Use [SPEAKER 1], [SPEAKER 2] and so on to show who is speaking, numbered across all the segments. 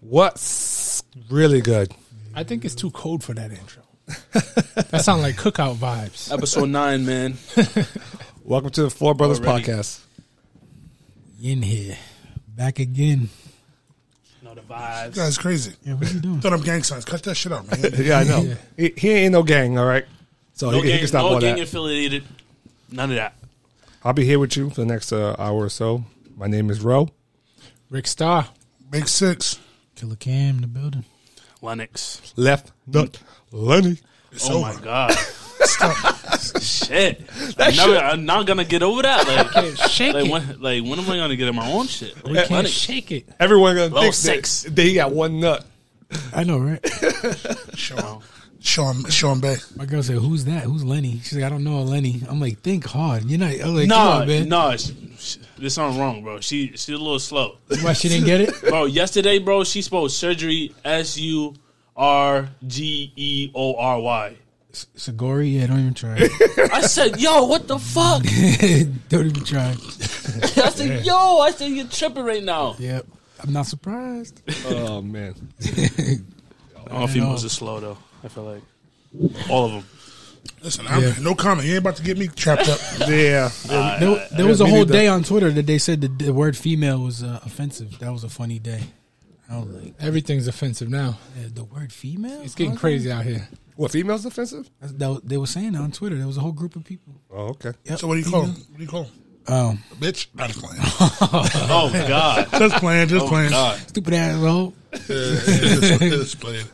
[SPEAKER 1] What's really good?
[SPEAKER 2] I think it's too cold for that intro. that sounds like cookout vibes.
[SPEAKER 3] Episode nine, man.
[SPEAKER 1] Welcome to the Four Brothers
[SPEAKER 3] Already.
[SPEAKER 1] Podcast.
[SPEAKER 2] In here, back again.
[SPEAKER 3] No, the vibes.
[SPEAKER 4] That's crazy.
[SPEAKER 2] Yeah, what you doing?
[SPEAKER 4] Thought I'm gang signs. Cut that shit out, man.
[SPEAKER 1] Yeah, I know. He, he ain't no gang, all right? So
[SPEAKER 3] No
[SPEAKER 1] he, he
[SPEAKER 3] gang,
[SPEAKER 1] can stop
[SPEAKER 3] no
[SPEAKER 1] all
[SPEAKER 3] gang
[SPEAKER 1] that.
[SPEAKER 3] affiliated. None of that.
[SPEAKER 1] I'll be here with you for the next uh, hour or so. My name is Ro.
[SPEAKER 2] Rick Starr,
[SPEAKER 4] Make six.
[SPEAKER 2] Killer Cam in the building.
[SPEAKER 3] Lennox.
[SPEAKER 1] Left nut Lenny.
[SPEAKER 4] It's
[SPEAKER 3] oh
[SPEAKER 4] over.
[SPEAKER 3] my god. shit. I'm, never, I'm not gonna get over that. Like,
[SPEAKER 2] Shake
[SPEAKER 3] like
[SPEAKER 2] it.
[SPEAKER 3] when, like when am I gonna get in my own shit?
[SPEAKER 2] we
[SPEAKER 3] Like,
[SPEAKER 2] can't
[SPEAKER 3] Lennox.
[SPEAKER 2] shake it.
[SPEAKER 1] Everyone gonna
[SPEAKER 3] Low
[SPEAKER 1] think
[SPEAKER 3] six.
[SPEAKER 1] That, that he got one nut.
[SPEAKER 2] I know, right?
[SPEAKER 4] Sean, Sean, Sean Bay.
[SPEAKER 2] My girl said, "Who's that? Who's Lenny?" She's like, "I don't know a Lenny." I'm like, "Think hard." You're not. I'm like,
[SPEAKER 3] Nah,
[SPEAKER 2] "Come on, man."
[SPEAKER 3] nah. sh- sh- This song wrong, bro. She she's a little slow,
[SPEAKER 2] Why she didn't get it?
[SPEAKER 3] bro. Yesterday, bro, she spelled surgery S U R G E O R Y.
[SPEAKER 2] Sagori, yeah, don't even try.
[SPEAKER 3] I said, yo, what the fuck?
[SPEAKER 2] don't even try.
[SPEAKER 3] I said, yo, I said you're tripping right now.
[SPEAKER 2] Yep, I'm not surprised.
[SPEAKER 1] Oh, man.
[SPEAKER 3] All females are slow though. I feel like all of them.
[SPEAKER 4] Listen, I'm,
[SPEAKER 2] Yeah.
[SPEAKER 4] no comment. You ain't about to get me trapped up.
[SPEAKER 1] Yeah.
[SPEAKER 2] There,
[SPEAKER 5] Uh,
[SPEAKER 2] there was a
[SPEAKER 1] me
[SPEAKER 2] whole
[SPEAKER 1] neither.
[SPEAKER 2] day on Twitter that they said the, the word female was uh, offensive. That was a funny day. I was like,
[SPEAKER 5] Everything's offensive now.
[SPEAKER 2] "Yeah, the word female?
[SPEAKER 5] It's getting crazy out here.
[SPEAKER 1] What, females offensive?
[SPEAKER 2] That's- That, was- they were saying that on Twitter. There was a whole group of people.
[SPEAKER 1] Oh, okay.
[SPEAKER 2] Yep,
[SPEAKER 4] So what do you call him?
[SPEAKER 2] female.
[SPEAKER 4] What do you call him?
[SPEAKER 2] Mm-hmm. Um,
[SPEAKER 4] A bitch? I'm just playing.
[SPEAKER 3] Oh God.
[SPEAKER 4] Just playing. Just playing.
[SPEAKER 3] God.
[SPEAKER 2] stupid asshole.
[SPEAKER 4] Just- just playing.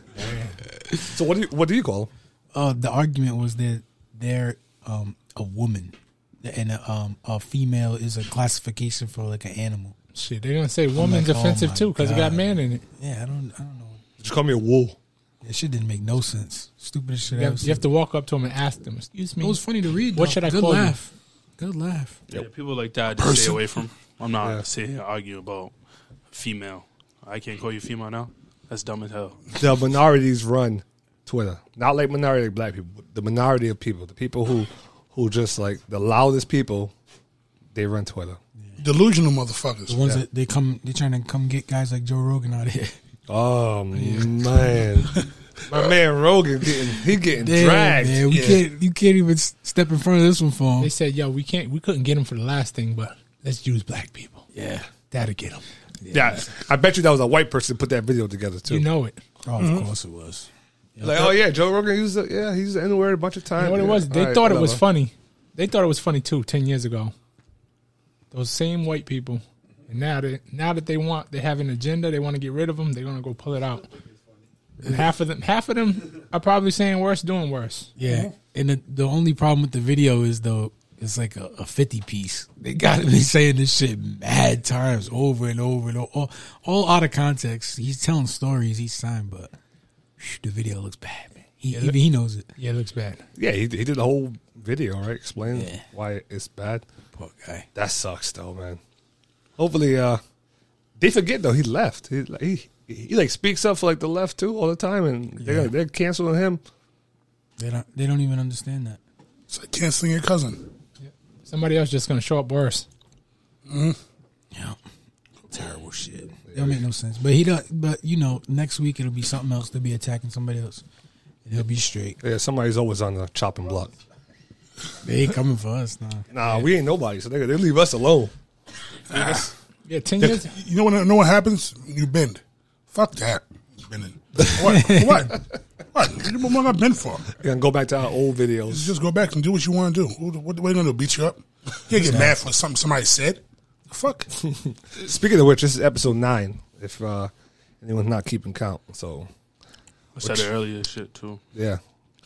[SPEAKER 1] So what do you, what do you call him?
[SPEAKER 2] Uh, the argument was that they're um, a woman, and a, um, a female is a classification for like an animal.
[SPEAKER 5] Shit, they're gonna say woman's
[SPEAKER 2] like, oh
[SPEAKER 5] offensive
[SPEAKER 2] my
[SPEAKER 5] too because it got
[SPEAKER 2] God.
[SPEAKER 5] man in it.
[SPEAKER 2] Yeah, I don't, I don't know.
[SPEAKER 1] Just call me a wool.
[SPEAKER 2] That shit didn't make no sense. Stupid as shit.
[SPEAKER 5] You
[SPEAKER 2] ever
[SPEAKER 5] have, you have to walk up to them and ask them. Excuse me.
[SPEAKER 2] It was funny to read.
[SPEAKER 5] What
[SPEAKER 2] though.
[SPEAKER 5] should I
[SPEAKER 2] Good
[SPEAKER 5] call you?
[SPEAKER 2] laugh. Good laugh.
[SPEAKER 3] Yeah, people like that I just stay away from. I'm not sitting here arguing about female. I can't call you female now. That's dumb as hell.
[SPEAKER 1] the minorities run Twitter. Not like minority of black people. The minority of people, the people who who just like the loudest people, they run Twitter.
[SPEAKER 4] Delusional
[SPEAKER 2] The
[SPEAKER 4] motherfuckers.
[SPEAKER 2] ones that they come, they're trying to come get guys like Joe Rogan out here.
[SPEAKER 1] Oh man, my man Rogan getting he getting
[SPEAKER 2] Damn,
[SPEAKER 1] dragged.
[SPEAKER 2] man, we
[SPEAKER 4] Yeah.
[SPEAKER 2] can't. You can't even s- step in front of this one for
[SPEAKER 5] They
[SPEAKER 2] him.
[SPEAKER 5] said, "Yo, we can't. We couldn't get him for the last thing, but let's use black people.
[SPEAKER 2] Yeah.
[SPEAKER 5] That'll get him.
[SPEAKER 1] Yeah, I bet you that was a white person put that video together too.
[SPEAKER 5] You know it. Mm-hmm.
[SPEAKER 2] Oh, of course it was.
[SPEAKER 1] like, oh yeah, Joe Rogan used the, yeah he used the N word a bunch of times.
[SPEAKER 5] You know what it was?
[SPEAKER 1] Yeah,
[SPEAKER 5] They
[SPEAKER 1] all right,
[SPEAKER 5] thought it was
[SPEAKER 1] whatever.
[SPEAKER 5] funny. They thought it was funny too. Ten years ago, those same white people, and now that now that they want, they have an agenda. They want to get rid of them. They're gonna go pull it out. And half of them, half of them are probably saying worse, doing worse.
[SPEAKER 2] Yeah, and the, the only problem with the video is though it's like a, a fifty piece. They got to be saying this shit mad times over and over and over, all, all out of context. He's telling stories each time, but phew, the video looks bad, man. He even he knows it.
[SPEAKER 5] Yeah, it looks bad.
[SPEAKER 1] Yeah, he, he did a whole video right explaining
[SPEAKER 2] Yeah.
[SPEAKER 1] why it's bad.
[SPEAKER 2] Poor guy.
[SPEAKER 1] That sucks though, man. Hopefully, uh, they forget though he left. He like, he, he like speaks up for like the left too all the time, and they're
[SPEAKER 2] Yeah.
[SPEAKER 1] they're canceling him.
[SPEAKER 2] They don't. They don't even understand that.
[SPEAKER 4] It's like canceling your cousin.
[SPEAKER 5] Somebody else just gonna show up worse.
[SPEAKER 2] Yeah. Terrible shit. It don't make no sense. But he don't. But you know, next week it'll be something else. They'll be attacking somebody else. And he'll be straight.
[SPEAKER 1] Yeah, somebody's always on the chopping block.
[SPEAKER 2] They ain't coming for us now.
[SPEAKER 1] Nah, we ain't nobody, so they they leave us alone.
[SPEAKER 5] Yeah, ten years.
[SPEAKER 4] You know what? Know what happens? You bend. Fuck that. Bending. What? what? What? What am I bent for?
[SPEAKER 1] We're gonna go back to our old videos.
[SPEAKER 4] Just go back and do what you want to do. What, what, what are you going to do? Beat you up? You can't get mad for something somebody said. The fuck.
[SPEAKER 1] Speaking of which, this is episode nine. If uh, anyone's not keeping count, so
[SPEAKER 3] I said it earlier. Shit too.
[SPEAKER 1] yeah,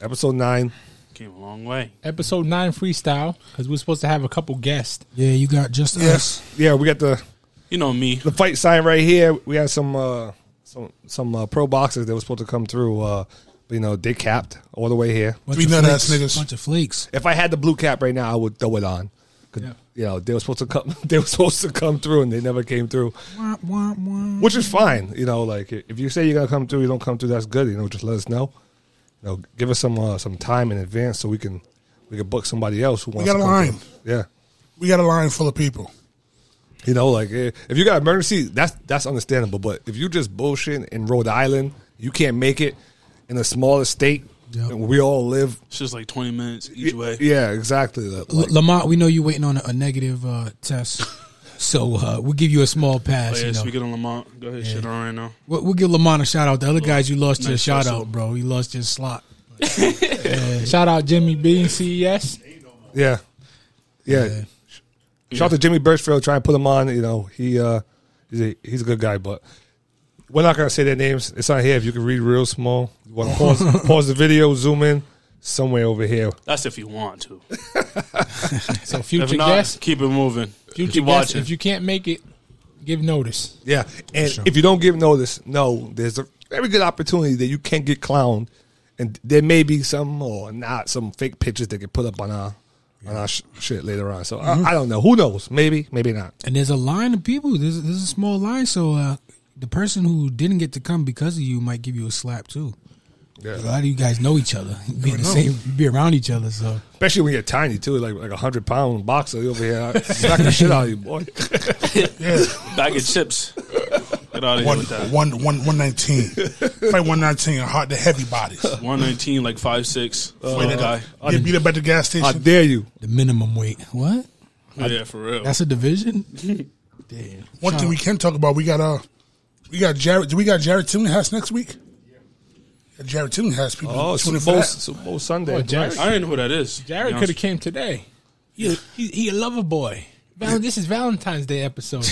[SPEAKER 1] episode nine.
[SPEAKER 3] Came a long way.
[SPEAKER 5] Episode nine freestyle because we're supposed to have a couple guests.
[SPEAKER 2] Yeah, you got just us.
[SPEAKER 4] Yes.
[SPEAKER 1] Yeah, we got the
[SPEAKER 3] You know me.
[SPEAKER 1] the fight sign right here. We had some uh, some some uh, pro boxers that were supposed to come through. Uh, but, you know, they capped all the way here.
[SPEAKER 2] Bunch
[SPEAKER 4] Three
[SPEAKER 2] of
[SPEAKER 4] nut-ass
[SPEAKER 2] flakes.
[SPEAKER 4] niggas.
[SPEAKER 2] Bunch of flakes.
[SPEAKER 1] if I had the blue cap right now, I would throw it on. 'Cause,
[SPEAKER 5] Yeah.
[SPEAKER 1] You know, they were supposed to come. They were supposed to come through, and they never came through,
[SPEAKER 2] Wah, wah, wah.
[SPEAKER 1] which is fine. You know, like if you say you're gonna come through, you don't come through. That's good. You know, just let us know. You know, give us some uh, some time in advance so we can we can book somebody else who wants.
[SPEAKER 4] got
[SPEAKER 1] to
[SPEAKER 4] a
[SPEAKER 1] come
[SPEAKER 4] line.
[SPEAKER 1] through. Yeah,
[SPEAKER 4] We got a line full of people.
[SPEAKER 1] You know, like eh, if you got emergency, that's that's understandable. But if you just bullshitting in Rhode Island, you can't make it in the smallest state,
[SPEAKER 2] Yep.
[SPEAKER 1] and we all live.
[SPEAKER 3] It's just like 20 minutes each way.
[SPEAKER 1] Yeah, exactly. Like,
[SPEAKER 2] L- Lamont, we know you're waiting on a, a negative uh, test, so uh, we'll give you a small
[SPEAKER 3] Oh,
[SPEAKER 2] pass.
[SPEAKER 3] yeah,
[SPEAKER 2] you know.
[SPEAKER 3] speaking of Lamont, go ahead, shit on right now.
[SPEAKER 2] we'll, we'll give Lamont a shout out. The other guys, you lost your
[SPEAKER 3] Oh, nice
[SPEAKER 2] shout
[SPEAKER 3] hustle.
[SPEAKER 2] out, bro. You lost your slot.
[SPEAKER 5] Shout out Jimmy B and E CES.
[SPEAKER 1] yeah, yeah.
[SPEAKER 2] Yeah.
[SPEAKER 1] Shout out to Jimmy Birchfield. Try and put him on. You know, he uh, he's a, he's a good guy, but we're not gonna say their names. It's not here. If you can read real small, you want to pause, pause the video, zoom in somewhere over here.
[SPEAKER 3] That's if you want to.
[SPEAKER 5] So
[SPEAKER 3] If
[SPEAKER 5] future
[SPEAKER 3] not,
[SPEAKER 5] guests,
[SPEAKER 3] keep it moving.
[SPEAKER 5] future
[SPEAKER 3] keep
[SPEAKER 5] guests,
[SPEAKER 3] watching.
[SPEAKER 5] if you can't make it, give notice.
[SPEAKER 1] Yeah, and if you don't give notice, no, there's a very good opportunity that you can get clowned, and there may be some or not some fake pictures that get put up on our on our sh- shit later on. So I, I don't know. Who knows? Maybe, maybe not.
[SPEAKER 2] And there's a line of people. There's, there's a small line, so uh, the person who didn't get to come because of you might give you a slap too. A lot of you guys know each other. You Be in the same, be around each other. So
[SPEAKER 1] Especially when you're tiny too, like like a hundred pound boxer over here smacking the shit out of you, boy.
[SPEAKER 3] Bag of chips. Get out of here
[SPEAKER 4] One,
[SPEAKER 3] with that.
[SPEAKER 4] one, one, one nineteen. Fight one nineteen. Hard to heavy bodies.
[SPEAKER 3] 119, like five six.
[SPEAKER 4] Wait,
[SPEAKER 3] Flint guy.
[SPEAKER 4] Get beat up at the gas
[SPEAKER 1] How
[SPEAKER 4] station.
[SPEAKER 1] dare you?
[SPEAKER 2] the minimum weight. What?
[SPEAKER 3] Yeah, for real.
[SPEAKER 2] That's a division. Damn.
[SPEAKER 4] One thing we can talk about, we got uh, we got Jared. Do we got Jared Tillinghast next week? Jared Tillinghast. People
[SPEAKER 1] Oh, Super
[SPEAKER 4] tuning for
[SPEAKER 1] Bowl,
[SPEAKER 4] that.
[SPEAKER 1] Super Bowl Sunday.
[SPEAKER 5] Oh, Jared,
[SPEAKER 3] I don't know who that is.
[SPEAKER 5] Jared could have came today. He, he, he a lover boy. Val- this is Valentine's Day episode.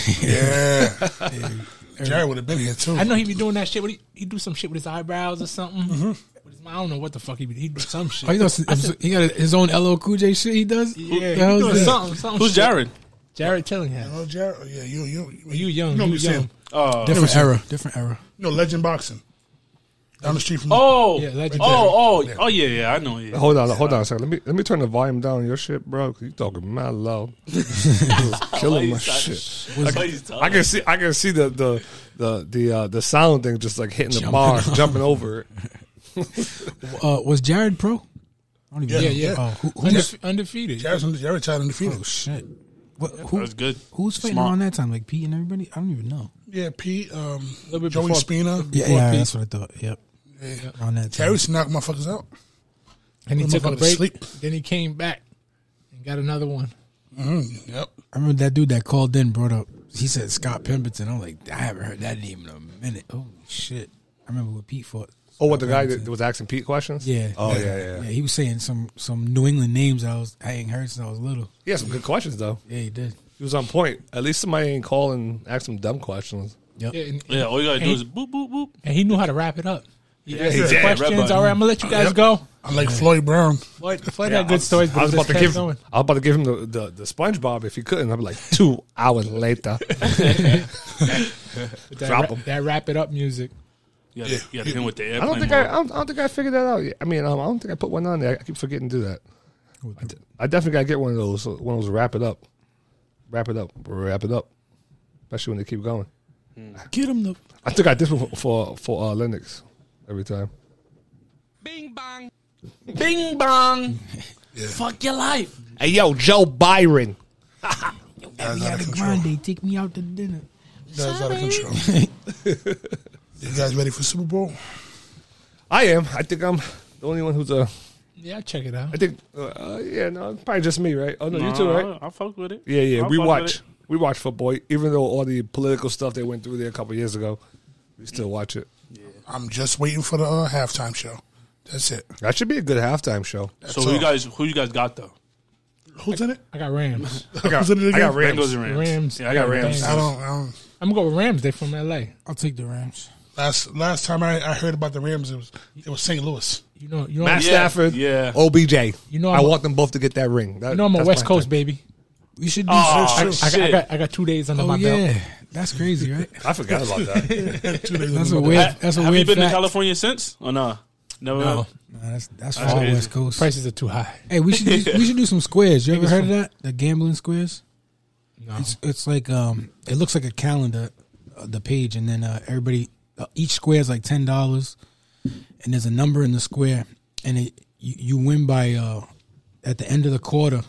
[SPEAKER 4] Yeah, Jared would have been here too.
[SPEAKER 5] I know he be doing that shit. What he, he do some shit with his eyebrows or something. With his- I don't know what the fuck he be. He do some shit.
[SPEAKER 2] Oh, he, does, he got his own LL Cool J shit. He does.
[SPEAKER 5] yeah,
[SPEAKER 2] The hell's
[SPEAKER 5] he doing
[SPEAKER 2] that?
[SPEAKER 5] something, something.
[SPEAKER 3] Who's
[SPEAKER 5] shit.
[SPEAKER 3] Jared?
[SPEAKER 5] Jared Tillingham.
[SPEAKER 4] Oh, Jared. Yeah, you, you,
[SPEAKER 5] You young,
[SPEAKER 4] know
[SPEAKER 5] you
[SPEAKER 4] me, Sam.
[SPEAKER 5] young.
[SPEAKER 3] Oh,
[SPEAKER 2] Different era. Different era.
[SPEAKER 4] You know, Legend Boxing down the street from.
[SPEAKER 3] oh,
[SPEAKER 5] Yeah,
[SPEAKER 3] oh,
[SPEAKER 5] legendary.
[SPEAKER 3] oh, oh, yeah, yeah. I know. Yeah.
[SPEAKER 1] Hold on, hold on a second. Let me let me turn the volume down on your shit, bro. 'cause You talking mad loud, killing my shit. I can see I can see the the the the uh, the sound thing just like hitting the
[SPEAKER 2] Jumping
[SPEAKER 1] bar,
[SPEAKER 2] off.
[SPEAKER 1] jumping over it.
[SPEAKER 2] Uh, was Jared pro? I don't even
[SPEAKER 4] Yeah,
[SPEAKER 2] know.
[SPEAKER 4] yeah.
[SPEAKER 2] Oh, who, who was,
[SPEAKER 5] Undefe- undefeated.
[SPEAKER 4] Jared's on the, Jared tried in the field.
[SPEAKER 2] oh shit. What,
[SPEAKER 3] That
[SPEAKER 2] who,
[SPEAKER 3] was good.
[SPEAKER 2] who was fighting
[SPEAKER 3] Smart.
[SPEAKER 2] around that time? Like Pete and everybody? I don't even know.
[SPEAKER 4] Yeah, Pete, um,
[SPEAKER 5] Oh. little bit
[SPEAKER 4] Joey
[SPEAKER 5] before-
[SPEAKER 4] Spina.
[SPEAKER 2] Yeah,
[SPEAKER 5] Before
[SPEAKER 2] yeah,
[SPEAKER 5] Pete.
[SPEAKER 2] that's what I thought. Yep. Around that time.
[SPEAKER 4] Jared used to knock motherfuckers out.
[SPEAKER 5] And he
[SPEAKER 4] Put
[SPEAKER 5] took
[SPEAKER 4] motherfucker
[SPEAKER 5] a
[SPEAKER 4] to
[SPEAKER 5] break.
[SPEAKER 4] sleep.
[SPEAKER 5] Then he came back and got another one.
[SPEAKER 4] Mm, yep.
[SPEAKER 2] I remember that dude that called in brought up. He said Scott Pemberton. I'm like, I haven't heard that name in a minute. Holy shit! I remember what Pete fought.
[SPEAKER 1] Oh, what the guy that was asking Pete questions?
[SPEAKER 2] Yeah.
[SPEAKER 1] Oh yeah, yeah.
[SPEAKER 2] He was saying some some New England names I was I ain't heard since I was little.
[SPEAKER 1] He had some good questions though.
[SPEAKER 2] Yeah, he did.
[SPEAKER 1] He was on point. At least somebody ain't call and ask some dumb questions.
[SPEAKER 2] Yep.
[SPEAKER 5] Yeah, and,
[SPEAKER 3] Yeah, all you gotta do is boop, boop, boop.
[SPEAKER 5] and he knew how to wrap it up. He asked
[SPEAKER 1] he
[SPEAKER 5] the
[SPEAKER 1] did.
[SPEAKER 5] questions.
[SPEAKER 3] Rabbi.
[SPEAKER 5] All right, I'm gonna let you guys
[SPEAKER 4] Yep.
[SPEAKER 5] go.
[SPEAKER 4] I like Floyd Brown.
[SPEAKER 5] Floyd, Floyd
[SPEAKER 1] Yeah,
[SPEAKER 5] had good stories. But
[SPEAKER 1] I was
[SPEAKER 5] he
[SPEAKER 1] about
[SPEAKER 5] just
[SPEAKER 1] to
[SPEAKER 5] kept
[SPEAKER 1] give. I
[SPEAKER 5] going.
[SPEAKER 1] was about to give him the the, the SpongeBob if he couldn't. I'm like two hours later.
[SPEAKER 5] that,
[SPEAKER 1] Drop
[SPEAKER 5] ra-
[SPEAKER 1] 'em.
[SPEAKER 5] that wrap it up music.
[SPEAKER 3] You gotta, you gotta hit him with the airplane.
[SPEAKER 1] I don't think I, I, don't, I don't think I figured that out. yet. I mean, um, I don't think I put one on there. I keep forgetting to do that. I, de- I definitely gotta get one of those. One of those. Wrap it up. Wrap it up. Wrap it up. Especially when they keep going.
[SPEAKER 2] Get him the.
[SPEAKER 1] I think I did one for for, for uh, Linux every time.
[SPEAKER 3] Bing bong. Bing bong. Fuck your life.
[SPEAKER 1] Hey yo, Joe Byron.
[SPEAKER 4] Guys out
[SPEAKER 2] Yeah,
[SPEAKER 4] of
[SPEAKER 2] the
[SPEAKER 4] control.
[SPEAKER 2] Grande take me out to dinner.
[SPEAKER 4] Guys out of control. you guys ready for Super Bowl?
[SPEAKER 1] I am. I think I'm the only one who's a.
[SPEAKER 5] Yeah, check it out.
[SPEAKER 1] I think. Uh, uh, yeah, no, it's probably just me, right? Oh no, you too, right?
[SPEAKER 3] I, I fuck with it.
[SPEAKER 1] Yeah, yeah.
[SPEAKER 3] I
[SPEAKER 1] we
[SPEAKER 3] fuck with
[SPEAKER 1] watch.
[SPEAKER 3] it.
[SPEAKER 1] We watch football, even though all the political stuff they went through there a couple years ago. We still watch it.
[SPEAKER 4] I'm just waiting for the uh, halftime show. That's it.
[SPEAKER 1] That should be a good halftime show.
[SPEAKER 5] Oh,
[SPEAKER 3] So who you guys, who you guys got though?
[SPEAKER 4] Who's in it?
[SPEAKER 5] I got Rams.
[SPEAKER 1] I got,
[SPEAKER 4] Who's in it
[SPEAKER 1] I got
[SPEAKER 4] again?
[SPEAKER 1] Rams.
[SPEAKER 3] Bengals and Rams.
[SPEAKER 5] Rams.
[SPEAKER 3] Yeah, I got
[SPEAKER 5] Yeah,
[SPEAKER 3] Rams.
[SPEAKER 5] Bengals.
[SPEAKER 4] I don't. I don't
[SPEAKER 5] I'm gonna go with Rams. They from L.A.
[SPEAKER 2] I'll take the Rams.
[SPEAKER 4] last last time I, I heard about the Rams, it was it was St. Louis.
[SPEAKER 5] You know, you know,
[SPEAKER 1] Matt
[SPEAKER 3] Yeah,
[SPEAKER 1] Stafford.
[SPEAKER 3] yeah.
[SPEAKER 1] OBJ. You
[SPEAKER 5] You
[SPEAKER 1] know,
[SPEAKER 5] know
[SPEAKER 1] I
[SPEAKER 5] I'm a-
[SPEAKER 1] want them both to get that ring. That,
[SPEAKER 5] you know, I'm a
[SPEAKER 1] that's
[SPEAKER 5] West
[SPEAKER 1] my
[SPEAKER 5] Coast
[SPEAKER 1] thing.
[SPEAKER 5] baby.
[SPEAKER 2] We should do.
[SPEAKER 3] Oh,
[SPEAKER 5] I, I, got- I
[SPEAKER 3] shit.
[SPEAKER 5] got I got two days under
[SPEAKER 2] oh
[SPEAKER 5] my
[SPEAKER 2] yeah,
[SPEAKER 5] belt.
[SPEAKER 2] that's crazy, right?
[SPEAKER 1] I forgot about that.
[SPEAKER 4] Two days
[SPEAKER 2] That's a
[SPEAKER 4] ago.
[SPEAKER 2] weird.
[SPEAKER 3] Ha-
[SPEAKER 2] That's a
[SPEAKER 3] Have you
[SPEAKER 2] weird
[SPEAKER 3] been to
[SPEAKER 2] fact.
[SPEAKER 3] California since? Or no? Never.
[SPEAKER 2] No, Nah, that's that's
[SPEAKER 3] That's
[SPEAKER 2] far
[SPEAKER 3] crazy.
[SPEAKER 2] West Coast.
[SPEAKER 5] Prices are too high.
[SPEAKER 2] Hey, we should do, we should do some squares. You ever
[SPEAKER 5] Niggas
[SPEAKER 2] heard of
[SPEAKER 5] from-
[SPEAKER 2] that? The gambling squares.
[SPEAKER 5] No.
[SPEAKER 2] It's it's like um, it looks like a calendar, uh, the page, and then uh, everybody uh, each square is like ten dollars, and there's a number in the square, and it you, you win by uh, at the end of the quarter,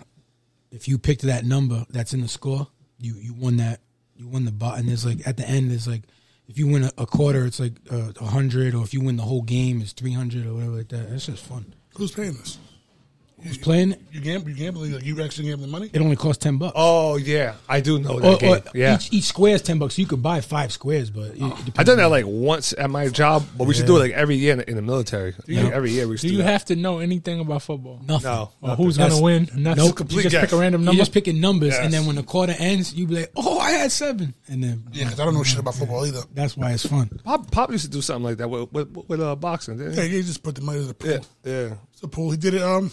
[SPEAKER 2] if you picked that number that's in the score, you you won that you win the bot, and there's like at the end, there's like if you win a, a quarter, it's like uh, a hundred, or if you win the whole game, it's three hundred or whatever like that. That's just fun.
[SPEAKER 4] Who's paying this?
[SPEAKER 2] Who's playing? it?
[SPEAKER 4] You gamble, you gambling? Like you actually gambling money?
[SPEAKER 2] It only costs ten bucks.
[SPEAKER 1] Oh yeah, I do know
[SPEAKER 5] Oh,
[SPEAKER 1] that
[SPEAKER 2] Or-
[SPEAKER 1] game.
[SPEAKER 2] or
[SPEAKER 1] yeah,
[SPEAKER 2] each, each square is ten bucks. You could buy five squares, but it, it
[SPEAKER 1] I
[SPEAKER 2] depends
[SPEAKER 1] done that
[SPEAKER 2] on-
[SPEAKER 1] like once at my job, but we should do it like every year in, in the military. Like, every year we used
[SPEAKER 5] Do
[SPEAKER 1] to
[SPEAKER 5] you
[SPEAKER 1] do that.
[SPEAKER 5] have to know anything about football?
[SPEAKER 2] nothing.
[SPEAKER 1] no?
[SPEAKER 5] Or
[SPEAKER 1] nothing.
[SPEAKER 5] who's going to
[SPEAKER 2] That's-
[SPEAKER 5] win? Nothing.
[SPEAKER 2] no
[SPEAKER 5] You
[SPEAKER 1] complete
[SPEAKER 5] just
[SPEAKER 1] guess.
[SPEAKER 5] pick a random
[SPEAKER 2] You're
[SPEAKER 5] number.
[SPEAKER 2] just picking numbers, and then
[SPEAKER 1] Yes.
[SPEAKER 2] when the quarter ends, you be like, "Oh, I had seven. and then
[SPEAKER 4] Yeah, 'cause I don't know shit about football either.
[SPEAKER 2] that's why it's fun.
[SPEAKER 1] Pop, Pop used to do something like that with with, with uh, boxing. Didn't
[SPEAKER 4] Yeah,
[SPEAKER 1] he?
[SPEAKER 4] he just put the money in the pool.
[SPEAKER 1] Yeah, yeah.
[SPEAKER 4] It's a pool. He did it. Um,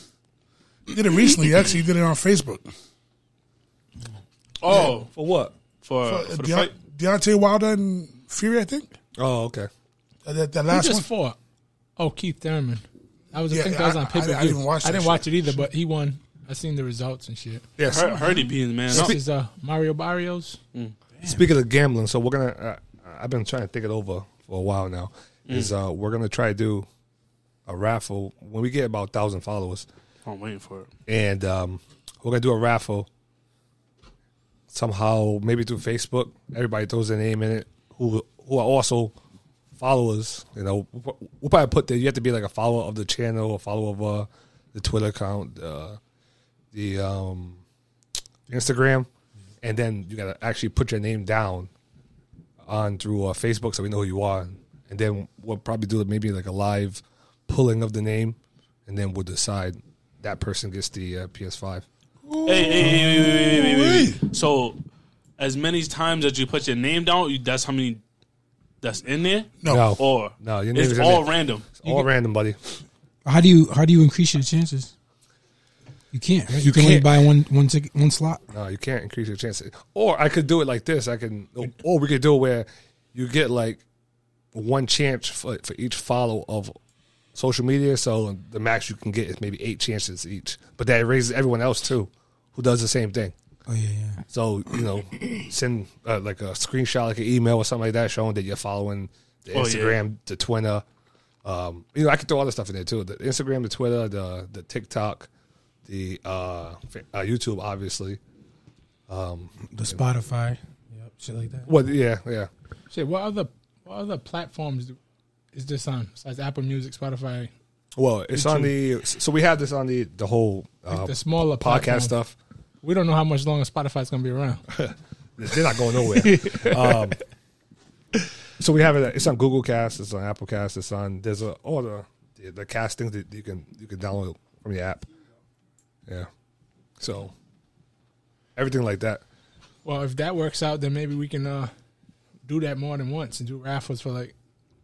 [SPEAKER 4] he did it recently. Actually, he did it on Facebook.
[SPEAKER 3] Oh,
[SPEAKER 1] For what?
[SPEAKER 3] for
[SPEAKER 4] Uh,
[SPEAKER 3] for, the
[SPEAKER 4] Deon-
[SPEAKER 3] fight.
[SPEAKER 4] Deontay Wilder and Fury, I think.
[SPEAKER 1] Oh, okay.
[SPEAKER 4] Uh, That, that
[SPEAKER 5] Who
[SPEAKER 4] last
[SPEAKER 5] just
[SPEAKER 4] one.
[SPEAKER 5] fought? Oh, Keith Thurman. I was.
[SPEAKER 4] Yeah,
[SPEAKER 5] I think that was
[SPEAKER 4] I-
[SPEAKER 5] on
[SPEAKER 4] I- I
[SPEAKER 5] pay per view.
[SPEAKER 4] didn't watch
[SPEAKER 5] I
[SPEAKER 4] that
[SPEAKER 5] didn't
[SPEAKER 4] shit.
[SPEAKER 5] watch it either, but he won. I seen the results and shit.
[SPEAKER 1] Yes.
[SPEAKER 3] Her, Herdy beans, man.
[SPEAKER 5] This is uh, Mario Barrios.
[SPEAKER 1] Speaking of gambling, so we're gonna. Uh, I've been trying to think it over for a while now. Is uh, we're gonna try to do a raffle when we get about thousand followers,
[SPEAKER 3] I'm waiting for it.
[SPEAKER 1] and um, we're gonna do a raffle. Somehow, maybe through Facebook, everybody throws their name in it. Who who are also followers? You know, we'll, we'll probably put there. You have to be like a follower of the channel, a follower of uh, the Twitter account, uh, the um, Instagram, and then you gotta actually put your name down on through uh, Facebook so we know who you are, and then we'll probably do maybe like a live pulling of the name, and then we'll decide that person gets the uh, PS5.
[SPEAKER 3] Hey, hey, hey, wait, wait, wait, wait, wait, wait. So, as many times as you put your name down, you, that's how many that's in there.
[SPEAKER 4] No.
[SPEAKER 1] No,
[SPEAKER 3] Or
[SPEAKER 1] No, your name
[SPEAKER 3] it's
[SPEAKER 1] is in
[SPEAKER 3] all
[SPEAKER 1] there.
[SPEAKER 3] random.
[SPEAKER 1] It's all random, buddy.
[SPEAKER 2] How do you how do you increase your chances? You can't. Right? You, can only
[SPEAKER 1] can't.
[SPEAKER 2] buy one one ticket, one slot.
[SPEAKER 1] No, you can't increase your chances. Or I could do it like this. I can, or we could do it where you get like one chance for, for each follow of social media. So the max you can get is maybe eight chances each. But that raises everyone else too, who does the same thing.
[SPEAKER 2] Oh yeah, yeah.
[SPEAKER 1] So you know, send uh, like a screenshot, like an email or something like that, showing that you're following the
[SPEAKER 3] Oh, yeah.
[SPEAKER 1] Instagram, the Twitter. Um, you know, I could throw other stuff in there too: the Instagram, the Twitter, the the TikTok, the uh, fa- uh, YouTube, obviously.
[SPEAKER 2] The Spotify, yep, shit like that.
[SPEAKER 1] Well, yeah, yeah.
[SPEAKER 5] Shit. What other what other platforms do, is this on besides Apple Music, Spotify?
[SPEAKER 1] Well, it's on the. So we have this on the the whole uh,
[SPEAKER 5] the smaller
[SPEAKER 1] podcast
[SPEAKER 5] platform.
[SPEAKER 1] stuff.
[SPEAKER 5] We don't know how much longer Spotify's gonna be around.
[SPEAKER 1] They're not going nowhere. um, so we have it. It's on Google Cast. It's on Apple Cast. It's on. There's a all the the, the cast things that you can you can download from the app. Yeah. So everything like that.
[SPEAKER 5] Well, if that works out, then maybe we can uh, do that more than once and do raffles for like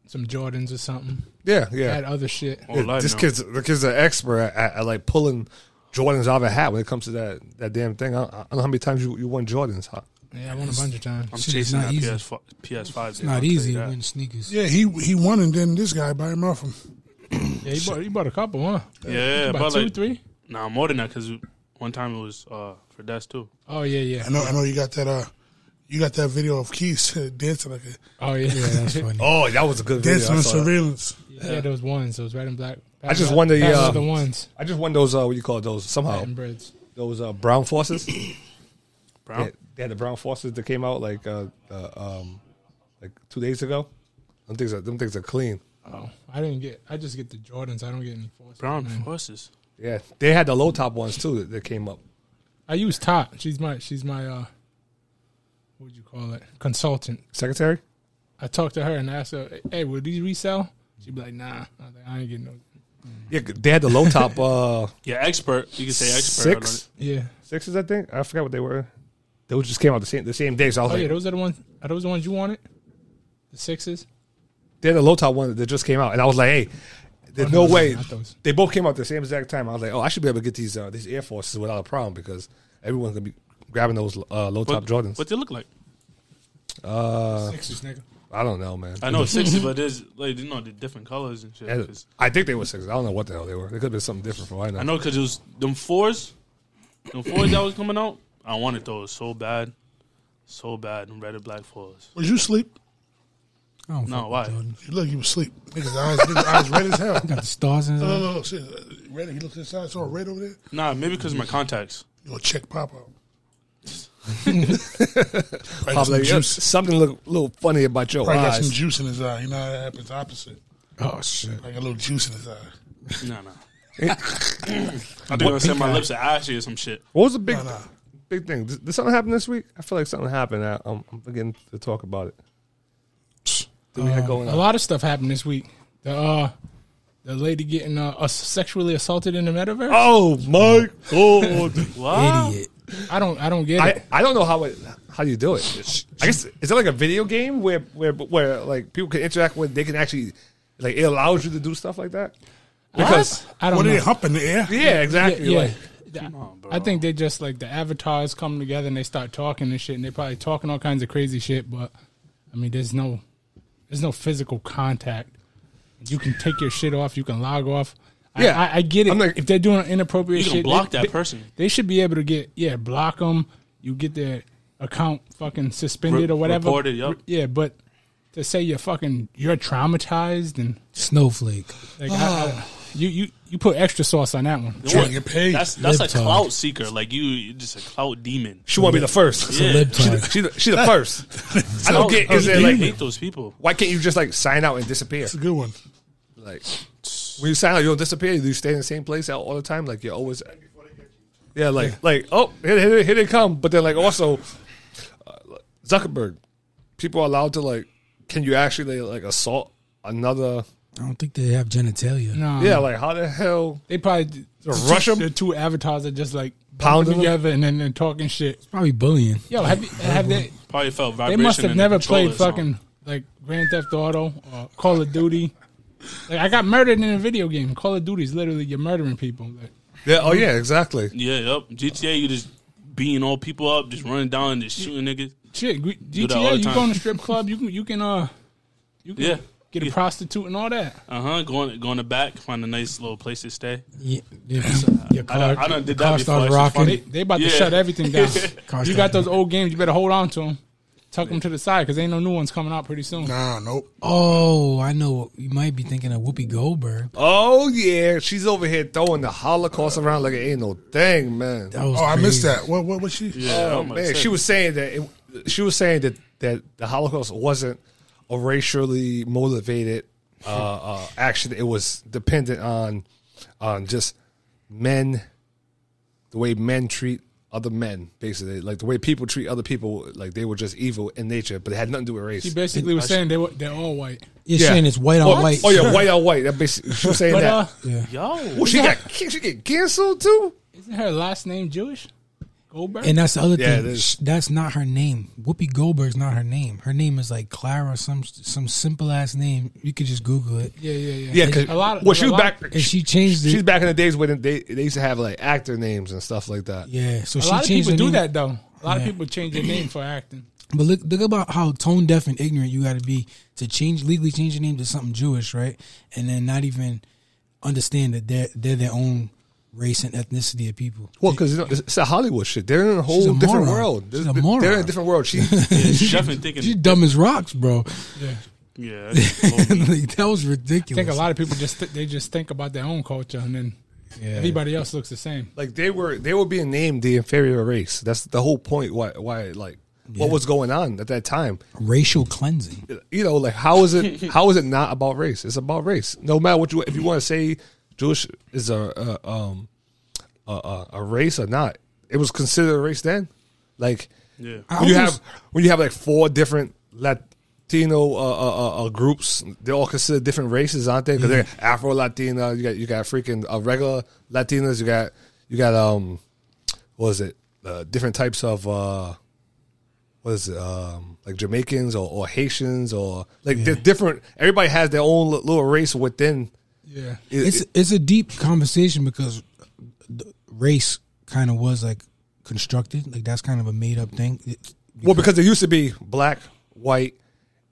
[SPEAKER 5] some Jordans or something.
[SPEAKER 1] Yeah,
[SPEAKER 5] Add
[SPEAKER 1] yeah.
[SPEAKER 5] other shit.
[SPEAKER 3] Or live
[SPEAKER 1] this
[SPEAKER 3] now.
[SPEAKER 1] kid's the kid's an expert at, at, at, like pulling Jordans out of a hat when it comes to that that damn thing. I, I don't know how many times you, you won Jordans. Huh?
[SPEAKER 5] Yeah, I won a bunch of times.
[SPEAKER 3] I'm
[SPEAKER 2] Shit, it's
[SPEAKER 3] chasing
[SPEAKER 2] not
[SPEAKER 5] e-,
[SPEAKER 3] that
[SPEAKER 2] easy.
[SPEAKER 3] PS5. PS5
[SPEAKER 2] It's not easy to win sneakers.
[SPEAKER 4] Yeah, he he won, and then this guy by him off him.
[SPEAKER 5] Yeah, you bought, you bought a couple, huh?
[SPEAKER 3] Yeah,
[SPEAKER 5] about,
[SPEAKER 3] about
[SPEAKER 5] two,
[SPEAKER 3] like-
[SPEAKER 5] three.
[SPEAKER 3] Nah, more than that because one time it was uh, for Des too.
[SPEAKER 5] Oh yeah, yeah.
[SPEAKER 4] I know, I know. You got that. Uh, you got that video of Keith dancing like a,
[SPEAKER 5] Oh yeah, yeah.
[SPEAKER 2] That's funny.
[SPEAKER 1] Oh, that was a good video.
[SPEAKER 4] dancing
[SPEAKER 1] I,
[SPEAKER 4] on
[SPEAKER 1] saw that.
[SPEAKER 4] surveillance.
[SPEAKER 5] those ones, those red and black.
[SPEAKER 1] I just wonder,
[SPEAKER 5] Those
[SPEAKER 1] yeah.
[SPEAKER 5] are the ones.
[SPEAKER 1] I just won those. Uh, what you call those? Somehow
[SPEAKER 5] Patent breads.
[SPEAKER 1] those uh, brown forces.
[SPEAKER 3] Brown.
[SPEAKER 1] They, they had the brown forces that came out like uh, uh um like two days ago. Them things are them things are clean.
[SPEAKER 5] Oh, I didn't get. I just get the Jordans. I don't get any forces.
[SPEAKER 3] Brown
[SPEAKER 2] Mm.
[SPEAKER 3] horses.
[SPEAKER 1] Yeah, they had the low top ones too that, that came up.
[SPEAKER 5] I use Top. She's my. She's my. uh What would you call it? Consultant.
[SPEAKER 1] Secretary,
[SPEAKER 5] I talked to her and asked her, "Hey, would these resell?" She'd be like, "Nah, I, was like, I ain't getting no."
[SPEAKER 1] yeah, they had the low top uh
[SPEAKER 3] Yeah, expert. You can say expert.
[SPEAKER 1] six
[SPEAKER 5] Yeah.
[SPEAKER 1] sixes. I think I forgot what they were. Those just came out the same the same day. So I was
[SPEAKER 5] Oh
[SPEAKER 1] like,
[SPEAKER 5] yeah, those are the ones. Are those the ones you wanted? The sixes.
[SPEAKER 1] they had the low top one that just came out, and I was like, hey. There's
[SPEAKER 5] Oh,
[SPEAKER 1] no
[SPEAKER 5] no,
[SPEAKER 1] way
[SPEAKER 5] not those.
[SPEAKER 1] they both came out the same exact time. I was like, "Oh, I should be able to get these uh, these Air Forces without a problem because everyone's gonna be grabbing those uh, low top
[SPEAKER 3] What,
[SPEAKER 1] Jordans." Uh,
[SPEAKER 3] what they look like?
[SPEAKER 5] Sixes, nigga.
[SPEAKER 1] I don't know, man.
[SPEAKER 3] I know it's sixty, but there's like you know the different colors and shit.
[SPEAKER 1] Yeah,
[SPEAKER 3] 'cause-
[SPEAKER 1] I think they were six. I don't know what the hell they were. They could have been something different for all I know.
[SPEAKER 3] I know because it was them fours, them fours that was coming out. I wanted those so bad, so bad. Them red and black fours.
[SPEAKER 4] Was you asleep?
[SPEAKER 2] I don't
[SPEAKER 3] No,
[SPEAKER 2] fuck
[SPEAKER 3] why?
[SPEAKER 2] with Jordan.
[SPEAKER 4] Look, he was asleep. Nigga's eyes, nigga's eyes red as hell.
[SPEAKER 2] Got the stars in
[SPEAKER 4] No, no,
[SPEAKER 2] it.
[SPEAKER 4] no, no, shit. uh, Red. He looked inside. Saw red over there.
[SPEAKER 3] Nah, maybe because my contacts.
[SPEAKER 4] You know, check pop out. Probably got
[SPEAKER 1] Pop,
[SPEAKER 4] some
[SPEAKER 1] like,
[SPEAKER 4] juice.
[SPEAKER 1] something look a little funny about your
[SPEAKER 4] Probably got some
[SPEAKER 1] eyes.
[SPEAKER 4] juice in his eye. You know how that happens opposite.
[SPEAKER 2] Oh shit!
[SPEAKER 4] Like a little juice in his eye.
[SPEAKER 3] No, no. I think I said my lips are ashy or some shit.
[SPEAKER 1] what was the big
[SPEAKER 4] No, no.
[SPEAKER 1] big thing? Did, did something happen this week? I feel like something happened. I, I'm, I'm beginning to talk about it. That we had going
[SPEAKER 5] a
[SPEAKER 1] on.
[SPEAKER 5] lot of stuff happened this week. The uh, the lady getting uh, ass- sexually assaulted in the metaverse.
[SPEAKER 1] Oh my god!
[SPEAKER 3] What?
[SPEAKER 2] Idiot.
[SPEAKER 5] I don't I don't get
[SPEAKER 1] I,
[SPEAKER 5] it.
[SPEAKER 1] I don't know how it, how you do it. I guess is it like a video game where where where like people can interact with they can actually like it allows you to do stuff like that because
[SPEAKER 5] I don't
[SPEAKER 4] What are
[SPEAKER 5] know.
[SPEAKER 4] they hump in the air?
[SPEAKER 1] yeah
[SPEAKER 5] yeah,
[SPEAKER 1] exactly
[SPEAKER 5] yeah.
[SPEAKER 1] like
[SPEAKER 5] I think they just like the avatars come together and they start talking and shit and they probably talking all kinds of crazy shit. But I mean, there's no there's no physical contact. You can take your shit off. You can log off. I-
[SPEAKER 1] Yeah.
[SPEAKER 5] I, I, get it.
[SPEAKER 1] I'm like-
[SPEAKER 5] if they're doing inappropriate
[SPEAKER 3] You can
[SPEAKER 5] shit,
[SPEAKER 3] block
[SPEAKER 5] they-
[SPEAKER 3] that
[SPEAKER 5] they-
[SPEAKER 3] person.
[SPEAKER 5] They should be able to get yeah, block them. You get their account fucking suspended
[SPEAKER 3] Re-
[SPEAKER 5] or whatever.
[SPEAKER 3] reported, yup.
[SPEAKER 5] Re- Yeah, but to say you're fucking you're traumatized and
[SPEAKER 2] Snowflake.
[SPEAKER 5] like I, I, you you you put extra sauce on that one.
[SPEAKER 4] Trying to get paid.
[SPEAKER 3] That's that's a
[SPEAKER 2] Lip talk.
[SPEAKER 3] clout seeker. Like you, you're just a clout demon.
[SPEAKER 1] she want to be the first
[SPEAKER 3] Yeah.
[SPEAKER 2] Lip talk.
[SPEAKER 1] she the, she the first I don't get is it
[SPEAKER 3] I
[SPEAKER 1] like
[SPEAKER 3] hate those people.
[SPEAKER 1] why can't you just like sign out and disappear
[SPEAKER 4] That's a good one.
[SPEAKER 1] like when you sign out you don't disappear do you stay in the same place all all the time like you're always yeah like like oh here, here, they- here they come but then like also uh, Zuckerberg people are allowed to like can you actually like assault another
[SPEAKER 2] I don't think they have genitalia.
[SPEAKER 5] No,
[SPEAKER 1] Yeah, like how the hell?
[SPEAKER 5] They probably
[SPEAKER 1] rush 'em?
[SPEAKER 5] The two avatars are just like
[SPEAKER 1] Pound
[SPEAKER 5] bumping
[SPEAKER 1] 'em?
[SPEAKER 5] together and then they're talking shit.
[SPEAKER 2] Probably bullying.
[SPEAKER 5] Yo, have you, have they?
[SPEAKER 3] Probably felt
[SPEAKER 5] They
[SPEAKER 3] vibration.
[SPEAKER 5] must have
[SPEAKER 3] in the
[SPEAKER 5] never played
[SPEAKER 3] controller or
[SPEAKER 5] fucking like Grand Theft Auto or Call of Duty. Like I got murdered in a video game. Call of Duty is literally you're murdering people. Like,
[SPEAKER 1] Yeah, oh yeah, exactly.
[SPEAKER 3] something. Yeah, yep. GTA, you just beating all people up, just running down and just shooting niggas.
[SPEAKER 5] shit, G-
[SPEAKER 3] that all the
[SPEAKER 5] GTA. You go
[SPEAKER 3] time.
[SPEAKER 5] in a strip club, you can you can uh you can
[SPEAKER 3] Yeah.
[SPEAKER 5] get a
[SPEAKER 3] Yeah.
[SPEAKER 5] prostitute and all that.
[SPEAKER 3] Uh huh. Going going to back, find a nice little place to stay.
[SPEAKER 2] Yeah, yeah, your car,
[SPEAKER 3] I done did
[SPEAKER 2] your car
[SPEAKER 3] that before.
[SPEAKER 2] started
[SPEAKER 3] It's
[SPEAKER 2] rocking.
[SPEAKER 5] They, they about
[SPEAKER 3] Yeah.
[SPEAKER 5] to shut everything down.
[SPEAKER 2] Car
[SPEAKER 5] you got
[SPEAKER 2] started
[SPEAKER 5] those old games. You better hold on to them. Tuck them to the side because ain't no new ones coming out pretty soon.
[SPEAKER 4] Nah, nope.
[SPEAKER 2] Oh, I know. You might be thinking of Whoopi Goldberg.
[SPEAKER 1] Oh yeah, she's over here throwing the Holocaust around like it ain't no thing, man.
[SPEAKER 2] That was
[SPEAKER 4] Oh, I missed
[SPEAKER 2] crazy.
[SPEAKER 4] that. What? What was she?
[SPEAKER 3] Yeah,
[SPEAKER 1] Oh,
[SPEAKER 3] I'm
[SPEAKER 1] man,
[SPEAKER 3] upset.
[SPEAKER 1] she was saying that it, she was saying that that the Holocaust wasn't a racially motivated uh, uh, action. It was dependent on on just men, the way men treat other men, basically, like the way people treat other people, like they were just evil in nature, but it had nothing to do with race.
[SPEAKER 5] She basically was saying they were they're all white.
[SPEAKER 2] You're saying it's white
[SPEAKER 1] oh,
[SPEAKER 2] on white.
[SPEAKER 1] Oh yeah, white on white. That basically, she was saying
[SPEAKER 5] But
[SPEAKER 1] that.
[SPEAKER 5] uh,
[SPEAKER 2] Yeah.
[SPEAKER 3] Yo,
[SPEAKER 1] Well, she got she get canceled too.
[SPEAKER 5] isn't her last name Jewish? Goldberg.
[SPEAKER 2] And that's the other
[SPEAKER 1] Yeah, it
[SPEAKER 2] thing.
[SPEAKER 1] is.
[SPEAKER 2] Sh- That's not her name. Whoopi Goldberg's not her name. Her name is like Clara, some some simple ass name. You could just Google it.
[SPEAKER 5] yeah, yeah, yeah.
[SPEAKER 1] Yeah, cause,
[SPEAKER 5] a lot.
[SPEAKER 1] Well,
[SPEAKER 5] Well,
[SPEAKER 1] she was back.
[SPEAKER 2] And she changed it.
[SPEAKER 1] She's back in the days when they they used to have like actor names and stuff like that.
[SPEAKER 2] yeah, so
[SPEAKER 5] A
[SPEAKER 2] she
[SPEAKER 5] lot of
[SPEAKER 2] changed
[SPEAKER 5] people
[SPEAKER 2] her
[SPEAKER 5] do
[SPEAKER 2] name.
[SPEAKER 5] that though. A
[SPEAKER 2] Yeah.
[SPEAKER 5] lot of people change their name for acting.
[SPEAKER 2] But look, look about how tone deaf and ignorant you got to be to change legally change your name to something Jewish, right? And then not even understand that they're they're their own race and ethnicity of people.
[SPEAKER 1] Well, because you know, it's, it's a Hollywood shit. They're in a whole
[SPEAKER 2] She's a
[SPEAKER 1] different
[SPEAKER 2] moron.
[SPEAKER 1] world.
[SPEAKER 2] She's
[SPEAKER 1] They're- They're
[SPEAKER 2] a
[SPEAKER 1] in a
[SPEAKER 2] moron.
[SPEAKER 1] different world. She
[SPEAKER 3] she's definitely thinking.
[SPEAKER 2] She's dumb as rocks, bro.
[SPEAKER 3] yeah, that's a little weak.
[SPEAKER 2] like, that was
[SPEAKER 5] I
[SPEAKER 2] ridiculous.
[SPEAKER 5] think a lot of people just th- they just think about their own culture and then
[SPEAKER 2] Yeah.
[SPEAKER 5] everybody else looks the same.
[SPEAKER 1] like they were they were being named the inferior race. That's the whole point. Why why like what was going on at that time?
[SPEAKER 2] racial cleansing.
[SPEAKER 1] You know, like how is it how is it not about race? It's about race. No matter what you if you want to say Jewish is a, a um a, a, a race or not, it was considered a race then. Like
[SPEAKER 3] Yeah.
[SPEAKER 2] I
[SPEAKER 1] when you
[SPEAKER 2] almost-
[SPEAKER 1] have when you have like four different Latino uh, uh, uh, uh, groups, they're all considered different races, aren't they? Because
[SPEAKER 2] Mm-hmm.
[SPEAKER 1] they're Afro Latina. You got you got freaking uh, regular Latinas. You got you got um, what is it? Uh, different types of uh, what is it? Um, like Jamaicans or, or Haitians or like they're different. Everybody has their own li- little race within.
[SPEAKER 5] Yeah,
[SPEAKER 1] It,
[SPEAKER 2] it's
[SPEAKER 1] it-
[SPEAKER 2] it's a deep conversation because the race kind of was like constructed like that's kind of a made up thing It-
[SPEAKER 1] well because it used to be black, white,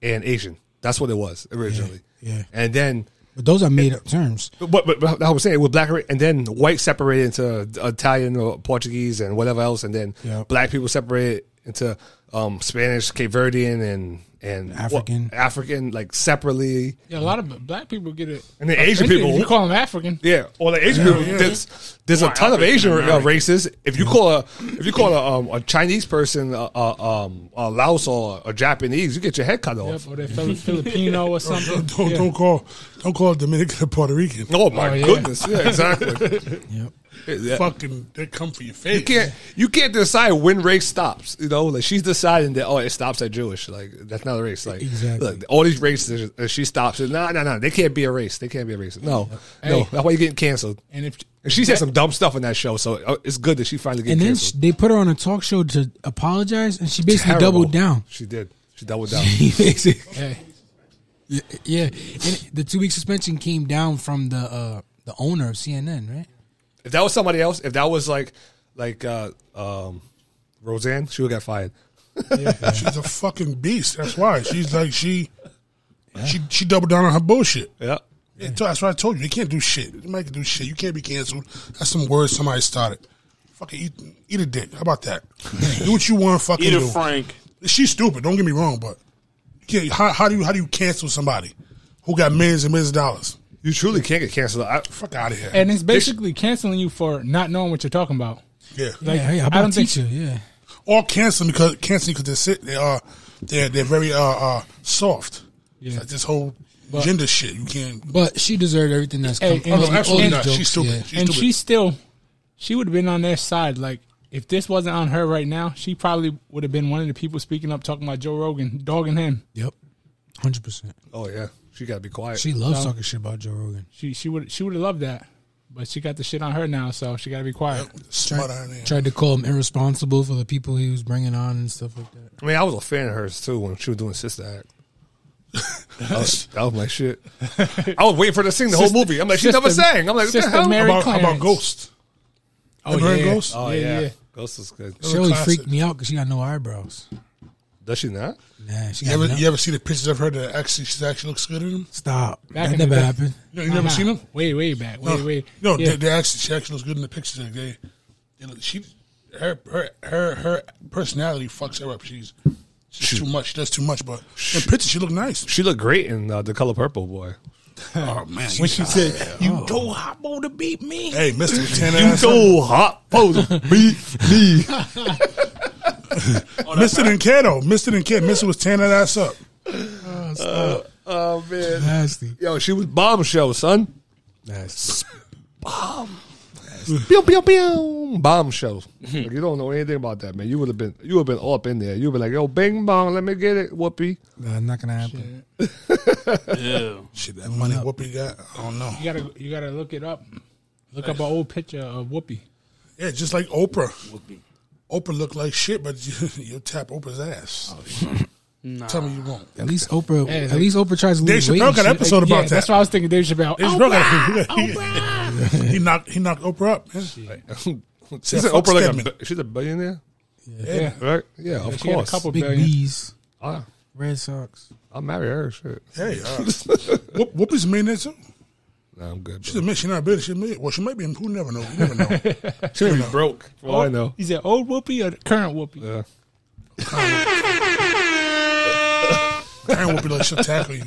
[SPEAKER 1] and Asian. That's what it was originally.
[SPEAKER 2] yeah.
[SPEAKER 1] and then.
[SPEAKER 2] but those are made up terms
[SPEAKER 1] But, but, but I was saying with black and then white separated into Italian or Portuguese and whatever else, and then
[SPEAKER 2] Yeah.
[SPEAKER 1] black people separated into um, Spanish, Cape Verdean, and and what-
[SPEAKER 2] African.
[SPEAKER 1] African, like separately.
[SPEAKER 5] Yeah, a lot of black people get it.
[SPEAKER 1] And then Asian
[SPEAKER 5] offended
[SPEAKER 1] people-
[SPEAKER 5] if you call them African.
[SPEAKER 1] Yeah, or the Asian people.
[SPEAKER 4] yeah.
[SPEAKER 1] There's, there's a
[SPEAKER 3] Why
[SPEAKER 1] ton of
[SPEAKER 3] African
[SPEAKER 1] Asian uh,
[SPEAKER 3] American?
[SPEAKER 1] races. If you call a if you call a, um, a Chinese person a, a, um, a Laos or a Japanese, you get your head cut off.
[SPEAKER 5] Yep, or they're Fili- Filipino or something.
[SPEAKER 4] Don't don't,
[SPEAKER 5] Yeah.
[SPEAKER 4] don't call don't call Dominican or Puerto Rican.
[SPEAKER 1] Oh my
[SPEAKER 5] Oh, yeah.
[SPEAKER 1] goodness! Yeah, exactly.
[SPEAKER 2] Yep.
[SPEAKER 1] Yeah.
[SPEAKER 4] Fucking, they come for your
[SPEAKER 1] You
[SPEAKER 4] face.
[SPEAKER 1] can't you can't decide when race stops. You know, like she's deciding that oh, it stops at Jewish. Like that's not a race. Like
[SPEAKER 2] Exactly.
[SPEAKER 1] look, all these races. uh, She stops. No, no, no. They can't be a race. They can't be a race. No, no.
[SPEAKER 5] Hey.
[SPEAKER 1] That's why you're getting canceled.
[SPEAKER 5] And if
[SPEAKER 1] And she said some dumb stuff in that show, so uh, it's good that she finally
[SPEAKER 2] And
[SPEAKER 1] getting
[SPEAKER 2] then
[SPEAKER 1] canceled.
[SPEAKER 2] sh they put her on a talk show to apologize, and she basically
[SPEAKER 1] Terrible.
[SPEAKER 2] doubled down.
[SPEAKER 1] She did. She doubled down.
[SPEAKER 2] She basically-
[SPEAKER 5] hey,
[SPEAKER 2] yeah, yeah. And the two week suspension came down from the uh, the owner of CNN, right?
[SPEAKER 1] If that was somebody else, if that was like like uh um Roseanne, she would get fired.
[SPEAKER 4] She's a fucking beast. That's why she's like she, she she doubled down on her bullshit.
[SPEAKER 1] Yeah.
[SPEAKER 4] Yeah, That's what I told you. You can't do shit. You might do shit. You can't be canceled. That's some words somebody started. Fucking eat, eat a dick. How about that? do what you want. Fucking
[SPEAKER 3] Eat a
[SPEAKER 4] do.
[SPEAKER 3] Frank.
[SPEAKER 4] She's stupid. Don't get me wrong, but you can't, how, how do you how do you cancel somebody who got millions and millions of dollars?
[SPEAKER 1] You truly can't get canceled. I,
[SPEAKER 4] Fuck out of here.
[SPEAKER 5] and it's basically canceling you for not knowing what you're talking about.
[SPEAKER 4] yeah,
[SPEAKER 5] Like,
[SPEAKER 2] yeah, yeah.
[SPEAKER 5] I
[SPEAKER 2] About
[SPEAKER 5] don't
[SPEAKER 2] a
[SPEAKER 5] think-
[SPEAKER 2] teacher, yeah.
[SPEAKER 4] or cancel because canceling because they're sit, they are they're they're very uh, uh soft. It's like this whole gender shit. You can't.
[SPEAKER 2] But she deserved everything that's
[SPEAKER 5] Hey,
[SPEAKER 2] come.
[SPEAKER 5] and-
[SPEAKER 2] all
[SPEAKER 5] and-
[SPEAKER 2] the- all the
[SPEAKER 5] and-
[SPEAKER 4] not.
[SPEAKER 2] jokes,
[SPEAKER 4] She's stupid.
[SPEAKER 2] yeah.
[SPEAKER 4] She's
[SPEAKER 5] and
[SPEAKER 4] stupid.
[SPEAKER 5] she still, she would have been on their side. Like if this wasn't on her right now, she probably would have been one of the people speaking up, talking about Joe Rogan, dogging him.
[SPEAKER 2] Yep, hundred percent.
[SPEAKER 1] oh yeah. She gotta be quiet.
[SPEAKER 2] She loves talking shit about Joe Rogan.
[SPEAKER 5] She she would she would have loved that, but she got the shit on her now, so she got to be quiet.
[SPEAKER 4] smart out of there.
[SPEAKER 2] Tried to call him irresponsible for the people he was bringing on and stuff like that.
[SPEAKER 1] I mean, I was a fan of hers too when she was doing Sister Act. That was, that was my shit. I was waiting for her to sing the whole
[SPEAKER 5] Sister-
[SPEAKER 1] movie. I'm like, she never
[SPEAKER 5] Sister-
[SPEAKER 1] sang. I'm like, what the
[SPEAKER 5] Sister
[SPEAKER 1] hell?
[SPEAKER 5] Mary-
[SPEAKER 4] about,
[SPEAKER 5] Clarence.
[SPEAKER 4] about Ghost.
[SPEAKER 2] Oh
[SPEAKER 4] Remember
[SPEAKER 2] yeah,
[SPEAKER 4] Ghost?
[SPEAKER 1] oh
[SPEAKER 5] Yeah,
[SPEAKER 1] yeah.
[SPEAKER 5] yeah.
[SPEAKER 1] Ghost is good.
[SPEAKER 2] she always
[SPEAKER 4] Classic.
[SPEAKER 2] freaked me out because she got no eyebrows.
[SPEAKER 1] Does she not?
[SPEAKER 2] Nah, she
[SPEAKER 4] You
[SPEAKER 2] got
[SPEAKER 4] ever
[SPEAKER 2] no-
[SPEAKER 4] you ever see the pictures of her that actually she actually looks good in them?
[SPEAKER 2] Stop. that
[SPEAKER 5] Back in the
[SPEAKER 2] never
[SPEAKER 5] day.
[SPEAKER 2] happened.
[SPEAKER 4] You, you never
[SPEAKER 5] Nah,
[SPEAKER 4] seen them?
[SPEAKER 5] Way way back. Way
[SPEAKER 4] no,
[SPEAKER 5] way.
[SPEAKER 4] No,
[SPEAKER 5] Uh-huh. yeah.
[SPEAKER 4] they, they actually she actually looks good in the pictures. Like they, they look, she, her, her, her, her personality fucks her up. She's, she's too much. She does too much. But in pictures, she look nice.
[SPEAKER 1] She looked great in uh, The Color Purple, boy.
[SPEAKER 4] Oh man, Oh.
[SPEAKER 5] When she said,
[SPEAKER 2] You don't hobble to beat me.
[SPEAKER 4] hey, Mister Tan
[SPEAKER 1] You
[SPEAKER 4] ass,
[SPEAKER 1] so hot, pose beat me.
[SPEAKER 4] Mister didn't care though. Mister didn't care. Mister was tan that ass up.
[SPEAKER 1] Oh man,
[SPEAKER 2] Nasty.
[SPEAKER 1] Yo, she was bombshell, son. Nice. Bomb. Pew, pew, pew. Bombshell. like, you don't know anything about that, man. You would have been you would have been all up in there. You'd be like, yo, bing bong, let me get it, whoopee.
[SPEAKER 2] Nah, not gonna happen.
[SPEAKER 3] Ew.
[SPEAKER 4] Shit, that money Whoopi got. I don't know.
[SPEAKER 5] you gotta you gotta look it up. Look up an old picture of Whoopi.
[SPEAKER 4] Yeah, just like Oprah. Oprah looked like shit, but you, you tap Oprah's ass.
[SPEAKER 3] Nah.
[SPEAKER 4] Tell me you won't.
[SPEAKER 2] At least Oprah.
[SPEAKER 5] Hey,
[SPEAKER 2] at
[SPEAKER 5] like-
[SPEAKER 2] least Oprah tries to
[SPEAKER 4] Dave
[SPEAKER 2] lose weight.
[SPEAKER 4] Chappelle
[SPEAKER 2] and
[SPEAKER 4] got an
[SPEAKER 2] shit.
[SPEAKER 4] episode
[SPEAKER 5] yeah,
[SPEAKER 4] about that.
[SPEAKER 5] that's why I was oh, thinking Dave Chappelle.
[SPEAKER 4] Dave Chappelle got- he knocked he knocked Oprah up. man.
[SPEAKER 1] Isn't
[SPEAKER 4] Yeah, fuck
[SPEAKER 1] Oprah like a,
[SPEAKER 4] Stedman.
[SPEAKER 1] bi- she's a billionaire,
[SPEAKER 4] Yeah.
[SPEAKER 1] right? Yeah, of
[SPEAKER 5] she had a
[SPEAKER 1] course.
[SPEAKER 5] couple
[SPEAKER 2] Big
[SPEAKER 5] billion.
[SPEAKER 2] B's,
[SPEAKER 1] I,
[SPEAKER 2] Red Sox.
[SPEAKER 1] I'll marry her. Shit,
[SPEAKER 4] Hey, uh, Whoop, Whoopi's a millionaire too.
[SPEAKER 1] nah, I'm good.
[SPEAKER 4] She's a millionaire. She's not a billionaire. She's a millionaire. Well, she might be. Who never know. You never know.
[SPEAKER 1] She may be broke. for all Oh, I know.
[SPEAKER 5] Is it old Whoopi or the current Whoopi?
[SPEAKER 1] Yeah.
[SPEAKER 4] Karen Whoopi like she'll tackle you.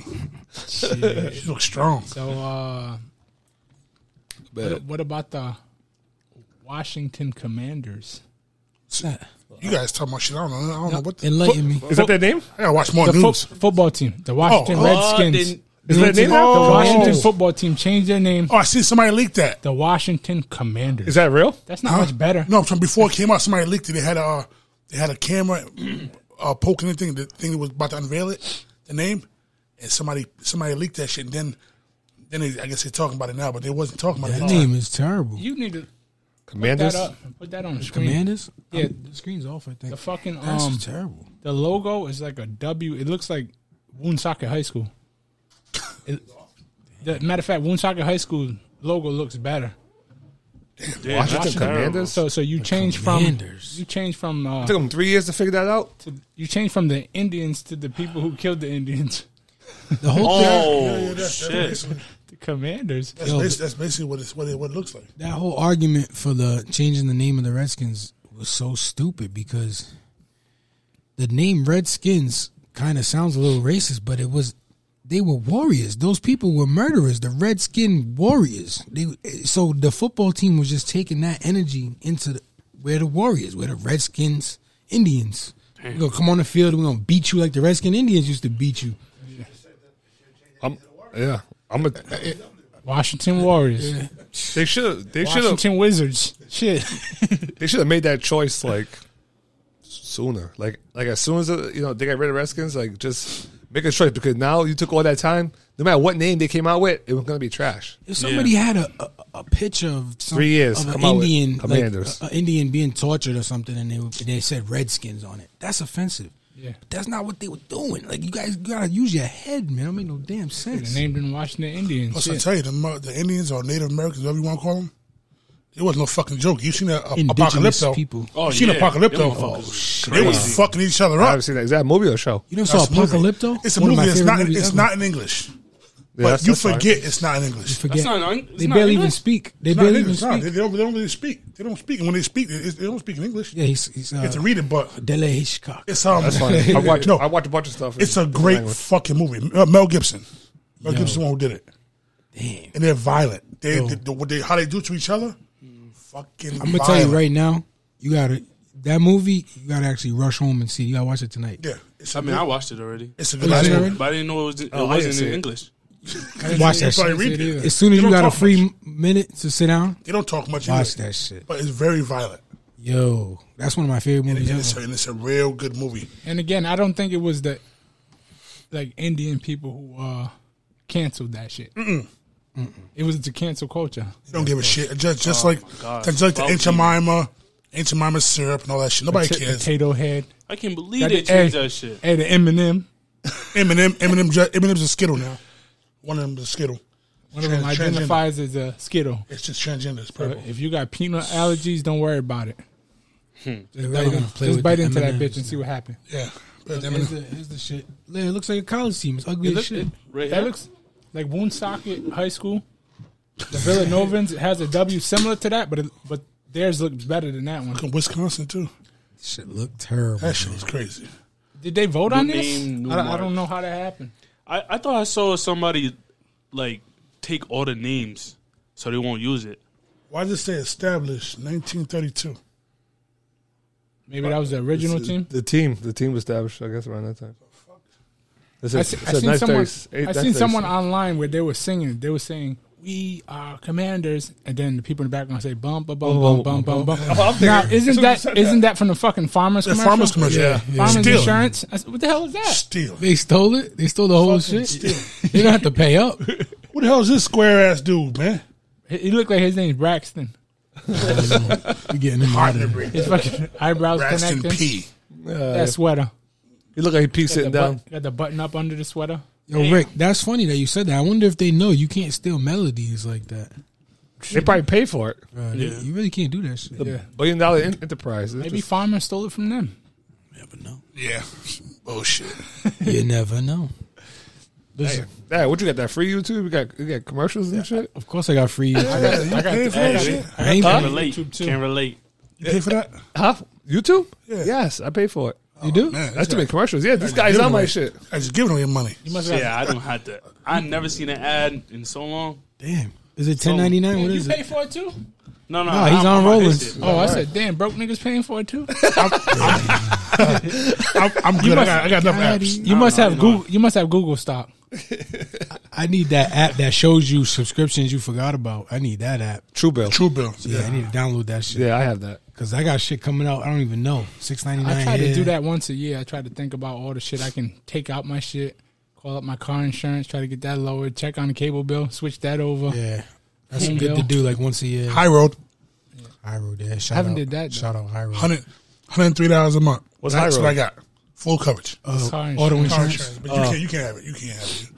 [SPEAKER 5] Shit.
[SPEAKER 4] She looks strong.
[SPEAKER 5] so uh, what,
[SPEAKER 1] But
[SPEAKER 5] what about the Washington Commanders?
[SPEAKER 4] You guys talking about shit. I don't know. I don't know what. The,
[SPEAKER 2] Enlighten me.
[SPEAKER 1] is that their name?
[SPEAKER 4] I gotta watch more
[SPEAKER 5] The
[SPEAKER 4] news.
[SPEAKER 5] fo- football team, the Washington
[SPEAKER 4] Oh,
[SPEAKER 5] Redskins.
[SPEAKER 1] Is that their name?
[SPEAKER 5] the
[SPEAKER 1] Oh.
[SPEAKER 5] Washington football team changed their name.
[SPEAKER 4] Oh, I see somebody leaked that.
[SPEAKER 5] The Washington Commanders.
[SPEAKER 1] Is that real?
[SPEAKER 5] That's not
[SPEAKER 4] Huh?
[SPEAKER 5] much better.
[SPEAKER 4] No, from before it came out, somebody leaked it. They had a uh, they had a camera uh, poking the thing. The thing that was about to unveil it, the name, and somebody somebody leaked that shit. And then then they, I guess they're talking about it now, but they wasn't talking about
[SPEAKER 2] That
[SPEAKER 4] it. Name.
[SPEAKER 2] name is terrible.
[SPEAKER 5] You need to put
[SPEAKER 1] Commanders.
[SPEAKER 5] that up. and Put that on the screen.
[SPEAKER 2] Commanders.
[SPEAKER 5] Yeah.
[SPEAKER 2] I'm- the screen's off. I think.
[SPEAKER 5] The fucking
[SPEAKER 2] That's
[SPEAKER 5] um,
[SPEAKER 2] terrible.
[SPEAKER 5] the logo is like a W. It looks like Woonsocket High School. It, the, matter of fact, Woonsocket High School logo looks better.
[SPEAKER 3] Damn,
[SPEAKER 1] Washington
[SPEAKER 3] that's terrible.
[SPEAKER 1] Commanders.
[SPEAKER 5] So so you change from
[SPEAKER 2] Commanders.
[SPEAKER 5] you change from uh,
[SPEAKER 1] took them three years to figure that out.
[SPEAKER 5] to, you change from the Indians to the people who killed the Indians.
[SPEAKER 2] The whole thing,
[SPEAKER 3] Oh, shit.
[SPEAKER 5] The Commanders.
[SPEAKER 4] That's, basi- that's basically what it's what it, what it looks like.
[SPEAKER 2] that whole argument for the changing the name of the Redskins was so stupid because the name Redskins kind of sounds a little racist, but it was they were warriors. Those people were murderers. The redskin warriors. They so the football team was just taking that energy into the, where the warriors, where the redskins, Indians. We're gonna come on the field. We're gonna beat you like the redskin Indians used to beat you.
[SPEAKER 1] I'm, yeah, I'm a.
[SPEAKER 5] Washington Warriors,
[SPEAKER 1] They should. They should. have.
[SPEAKER 5] Washington Wizards. Shit.
[SPEAKER 1] They should have made that choice like sooner. Like, like as soon as uh, you know they got rid of Redskins, like just make a choice because now you took all that time. No matter what name they came out with, it was gonna be trash.
[SPEAKER 2] If somebody had a, a, a picture of some,
[SPEAKER 1] Three years,
[SPEAKER 2] of an
[SPEAKER 1] come out with
[SPEAKER 2] Indian, like,
[SPEAKER 1] Commanders.
[SPEAKER 2] a- a Indian being tortured or something, and they were- they said Redskins on it, that's offensive.
[SPEAKER 5] Yeah.
[SPEAKER 2] But that's not what they were doing. Like you guys gotta use your head, man. Don't make no damn sense.
[SPEAKER 5] They named in Washington Indians.
[SPEAKER 4] Plus, I
[SPEAKER 5] Shit.
[SPEAKER 4] tell you, the, Mer- the Indians or Native Americans, whatever you want to call them, it was no fucking joke. You seen that uh,
[SPEAKER 2] Indigenous
[SPEAKER 4] apocalypto?
[SPEAKER 2] people.
[SPEAKER 3] Oh,
[SPEAKER 4] you seen
[SPEAKER 3] yeah. Them
[SPEAKER 4] apocalypto? Oh,
[SPEAKER 3] motherfuckers
[SPEAKER 4] they was fucking each other
[SPEAKER 1] I
[SPEAKER 4] up.
[SPEAKER 1] haven't seen that. Is that a movie or a show?
[SPEAKER 2] You never saw
[SPEAKER 4] That's a movie.
[SPEAKER 2] Apocalypto?
[SPEAKER 4] It's a
[SPEAKER 2] One of
[SPEAKER 4] movie.
[SPEAKER 2] my
[SPEAKER 4] It's
[SPEAKER 2] favorite
[SPEAKER 4] not.
[SPEAKER 2] movies
[SPEAKER 4] It's
[SPEAKER 2] ever.
[SPEAKER 4] not in English.
[SPEAKER 1] Yeah, that's-
[SPEAKER 4] but you
[SPEAKER 1] that's fine.
[SPEAKER 4] forget it's not in English.
[SPEAKER 2] Forget.
[SPEAKER 3] That's not- it's
[SPEAKER 2] they
[SPEAKER 3] not
[SPEAKER 2] barely even
[SPEAKER 3] English.
[SPEAKER 2] speak. They
[SPEAKER 4] It's not in
[SPEAKER 2] barely even
[SPEAKER 4] English. Nah,
[SPEAKER 2] speak.
[SPEAKER 4] they, they don't, they don't really speak. They don't speak. And when they speak, they, they don't speak in English.
[SPEAKER 2] yeah, he's he's
[SPEAKER 4] You
[SPEAKER 2] uh,
[SPEAKER 4] have to read it, but
[SPEAKER 2] Dele Hitchcock.
[SPEAKER 4] it's um.
[SPEAKER 1] That's fine. I watch.
[SPEAKER 4] No,
[SPEAKER 1] I watch a bunch of stuff. in
[SPEAKER 4] it's a
[SPEAKER 1] different
[SPEAKER 4] great
[SPEAKER 1] language.
[SPEAKER 4] fucking movie. Uh, Mel Gibson. Mel
[SPEAKER 2] Yo.
[SPEAKER 4] Gibson, the one who did it,
[SPEAKER 2] Damn.
[SPEAKER 4] and they're violent. They,
[SPEAKER 2] Yo.
[SPEAKER 4] they, they- what they how they do to each other. Fucking.
[SPEAKER 2] I'm gonna tell
[SPEAKER 4] violent.
[SPEAKER 2] you right now. You gotta that movie. You gotta actually rush home and see. You gotta watch it tonight.
[SPEAKER 4] Yeah, it's a
[SPEAKER 3] I mean,
[SPEAKER 4] good,
[SPEAKER 3] I watched it already.
[SPEAKER 4] it's a
[SPEAKER 2] Oh,
[SPEAKER 4] good.
[SPEAKER 2] you
[SPEAKER 4] I
[SPEAKER 2] seen it
[SPEAKER 4] didn't-
[SPEAKER 2] already?
[SPEAKER 3] But I didn't know it, was, it
[SPEAKER 1] Oh, I
[SPEAKER 3] wasn't
[SPEAKER 1] didn't
[SPEAKER 3] in
[SPEAKER 1] see it.
[SPEAKER 3] English.
[SPEAKER 2] Watch that
[SPEAKER 4] Probably
[SPEAKER 2] shit.
[SPEAKER 4] read it.
[SPEAKER 2] As soon as you
[SPEAKER 4] They don't
[SPEAKER 2] got a
[SPEAKER 4] talk
[SPEAKER 2] free
[SPEAKER 4] much.
[SPEAKER 2] m- minute to sit down,
[SPEAKER 4] They don't talk much.
[SPEAKER 2] watch
[SPEAKER 4] either,
[SPEAKER 2] that shit.
[SPEAKER 4] But it's very violent.
[SPEAKER 2] Yo, that's one of my favorite
[SPEAKER 4] And,
[SPEAKER 2] movies
[SPEAKER 4] and it's a,
[SPEAKER 2] ever.
[SPEAKER 4] and it's a real good movie.
[SPEAKER 5] And again, I don't think it was the like Indian people who uh canceled that shit. It was the cancel culture.
[SPEAKER 4] They don't give a shit. Just, just like,
[SPEAKER 3] God.
[SPEAKER 4] just like the
[SPEAKER 3] Well,
[SPEAKER 4] Aunt Jemima, Aunt Jemima syrup and all that shit. Nobody
[SPEAKER 5] Pot-
[SPEAKER 4] cares.
[SPEAKER 5] Potato head.
[SPEAKER 3] I can't believe
[SPEAKER 5] That
[SPEAKER 3] they
[SPEAKER 5] the-
[SPEAKER 3] changed
[SPEAKER 5] hey,
[SPEAKER 3] that shit.
[SPEAKER 5] Hey, the Eminem.
[SPEAKER 4] Eminem, Eminem, ju- Eminem's a Skittle now. One of them's a Skittle.
[SPEAKER 5] One of them
[SPEAKER 4] Trans-
[SPEAKER 5] identifies as a Skittle.
[SPEAKER 4] It's just transgender. It's
[SPEAKER 5] But
[SPEAKER 4] purple.
[SPEAKER 5] if you got peanut allergies, don't worry about it. Just
[SPEAKER 2] They're
[SPEAKER 5] bite,
[SPEAKER 2] gonna
[SPEAKER 5] in-
[SPEAKER 2] play
[SPEAKER 5] just
[SPEAKER 2] with
[SPEAKER 5] bite
[SPEAKER 2] the
[SPEAKER 5] into that
[SPEAKER 2] M&Ms
[SPEAKER 5] bitch and see what happens.
[SPEAKER 4] Yeah, but
[SPEAKER 2] Here's
[SPEAKER 4] Eminem,
[SPEAKER 2] the, here's the shit. Yeah, it looks like a college team. It's ugly
[SPEAKER 5] It
[SPEAKER 2] as
[SPEAKER 5] look-
[SPEAKER 2] shit.
[SPEAKER 5] it-
[SPEAKER 3] Right
[SPEAKER 5] that
[SPEAKER 3] here?
[SPEAKER 5] looks like Woonsocket High School. The Villanovans it has a W similar to that, but it, but theirs looks better than that one.
[SPEAKER 4] fucking Wisconsin too.
[SPEAKER 2] Shit look terrible.
[SPEAKER 4] That shit was crazy.
[SPEAKER 5] Did they vote on
[SPEAKER 3] Good
[SPEAKER 5] this?
[SPEAKER 3] name,
[SPEAKER 5] I, don't- I
[SPEAKER 3] Newmark.
[SPEAKER 5] don't know how that happened.
[SPEAKER 3] I, I thought I saw somebody like take all the names so they won't use it.
[SPEAKER 4] Why does it say established 1932?
[SPEAKER 5] Maybe that was the original team.
[SPEAKER 1] The team. The team was established, I guess, around that time. It's a,
[SPEAKER 5] I,
[SPEAKER 1] it's
[SPEAKER 5] se-
[SPEAKER 1] a
[SPEAKER 5] I seen
[SPEAKER 1] nice
[SPEAKER 5] someone.
[SPEAKER 1] thirty- eight-
[SPEAKER 5] I
[SPEAKER 1] nice
[SPEAKER 5] seen
[SPEAKER 1] thirty
[SPEAKER 5] someone
[SPEAKER 1] six.
[SPEAKER 5] online where they were singing. They were saying, "We are commanders," and then the people in the background say, "Bum bum bum bum bum bum bum."
[SPEAKER 4] Oh,
[SPEAKER 5] Now, isn't that isn't that from the fucking farmers
[SPEAKER 4] The
[SPEAKER 5] commercial?
[SPEAKER 4] farmers commercial.
[SPEAKER 1] Yeah.
[SPEAKER 5] Farmers
[SPEAKER 4] Still.
[SPEAKER 5] insurance. I said, what the hell is that?
[SPEAKER 4] Steel.
[SPEAKER 2] They stole it. They stole the whole
[SPEAKER 4] Fucking
[SPEAKER 2] shit.
[SPEAKER 4] steal.
[SPEAKER 2] They don't have to pay up.
[SPEAKER 4] Who the hell is this square ass dude, man?
[SPEAKER 5] He he looked like his name's Braxton.
[SPEAKER 2] We getting them out of here.
[SPEAKER 5] His fucking eyebrows
[SPEAKER 4] Braxton
[SPEAKER 5] connected.
[SPEAKER 4] P.
[SPEAKER 5] That sweater.
[SPEAKER 1] He looked like he peed sitting
[SPEAKER 5] The
[SPEAKER 1] down.
[SPEAKER 5] button- got the button up under the sweater.
[SPEAKER 2] Yo, Rick, that's funny that you said that. I wonder if they know you can't steal melodies like that.
[SPEAKER 1] They probably paid for it.
[SPEAKER 2] Bruh, they- You really can't do that shit.
[SPEAKER 1] The billion dollar en- enterprise. It's
[SPEAKER 5] Maybe
[SPEAKER 1] just-
[SPEAKER 5] Farmer stole it from them.
[SPEAKER 2] You never know.
[SPEAKER 4] Yeah. Bullshit.
[SPEAKER 2] You never know.
[SPEAKER 1] Hey,
[SPEAKER 2] Listen,
[SPEAKER 1] Dad, what you got? That free YouTube? You got you got commercials and shit.
[SPEAKER 2] of course I got free. I
[SPEAKER 4] Yeah, you pay for that shit?
[SPEAKER 2] ain't
[SPEAKER 3] Can't
[SPEAKER 2] got
[SPEAKER 3] relate. Can't relate.
[SPEAKER 4] You pay for that?
[SPEAKER 1] Huh? YouTube?
[SPEAKER 4] Yeah.
[SPEAKER 1] Yes, I paid for it.
[SPEAKER 2] You do?
[SPEAKER 4] Man,
[SPEAKER 1] That's too many commercials. Yeah, this guy's
[SPEAKER 4] give
[SPEAKER 1] on
[SPEAKER 4] it
[SPEAKER 1] my
[SPEAKER 4] away.
[SPEAKER 1] shit.
[SPEAKER 4] I just giving him your money.
[SPEAKER 5] You must have.
[SPEAKER 3] Yeah, I don't have to. I never seen an ad in so long.
[SPEAKER 2] Damn. Is it ten ninety nine? What
[SPEAKER 5] you
[SPEAKER 2] is
[SPEAKER 5] pay
[SPEAKER 2] it?
[SPEAKER 5] for it too?
[SPEAKER 3] No, no,
[SPEAKER 2] Nah, he's on
[SPEAKER 3] I'm- I'm about
[SPEAKER 2] Rollins.
[SPEAKER 3] this shit.
[SPEAKER 5] Oh, I said, damn, broke niggas paying for it too.
[SPEAKER 4] I'm, I'm good. I got, I got enough apps.
[SPEAKER 5] You must
[SPEAKER 3] no,
[SPEAKER 5] have
[SPEAKER 3] you know
[SPEAKER 5] Google. You must have Google stock.
[SPEAKER 2] I need that app that shows you subscriptions you forgot about. I need that app.
[SPEAKER 1] True Bill.
[SPEAKER 4] True Bill.
[SPEAKER 2] Yeah, I need to download that shit
[SPEAKER 1] Yeah, I have that.
[SPEAKER 2] because I got shit coming out. I don't even know six ninety nine.
[SPEAKER 5] I try to do that once a year. I try to think about all the shit I can take out my shit, call up my car insurance, try to get that lowered, check on the cable bill, switch that over.
[SPEAKER 2] Yeah, that's
[SPEAKER 5] Home
[SPEAKER 2] good to do
[SPEAKER 5] bill.
[SPEAKER 2] like once a year.
[SPEAKER 4] High Road,
[SPEAKER 2] Hyro, yeah. Shout
[SPEAKER 5] I haven't
[SPEAKER 2] out,
[SPEAKER 5] did that, though.
[SPEAKER 2] Shout out Hyro.
[SPEAKER 4] 100, $103 a month.
[SPEAKER 1] What's
[SPEAKER 4] That's
[SPEAKER 1] High Road?
[SPEAKER 4] what I got. Full coverage.
[SPEAKER 2] Uh,
[SPEAKER 5] Car insurance.
[SPEAKER 2] auto
[SPEAKER 4] Car
[SPEAKER 2] insurance.
[SPEAKER 4] insurance. But you, can't, you can't have it. You can't have it.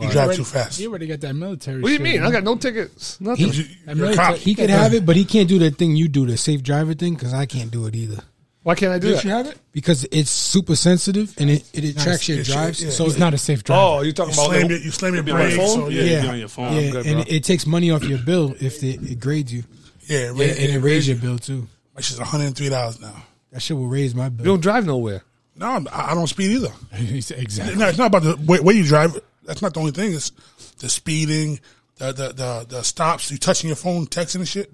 [SPEAKER 4] You drive too fast.
[SPEAKER 5] You already got that military.
[SPEAKER 1] What do you
[SPEAKER 5] shit,
[SPEAKER 1] mean?
[SPEAKER 5] man.
[SPEAKER 1] I got no tickets. Nothing.
[SPEAKER 4] You- you-
[SPEAKER 5] that
[SPEAKER 4] you're a
[SPEAKER 5] military-
[SPEAKER 4] cop.
[SPEAKER 2] He could have it, but he can't do that thing you do, the safe driver thing, because I can't do it either.
[SPEAKER 1] Why can't I do that?
[SPEAKER 4] have it?
[SPEAKER 2] Because it's super sensitive and it, it, tracks your
[SPEAKER 4] it's-
[SPEAKER 2] drives.
[SPEAKER 4] yeah.
[SPEAKER 2] so
[SPEAKER 5] He's not a safe driver.
[SPEAKER 1] Oh, you're talking
[SPEAKER 4] You
[SPEAKER 1] about
[SPEAKER 4] slam
[SPEAKER 1] the-
[SPEAKER 4] your, you slam your
[SPEAKER 3] Be on your
[SPEAKER 4] brakes.
[SPEAKER 3] phone?
[SPEAKER 4] So yeah,
[SPEAKER 3] Yeah.
[SPEAKER 4] yeah.
[SPEAKER 3] be on your phone.
[SPEAKER 2] Yeah,
[SPEAKER 3] I'm good,
[SPEAKER 2] and
[SPEAKER 1] bro.
[SPEAKER 2] it, it takes money off your bill if it, it grades you.
[SPEAKER 4] yeah,
[SPEAKER 2] Oh, Yeah, and it raises your bill too.
[SPEAKER 4] Which is $103 now.
[SPEAKER 2] That shit will raise my bill.
[SPEAKER 1] you don't drive nowhere.
[SPEAKER 4] No, I'm- I I don't speed either.
[SPEAKER 5] He said, exactly.
[SPEAKER 4] No, it's not about the way, way you drive. That's not the only thing. It's the speeding, the the the, the stops, you touching your phone, texting and shit.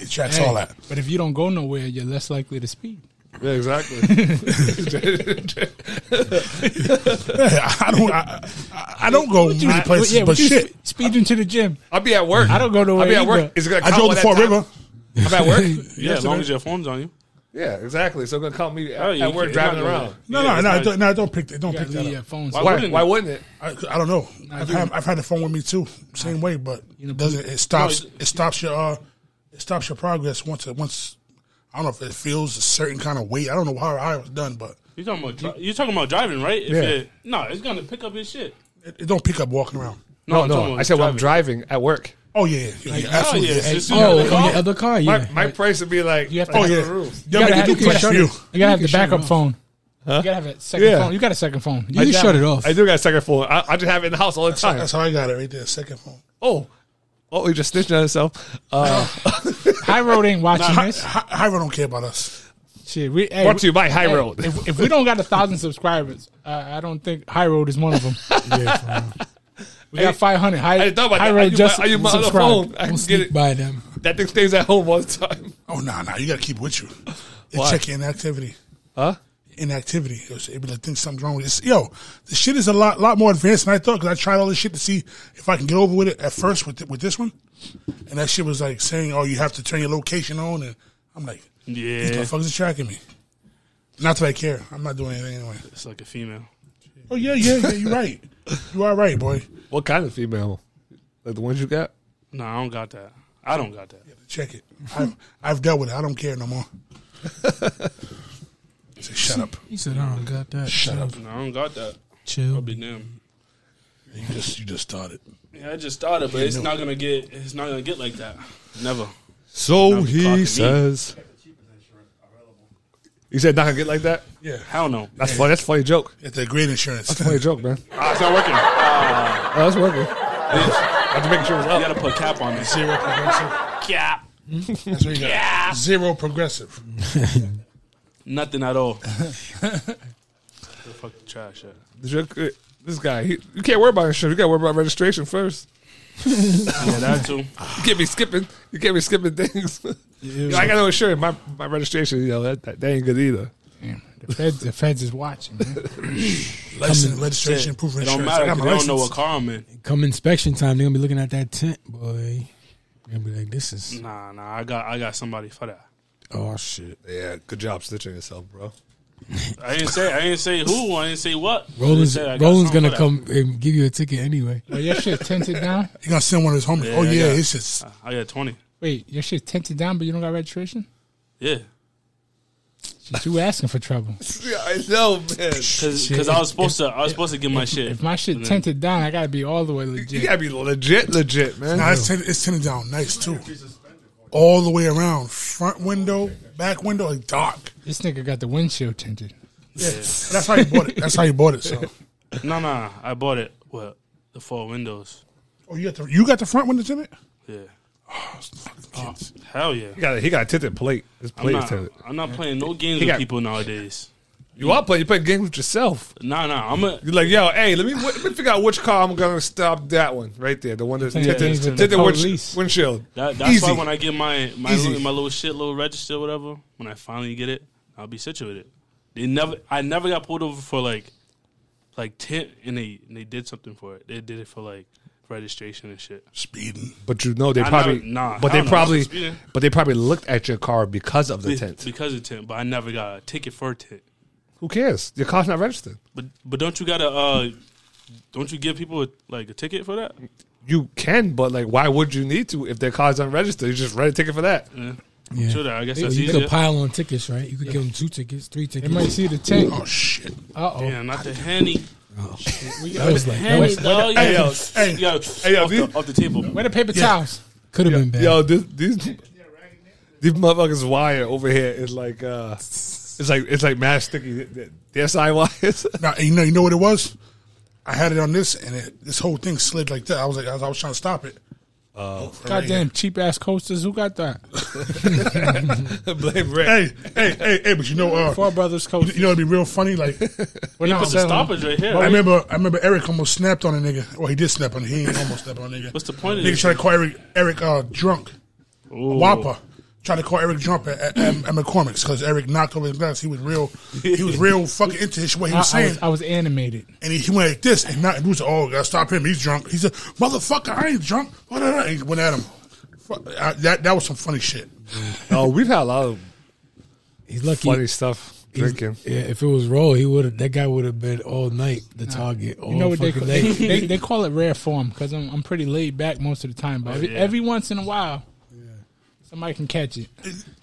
[SPEAKER 4] It tracks all
[SPEAKER 5] Hey,
[SPEAKER 4] that.
[SPEAKER 5] But if you don't go nowhere, you're less likely to speed.
[SPEAKER 1] Yeah, exactly.
[SPEAKER 4] Yeah, I don't. I, I, I don't go many places,
[SPEAKER 5] yeah,
[SPEAKER 1] Oh,
[SPEAKER 4] but
[SPEAKER 5] you
[SPEAKER 4] shit,
[SPEAKER 5] sp- speeding to the gym.
[SPEAKER 1] I'll be at work.
[SPEAKER 5] I don't go nowhere
[SPEAKER 1] I'll be at
[SPEAKER 5] either.
[SPEAKER 1] work. Is it gonna
[SPEAKER 4] I
[SPEAKER 1] count all
[SPEAKER 4] drove to
[SPEAKER 1] that
[SPEAKER 4] Fort
[SPEAKER 1] time?
[SPEAKER 4] River.
[SPEAKER 1] I'm at work.
[SPEAKER 3] Yeah, as long as your phone's on you.
[SPEAKER 1] Yeah, exactly. So it's gonna count me at,
[SPEAKER 3] Oh, you
[SPEAKER 1] at work
[SPEAKER 3] can't-
[SPEAKER 1] driving
[SPEAKER 3] you're not
[SPEAKER 1] around.
[SPEAKER 3] gonna-
[SPEAKER 4] No,
[SPEAKER 3] Yeah,
[SPEAKER 4] no,
[SPEAKER 3] it's
[SPEAKER 4] no,
[SPEAKER 3] not-
[SPEAKER 4] it don't, no, it don't pick, it don't
[SPEAKER 5] You
[SPEAKER 4] pick
[SPEAKER 5] gotta
[SPEAKER 4] that
[SPEAKER 5] leave
[SPEAKER 4] up.
[SPEAKER 5] your phone.
[SPEAKER 1] Why
[SPEAKER 3] wouldn't
[SPEAKER 1] wouldn't,
[SPEAKER 3] it?
[SPEAKER 1] why wouldn't it?
[SPEAKER 4] I, I don't know. I've had, I've had the phone with me too, same way, but it doesn't. It stops.
[SPEAKER 3] No,
[SPEAKER 4] it stops your. Uh, it stops your progress once. It, once I don't know if it feels a certain kind of weight. I don't know how, how it was done, but
[SPEAKER 3] You're talking about dri- you're talking about driving, right? If
[SPEAKER 1] Yeah.
[SPEAKER 3] it- no, it's gonna pick up his shit.
[SPEAKER 4] it, it don't pick up walking around.
[SPEAKER 1] No,
[SPEAKER 3] I'm talking
[SPEAKER 1] no.
[SPEAKER 3] about
[SPEAKER 1] I said well, I'm driving at work.
[SPEAKER 4] Oh yeah, yeah, yeah, absolutely.
[SPEAKER 3] yeah,
[SPEAKER 4] yeah.
[SPEAKER 3] it's just-
[SPEAKER 5] Oh,
[SPEAKER 3] Yeah,
[SPEAKER 5] in
[SPEAKER 3] they are.
[SPEAKER 5] your other car, yeah.
[SPEAKER 1] My my price would be like
[SPEAKER 5] You have to
[SPEAKER 1] like
[SPEAKER 4] Oh, yeah.
[SPEAKER 1] the roof.
[SPEAKER 4] Yeah, but
[SPEAKER 5] have-
[SPEAKER 4] you do
[SPEAKER 5] can
[SPEAKER 4] press
[SPEAKER 5] shut it-
[SPEAKER 4] you.
[SPEAKER 5] You gotta have
[SPEAKER 2] You
[SPEAKER 5] the
[SPEAKER 2] can shut it
[SPEAKER 5] backup
[SPEAKER 2] off.
[SPEAKER 5] phone. You gotta have a second
[SPEAKER 1] Yeah.
[SPEAKER 5] phone. You got a second phone.
[SPEAKER 2] You can shut it off.
[SPEAKER 1] I do got a second phone. I, I just have it in the house all the time.
[SPEAKER 4] That's how I got it right there. Second phone.
[SPEAKER 1] Oh, oh, he just snitched on himself. Uh,
[SPEAKER 5] High Road ain't watching
[SPEAKER 4] Hy-
[SPEAKER 5] this.
[SPEAKER 4] Hy- Hyro don't care about us.
[SPEAKER 5] Shit, we, hey,
[SPEAKER 1] brought
[SPEAKER 5] we-
[SPEAKER 1] to you by High
[SPEAKER 5] hey,
[SPEAKER 1] Road.
[SPEAKER 5] If, if we don't got a thousand subscribers, I I don't think High Road is one of them. We got five hundred. High,
[SPEAKER 1] I didn't know about
[SPEAKER 5] High
[SPEAKER 1] that.
[SPEAKER 5] Road
[SPEAKER 1] Are you,
[SPEAKER 5] just
[SPEAKER 1] my, are you my other
[SPEAKER 5] subscribed.
[SPEAKER 1] phone? I can
[SPEAKER 2] Don't
[SPEAKER 1] get
[SPEAKER 2] sneak
[SPEAKER 1] it.
[SPEAKER 2] by them.
[SPEAKER 1] That thing stays at home all the time.
[SPEAKER 4] Oh nah, nah. You gotta keep with you. They
[SPEAKER 1] Why?
[SPEAKER 4] check your inactivity.
[SPEAKER 1] Huh?
[SPEAKER 4] Inactivity. It was- it be like think something's wrong with this. Yo, the shit is a lot, lot more advanced than I thought because I tried all this shit to see if I can get over with it at first with th- with this one, and that shit was like saying, "Oh, you have to turn your location on," and I'm like, "These
[SPEAKER 3] Yeah,
[SPEAKER 4] motherfuckers are tracking me." Not that I care. I'm not doing anything anyway.
[SPEAKER 3] it's like a female.
[SPEAKER 4] Oh yeah, yeah, yeah. You're right. You are right, boy.
[SPEAKER 1] What kind of female? Like the ones you got?
[SPEAKER 3] No, I don't got that. I don't got that.
[SPEAKER 4] Check it. I've, I've dealt with it. I don't care no more. I said, Shut up.
[SPEAKER 2] He said, I don't got that.
[SPEAKER 4] Shut up.
[SPEAKER 3] No, I don't got that.
[SPEAKER 2] Chill.
[SPEAKER 3] I'll be damned.
[SPEAKER 4] You just you just started.
[SPEAKER 3] Yeah, I just started, but it's not gonna get. It's not gonna get like that. Never.
[SPEAKER 1] So
[SPEAKER 3] Not the cock and
[SPEAKER 1] he
[SPEAKER 3] me.
[SPEAKER 1] says. You said not gonna get like that.
[SPEAKER 4] Yeah.
[SPEAKER 3] Hell no.
[SPEAKER 1] That's funny. That's a funny joke.
[SPEAKER 4] It's a great insurance.
[SPEAKER 1] Funny joke, man.
[SPEAKER 3] Ah, it's not working. Ah,
[SPEAKER 1] Oh, that's working. I'm just making sure it's
[SPEAKER 3] you
[SPEAKER 1] up.
[SPEAKER 3] gotta put cap on it.
[SPEAKER 4] Zero progressive.
[SPEAKER 3] Cap.
[SPEAKER 4] That's what you got. Zero progressive.
[SPEAKER 3] Nothing at all. the fucking trash. Yeah.
[SPEAKER 1] This joke- uh, This guy, he, you can't worry about insurance. You gotta worry about registration first.
[SPEAKER 3] yeah, that too.
[SPEAKER 1] You can't be skipping. You can't be skipping things. You know, I got no insurance. My my registration, you know, that, that, that ain't good either.
[SPEAKER 5] Damn, the feds, the feds is watching. Man.
[SPEAKER 4] License, registration, proof of
[SPEAKER 3] It don't
[SPEAKER 4] insurance.
[SPEAKER 3] matter.
[SPEAKER 4] I got
[SPEAKER 3] 'cause
[SPEAKER 4] my
[SPEAKER 3] They don't know what
[SPEAKER 4] license.
[SPEAKER 3] car I'm in.
[SPEAKER 2] Come inspection time, they're gonna be looking at that tent, boy. They're gonna be like, this is
[SPEAKER 3] Nah, nah. I got. I got somebody for that.
[SPEAKER 2] oh shit.
[SPEAKER 1] Yeah, good job stitching yourself, bro.
[SPEAKER 3] I didn't say. I didn't say who. I didn't say what. I just
[SPEAKER 2] Roland's
[SPEAKER 3] said I got
[SPEAKER 2] Roland's
[SPEAKER 3] something
[SPEAKER 2] gonna
[SPEAKER 3] for
[SPEAKER 2] come and give you a ticket anyway.
[SPEAKER 5] Well, your shit tinted down.
[SPEAKER 4] You're going to send one of his homies. oh,
[SPEAKER 3] I
[SPEAKER 4] yeah.
[SPEAKER 3] got-
[SPEAKER 4] It's just.
[SPEAKER 3] that. I got twenty.
[SPEAKER 5] Wait, your shit tinted down, but you don't got registration.
[SPEAKER 3] Yeah.
[SPEAKER 5] Shit, You asking for trouble.
[SPEAKER 1] Yeah, I know, man.
[SPEAKER 3] Because I was supposed to, I was supposed to get my shit.
[SPEAKER 5] If my shit
[SPEAKER 3] And then-
[SPEAKER 5] tinted down, I gotta be all the way
[SPEAKER 1] You
[SPEAKER 5] legit.
[SPEAKER 1] gotta be legit, legit, man.
[SPEAKER 4] Nah, it's, ten, it's tinted down. Nice, too. All the way around. Front window, back window, like dark.
[SPEAKER 5] This nigga got the windshield tinted.
[SPEAKER 4] Yeah. That's how you bought it. That's how you bought it. So.
[SPEAKER 3] no, no, I bought it with the four windows.
[SPEAKER 4] Oh, you got the, you got the front window tinted?
[SPEAKER 3] Yeah,
[SPEAKER 4] Oh,
[SPEAKER 3] hell yeah.
[SPEAKER 1] He got a, he got a tinted plate. His
[SPEAKER 3] I'm
[SPEAKER 1] plate is
[SPEAKER 3] not,
[SPEAKER 1] tinted.
[SPEAKER 3] I'm not playing no games
[SPEAKER 1] He
[SPEAKER 3] with
[SPEAKER 1] got-
[SPEAKER 3] people nowadays.
[SPEAKER 1] You are playing. You playing games with yourself.
[SPEAKER 3] Nah, nah. I'm a
[SPEAKER 1] You're like, yo, hey, let me let me figure out which car I'm gonna stop. That one right there, the one that's tinted,
[SPEAKER 5] games with the
[SPEAKER 1] tinted windshield-
[SPEAKER 5] police.
[SPEAKER 1] windshield.
[SPEAKER 3] that, that's
[SPEAKER 1] Easy.
[SPEAKER 3] why when I get my my
[SPEAKER 1] Easy.
[SPEAKER 3] little, my little shit, little register, whatever. When I finally get it, I'll be situated. They never, I never got pulled over for like, like tip, and they and they did something for it. They did it for like registration and shit.
[SPEAKER 4] speeding.
[SPEAKER 1] But you know they
[SPEAKER 3] I
[SPEAKER 1] probably
[SPEAKER 3] never- nah,
[SPEAKER 1] but
[SPEAKER 3] I
[SPEAKER 1] they
[SPEAKER 3] don't know.
[SPEAKER 1] probably
[SPEAKER 3] Yeah.
[SPEAKER 1] but they probably looked at your car because of the tent.
[SPEAKER 3] because of tint, but I never got a ticket for tint.
[SPEAKER 1] Who cares? Your car's not registered.
[SPEAKER 3] But but don't you gotta uh don't you give people a, like a ticket for that?
[SPEAKER 1] You can, but like, why would you need to if their car's unregistered? You just write a ticket for that.
[SPEAKER 3] Yeah.
[SPEAKER 2] Yeah.
[SPEAKER 3] Sure, that I guess
[SPEAKER 2] You,
[SPEAKER 3] that's
[SPEAKER 2] you
[SPEAKER 3] easier.
[SPEAKER 2] could pile on tickets, right? You could give them two tickets, three
[SPEAKER 5] They
[SPEAKER 2] tickets.
[SPEAKER 5] might see the tint.
[SPEAKER 4] Oh, shit.
[SPEAKER 5] Uh oh.
[SPEAKER 3] yeah, not the henny.
[SPEAKER 2] Oh, I was like,
[SPEAKER 3] Henny, dog.
[SPEAKER 1] Hey,
[SPEAKER 3] yeah.
[SPEAKER 1] yo,
[SPEAKER 3] Hey,
[SPEAKER 4] hey,
[SPEAKER 3] yo,
[SPEAKER 1] hey, yo,
[SPEAKER 3] off, the,
[SPEAKER 1] these-
[SPEAKER 3] off the table.
[SPEAKER 5] Where the paper towels?
[SPEAKER 2] could have been bad.
[SPEAKER 1] Yo, this, these these motherfuckers wire over here is like uh, it's like it's like mad sticky. Their side wires.
[SPEAKER 4] Now you know you know what it was. I had it on this, and it, this whole thing slid like that. I was like, I was, I was trying to stop it. Oh,
[SPEAKER 5] Goddamn cheap ass coasters. Who got that?
[SPEAKER 1] Blame Ray.
[SPEAKER 4] Hey, hey, hey, hey! But you know, uh,
[SPEAKER 5] Four Brothers
[SPEAKER 4] you,
[SPEAKER 5] coasters.
[SPEAKER 4] you know, it'd be real funny. Like,
[SPEAKER 5] We're not
[SPEAKER 3] Put the
[SPEAKER 5] selling.
[SPEAKER 3] stoppage right here.
[SPEAKER 4] I remember, I remember Eric almost snapped on a nigga. Well, he did snap on. He ain't almost snapped on a nigga.
[SPEAKER 3] What's the point of
[SPEAKER 4] Nigga
[SPEAKER 3] this?
[SPEAKER 4] tried to call Eric, Eric uh, drunk.
[SPEAKER 3] Ooh.
[SPEAKER 4] Whopper tried to call Eric drunk at, at, at McCormick's because Eric knocked over his glass. He was real. He was real fucking into his what he
[SPEAKER 5] I,
[SPEAKER 4] was
[SPEAKER 5] I
[SPEAKER 4] saying,
[SPEAKER 5] was, I was animated.
[SPEAKER 4] and he, he went like this, and not and we said, "Oh, gotta stop him. He's drunk." He said, "Motherfucker, I ain't drunk." What did I? He went at him. Fuck, I, that that was some funny shit.
[SPEAKER 1] Oh, we've had a lot of
[SPEAKER 2] He's lucky.
[SPEAKER 1] funny stuff
[SPEAKER 2] he's-
[SPEAKER 1] drinking.
[SPEAKER 2] Yeah, if it was raw, he would have. That guy would have been all night the target. All
[SPEAKER 5] You
[SPEAKER 4] Oh,
[SPEAKER 5] know what they,
[SPEAKER 2] fucking
[SPEAKER 5] they,
[SPEAKER 2] night.
[SPEAKER 5] they they call it rare form because I'm I'm pretty laid back most of the time,
[SPEAKER 4] Oh,
[SPEAKER 5] but every,
[SPEAKER 3] yeah.
[SPEAKER 5] every once in a while, somebody can catch it.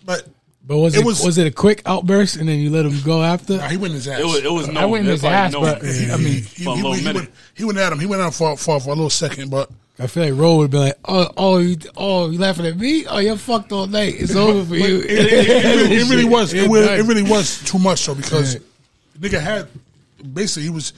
[SPEAKER 4] But
[SPEAKER 2] But was
[SPEAKER 4] It
[SPEAKER 2] it,
[SPEAKER 4] was-
[SPEAKER 2] was, it a quick outburst and then you let him go after?
[SPEAKER 4] nah, he went in his ass.
[SPEAKER 3] It was, it was no.
[SPEAKER 5] I went in
[SPEAKER 3] it
[SPEAKER 5] his
[SPEAKER 3] was
[SPEAKER 5] ass,
[SPEAKER 3] no,
[SPEAKER 5] but I mean,
[SPEAKER 4] he,
[SPEAKER 3] for a
[SPEAKER 4] he
[SPEAKER 3] little
[SPEAKER 4] went, he,
[SPEAKER 3] minute.
[SPEAKER 4] went, he went at him. He went at him for, for for a little second, but
[SPEAKER 2] I feel like Roe would be like, oh, oh, you, oh, you laughing at me? Oh, you're fucked all night. It's over for you.
[SPEAKER 4] it, really- it really was. It, really,
[SPEAKER 2] done.
[SPEAKER 4] it really was too much though because
[SPEAKER 2] Yeah.
[SPEAKER 4] nigga had basically he was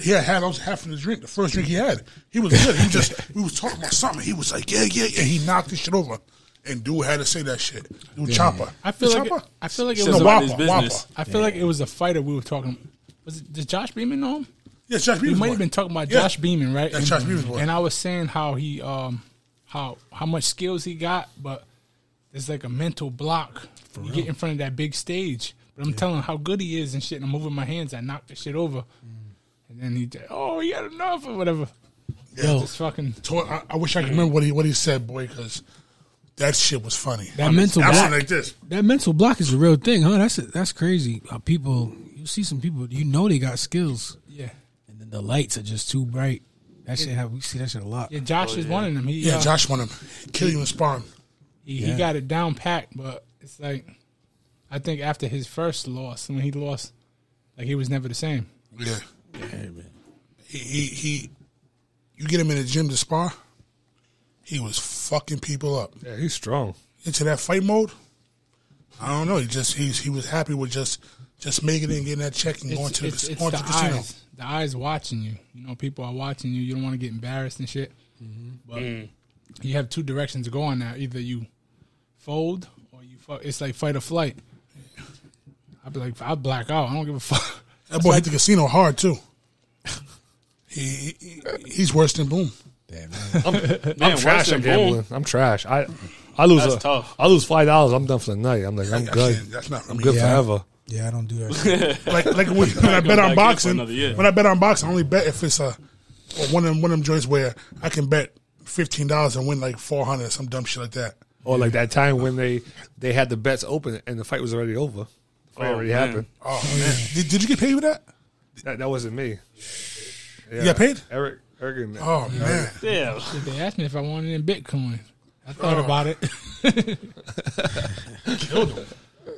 [SPEAKER 4] he had had almost half of the drink. The first drink he had, he was good. He just we was talking about something. He was like, yeah, yeah, yeah. He knocked this shit over, and dude had to say that shit. Dude, chopper.
[SPEAKER 5] I feel
[SPEAKER 4] The
[SPEAKER 5] like
[SPEAKER 4] chopper.
[SPEAKER 5] I feel like it
[SPEAKER 3] Says
[SPEAKER 5] was
[SPEAKER 4] no,
[SPEAKER 5] a,
[SPEAKER 3] about his
[SPEAKER 4] Whopper, Whopper.
[SPEAKER 3] business.
[SPEAKER 5] I feel like it was a fighter we were talking. Was it, did Josh Beeman know him?
[SPEAKER 4] Yeah, Josh
[SPEAKER 5] We
[SPEAKER 4] Beavis
[SPEAKER 5] might
[SPEAKER 4] boy.
[SPEAKER 5] have been talking about
[SPEAKER 4] Yeah.
[SPEAKER 5] Josh Beeman, right?
[SPEAKER 4] That's
[SPEAKER 5] and,
[SPEAKER 4] Josh Beeman's boy.
[SPEAKER 5] And I was saying how he um how how much skills he got, but there's like a mental block. you get in front of that big stage. But I'm telling him how good he is and shit, and I'm moving my hands, I knock the shit over.
[SPEAKER 4] Mm.
[SPEAKER 5] And then he did, oh, he had enough or whatever.
[SPEAKER 2] Yo,
[SPEAKER 5] Just fucking
[SPEAKER 4] So I, I wish I could remember what he what he said, boy, because that shit was funny.
[SPEAKER 2] that mental
[SPEAKER 4] I was
[SPEAKER 2] block.
[SPEAKER 4] like this.
[SPEAKER 2] that mental block is a real thing, huh? That's that's crazy. How people, you see some people, you know they got skills,
[SPEAKER 5] yeah.
[SPEAKER 2] and then the lights are just too bright. That shit, have, we see that shit a lot.
[SPEAKER 5] Yeah, Josh is one of them. He
[SPEAKER 4] Yeah,
[SPEAKER 5] uh,
[SPEAKER 4] Josh won him. Kill you and spawn.
[SPEAKER 5] he, he got it down packed, but it's like I think after his first loss, when he lost, like he was never the same.
[SPEAKER 4] Yeah. He, he he you get him in the gym to spar, he was fucking people up.
[SPEAKER 1] Yeah, he's strong.
[SPEAKER 4] Into that fight mode, I don't know. He just he's he was happy with just just making it and getting that check and going to the,
[SPEAKER 5] it's
[SPEAKER 4] going
[SPEAKER 5] the
[SPEAKER 4] to the casino.
[SPEAKER 5] eyes. The eyes watching you. You know, people are watching you. You don't want to get embarrassed and shit.
[SPEAKER 2] Mm-hmm.
[SPEAKER 5] But you have two directions to go on now. Either you fold or you fuck. It's like fight or flight. I'd be like, I black out. I don't give a fuck.
[SPEAKER 4] That boy hit the casino hard too. He, he he's worse than Boom.
[SPEAKER 3] Man,
[SPEAKER 1] I'm trash
[SPEAKER 3] worse than
[SPEAKER 1] at gambling. I'm trash. I I lose
[SPEAKER 3] That's
[SPEAKER 1] a,
[SPEAKER 3] tough.
[SPEAKER 1] I lose five dollars. I'm done for the night. I'm like I'm good.
[SPEAKER 4] That's not for
[SPEAKER 1] I'm
[SPEAKER 4] me.
[SPEAKER 1] good
[SPEAKER 4] Yeah.
[SPEAKER 1] forever.
[SPEAKER 2] Yeah, I don't do that.
[SPEAKER 4] like like when, when I bet
[SPEAKER 3] back
[SPEAKER 4] on
[SPEAKER 3] in for
[SPEAKER 4] boxing,
[SPEAKER 3] another year.
[SPEAKER 4] when I bet on boxing, I only bet if it's a or one of them, one of them joints where I can bet fifteen dollars and win like four hundred or some dumb shit like that.
[SPEAKER 1] Or like that time when they they had the bets open and the fight was already over. The fight
[SPEAKER 3] Oh,
[SPEAKER 1] already
[SPEAKER 3] man.
[SPEAKER 1] happened.
[SPEAKER 4] Oh man, did, did you get paid for that?
[SPEAKER 1] That, that wasn't me. Yeah.
[SPEAKER 4] got paid?
[SPEAKER 1] Eric. Eric. Man.
[SPEAKER 4] Oh man,
[SPEAKER 3] Yeah.
[SPEAKER 5] They asked me if I wanted it in Bitcoin. I thought about it.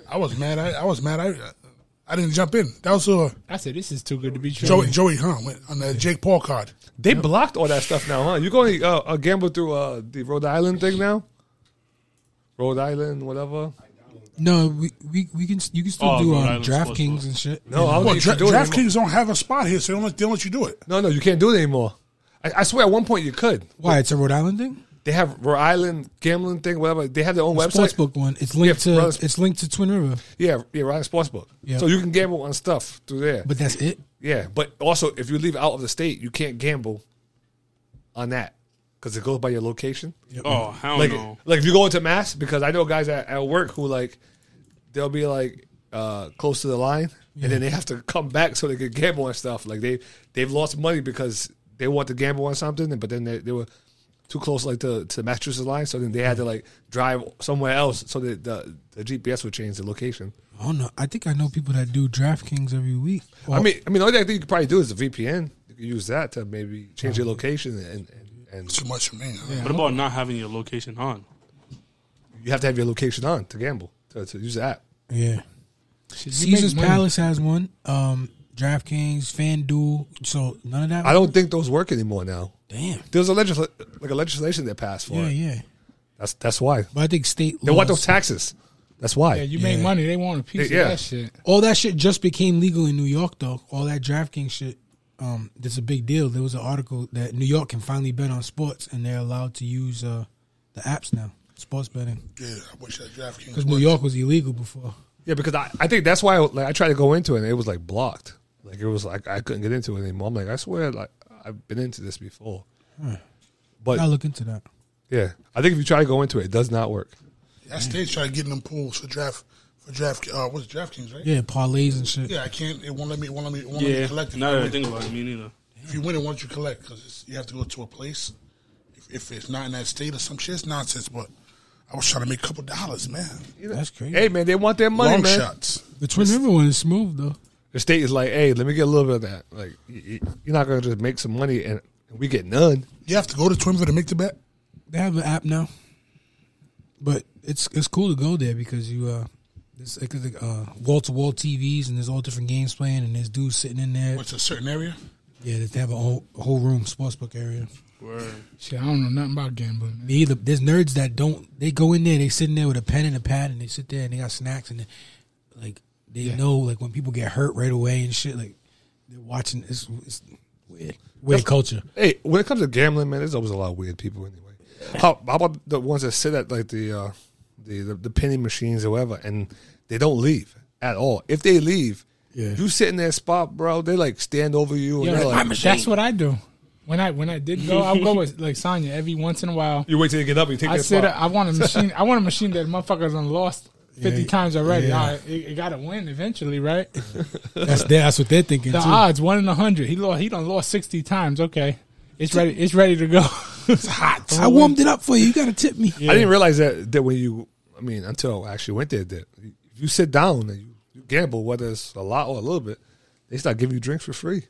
[SPEAKER 4] I was mad. I, I was mad. I I didn't jump in. That was uh,
[SPEAKER 5] I said, this is too good to be true.
[SPEAKER 4] Joey Joey Hunt went on the Jake Paul card.
[SPEAKER 1] They blocked all that stuff now, huh? You going to uh, uh, gamble through uh, the Rhode Island thing now? Rhode Island, whatever.
[SPEAKER 2] no, we, we we can you can still
[SPEAKER 3] Oh,
[SPEAKER 2] do
[SPEAKER 3] Rhode
[SPEAKER 2] uh,
[SPEAKER 3] Island sports
[SPEAKER 2] DraftKings
[SPEAKER 3] book.
[SPEAKER 2] and shit.
[SPEAKER 1] No, I don't
[SPEAKER 4] Well,
[SPEAKER 1] think Oh, you
[SPEAKER 4] Dra-
[SPEAKER 1] can do it anymore.
[SPEAKER 4] DraftKings don't have a spot here, so they don't let, they don't let you do it.
[SPEAKER 1] No, no, you can't do it anymore. I, I swear, at one point you could.
[SPEAKER 2] Why? It's a Rhode Island thing.
[SPEAKER 1] They have Rhode Island gambling thing, whatever. They have their own website.
[SPEAKER 2] Sportsbook one. It's linked
[SPEAKER 1] Yeah,
[SPEAKER 2] to
[SPEAKER 1] brothers-
[SPEAKER 2] it's linked to Twin River,
[SPEAKER 1] Yeah, yeah, Rhode Island Sportsbook.
[SPEAKER 2] Yeah.
[SPEAKER 1] So you can gamble on stuff through there.
[SPEAKER 2] but that's it.
[SPEAKER 1] yeah, but also if you leave out of the state, you can't gamble on that because it goes by your location.
[SPEAKER 3] Oh, hell
[SPEAKER 1] like,
[SPEAKER 3] no.
[SPEAKER 1] like if you go into mass, because I know guys at, at work who like they'll be like uh, close to the line, and then they have to come back so they can gamble and stuff. Like they they've lost money because they want to gamble on something, but then they, they were too close like to to the Massachusetts line, so then they had to like drive somewhere else so that the, the GPS would change the location.
[SPEAKER 2] I don't know. I think I know people that do DraftKings every week.
[SPEAKER 1] I mean, I mean, the only thing you could probably do is a VPN. You could use that to maybe change your location, and, and, and
[SPEAKER 4] Too much for me.
[SPEAKER 3] What about not having your location on?
[SPEAKER 1] you have to have your location on to gamble to, to use the app.
[SPEAKER 2] yeah.
[SPEAKER 5] Shit, you make
[SPEAKER 2] Caesar's
[SPEAKER 5] money.
[SPEAKER 2] Palace has one. Um, DraftKings, FanDuel. So none of that.
[SPEAKER 1] I don't think those work anymore now.
[SPEAKER 2] Damn.
[SPEAKER 1] There's a legisl- like a legislation that passed for
[SPEAKER 2] Yeah,
[SPEAKER 1] it.
[SPEAKER 2] yeah.
[SPEAKER 1] That's that's why
[SPEAKER 2] But I think state
[SPEAKER 1] they want
[SPEAKER 2] laws-
[SPEAKER 1] those taxes. That's why.
[SPEAKER 5] Yeah, you make
[SPEAKER 2] Yeah.
[SPEAKER 5] money. They want a piece
[SPEAKER 1] Yeah.
[SPEAKER 5] of that shit.
[SPEAKER 2] all that shit just became legal in New York, though. All that DraftKings shit. Um, there's a big deal. There was an article that New York can finally bet on sports, and they're allowed to use uh, the apps now. Sports betting
[SPEAKER 4] Yeah, I wish that DraftKings.
[SPEAKER 2] because New
[SPEAKER 4] was.
[SPEAKER 2] York was illegal before.
[SPEAKER 1] Yeah, because I, I think that's why I, like, I tried to go into it and it was like blocked. Like it was like I couldn't get into it anymore. I'm like, I swear, like I've been into this before. But
[SPEAKER 2] I'll look into that.
[SPEAKER 1] yeah, I think if you try to go into it, it does not work.
[SPEAKER 4] I stayed trying to get in them pools for draft for draft. Uh, what's DraftKings, right?
[SPEAKER 2] Yeah, parlays and shit.
[SPEAKER 4] Yeah, I can't. It won't let me. It won't let me. It won't let me
[SPEAKER 3] Yeah,
[SPEAKER 4] collect. If,
[SPEAKER 3] now
[SPEAKER 4] you
[SPEAKER 3] that I
[SPEAKER 4] win.
[SPEAKER 3] think about it, me neither.
[SPEAKER 4] if you win it, once you collect, because you have to go to a place. If, if it's not in that state or some shit, it's nonsense. But I was trying to make a couple dollars, man.
[SPEAKER 2] That's crazy.
[SPEAKER 1] Hey man, they want their money,
[SPEAKER 4] Long
[SPEAKER 1] man.
[SPEAKER 4] shots.
[SPEAKER 2] the Twin River one is smooth though.
[SPEAKER 1] The state is like, hey, let me get a little bit of that. Like y- y- you're not gonna just make some money and we get none.
[SPEAKER 4] You have to go to Twinville to make the bet.
[SPEAKER 2] They have an app now, but it's it's cool to go there because you uh, there's like uh, wall to wall TVs and there's all different games playing and there's dudes sitting in there.
[SPEAKER 4] What's a certain area?
[SPEAKER 2] Yeah, they have a whole a whole room sportsbook area.
[SPEAKER 3] Word.
[SPEAKER 5] Shit, I don't know nothing about gambling. Man.
[SPEAKER 2] Me either. There's nerds that don't. They go in there. They sit in there with a pen and a pad, and they sit there and they got snacks and, they, like, they know like when people get hurt right away and shit. Like, they're watching. It's, it's weird. Weird culture.
[SPEAKER 1] Hey, when it comes to gambling, man, there's always a lot of weird people anyway. How, how about the ones that sit at like the uh, the, the the penny machines or whatever, and they don't leave at all. If they leave,
[SPEAKER 2] Yeah.
[SPEAKER 1] you sit in that spot, bro. They like stand over you, and
[SPEAKER 5] Yo,
[SPEAKER 1] they're like,
[SPEAKER 5] that's what I do. When I when I did go, I'll go with like Sonya every once in a while.
[SPEAKER 1] you wait till you get up, you take
[SPEAKER 5] I
[SPEAKER 1] that
[SPEAKER 5] said
[SPEAKER 1] spot.
[SPEAKER 5] I want a machine. I want a machine that motherfuckers done lost fifty
[SPEAKER 2] Yeah,
[SPEAKER 5] times already.
[SPEAKER 2] yeah.
[SPEAKER 5] All right, it, it got to win eventually, right?
[SPEAKER 2] That's they- that's what they're thinking
[SPEAKER 5] The
[SPEAKER 2] too.
[SPEAKER 5] odds one in a hundred. He lost. He done lost sixty times. Okay, it's ready. It's ready to go. it's hot.
[SPEAKER 2] I warmed it up for you. You gotta tip me.
[SPEAKER 1] I didn't realize that that when you, I mean, until I actually went there, that if you sit down and you, you gamble, whether it's a lot or a little bit, they start giving you drinks for free.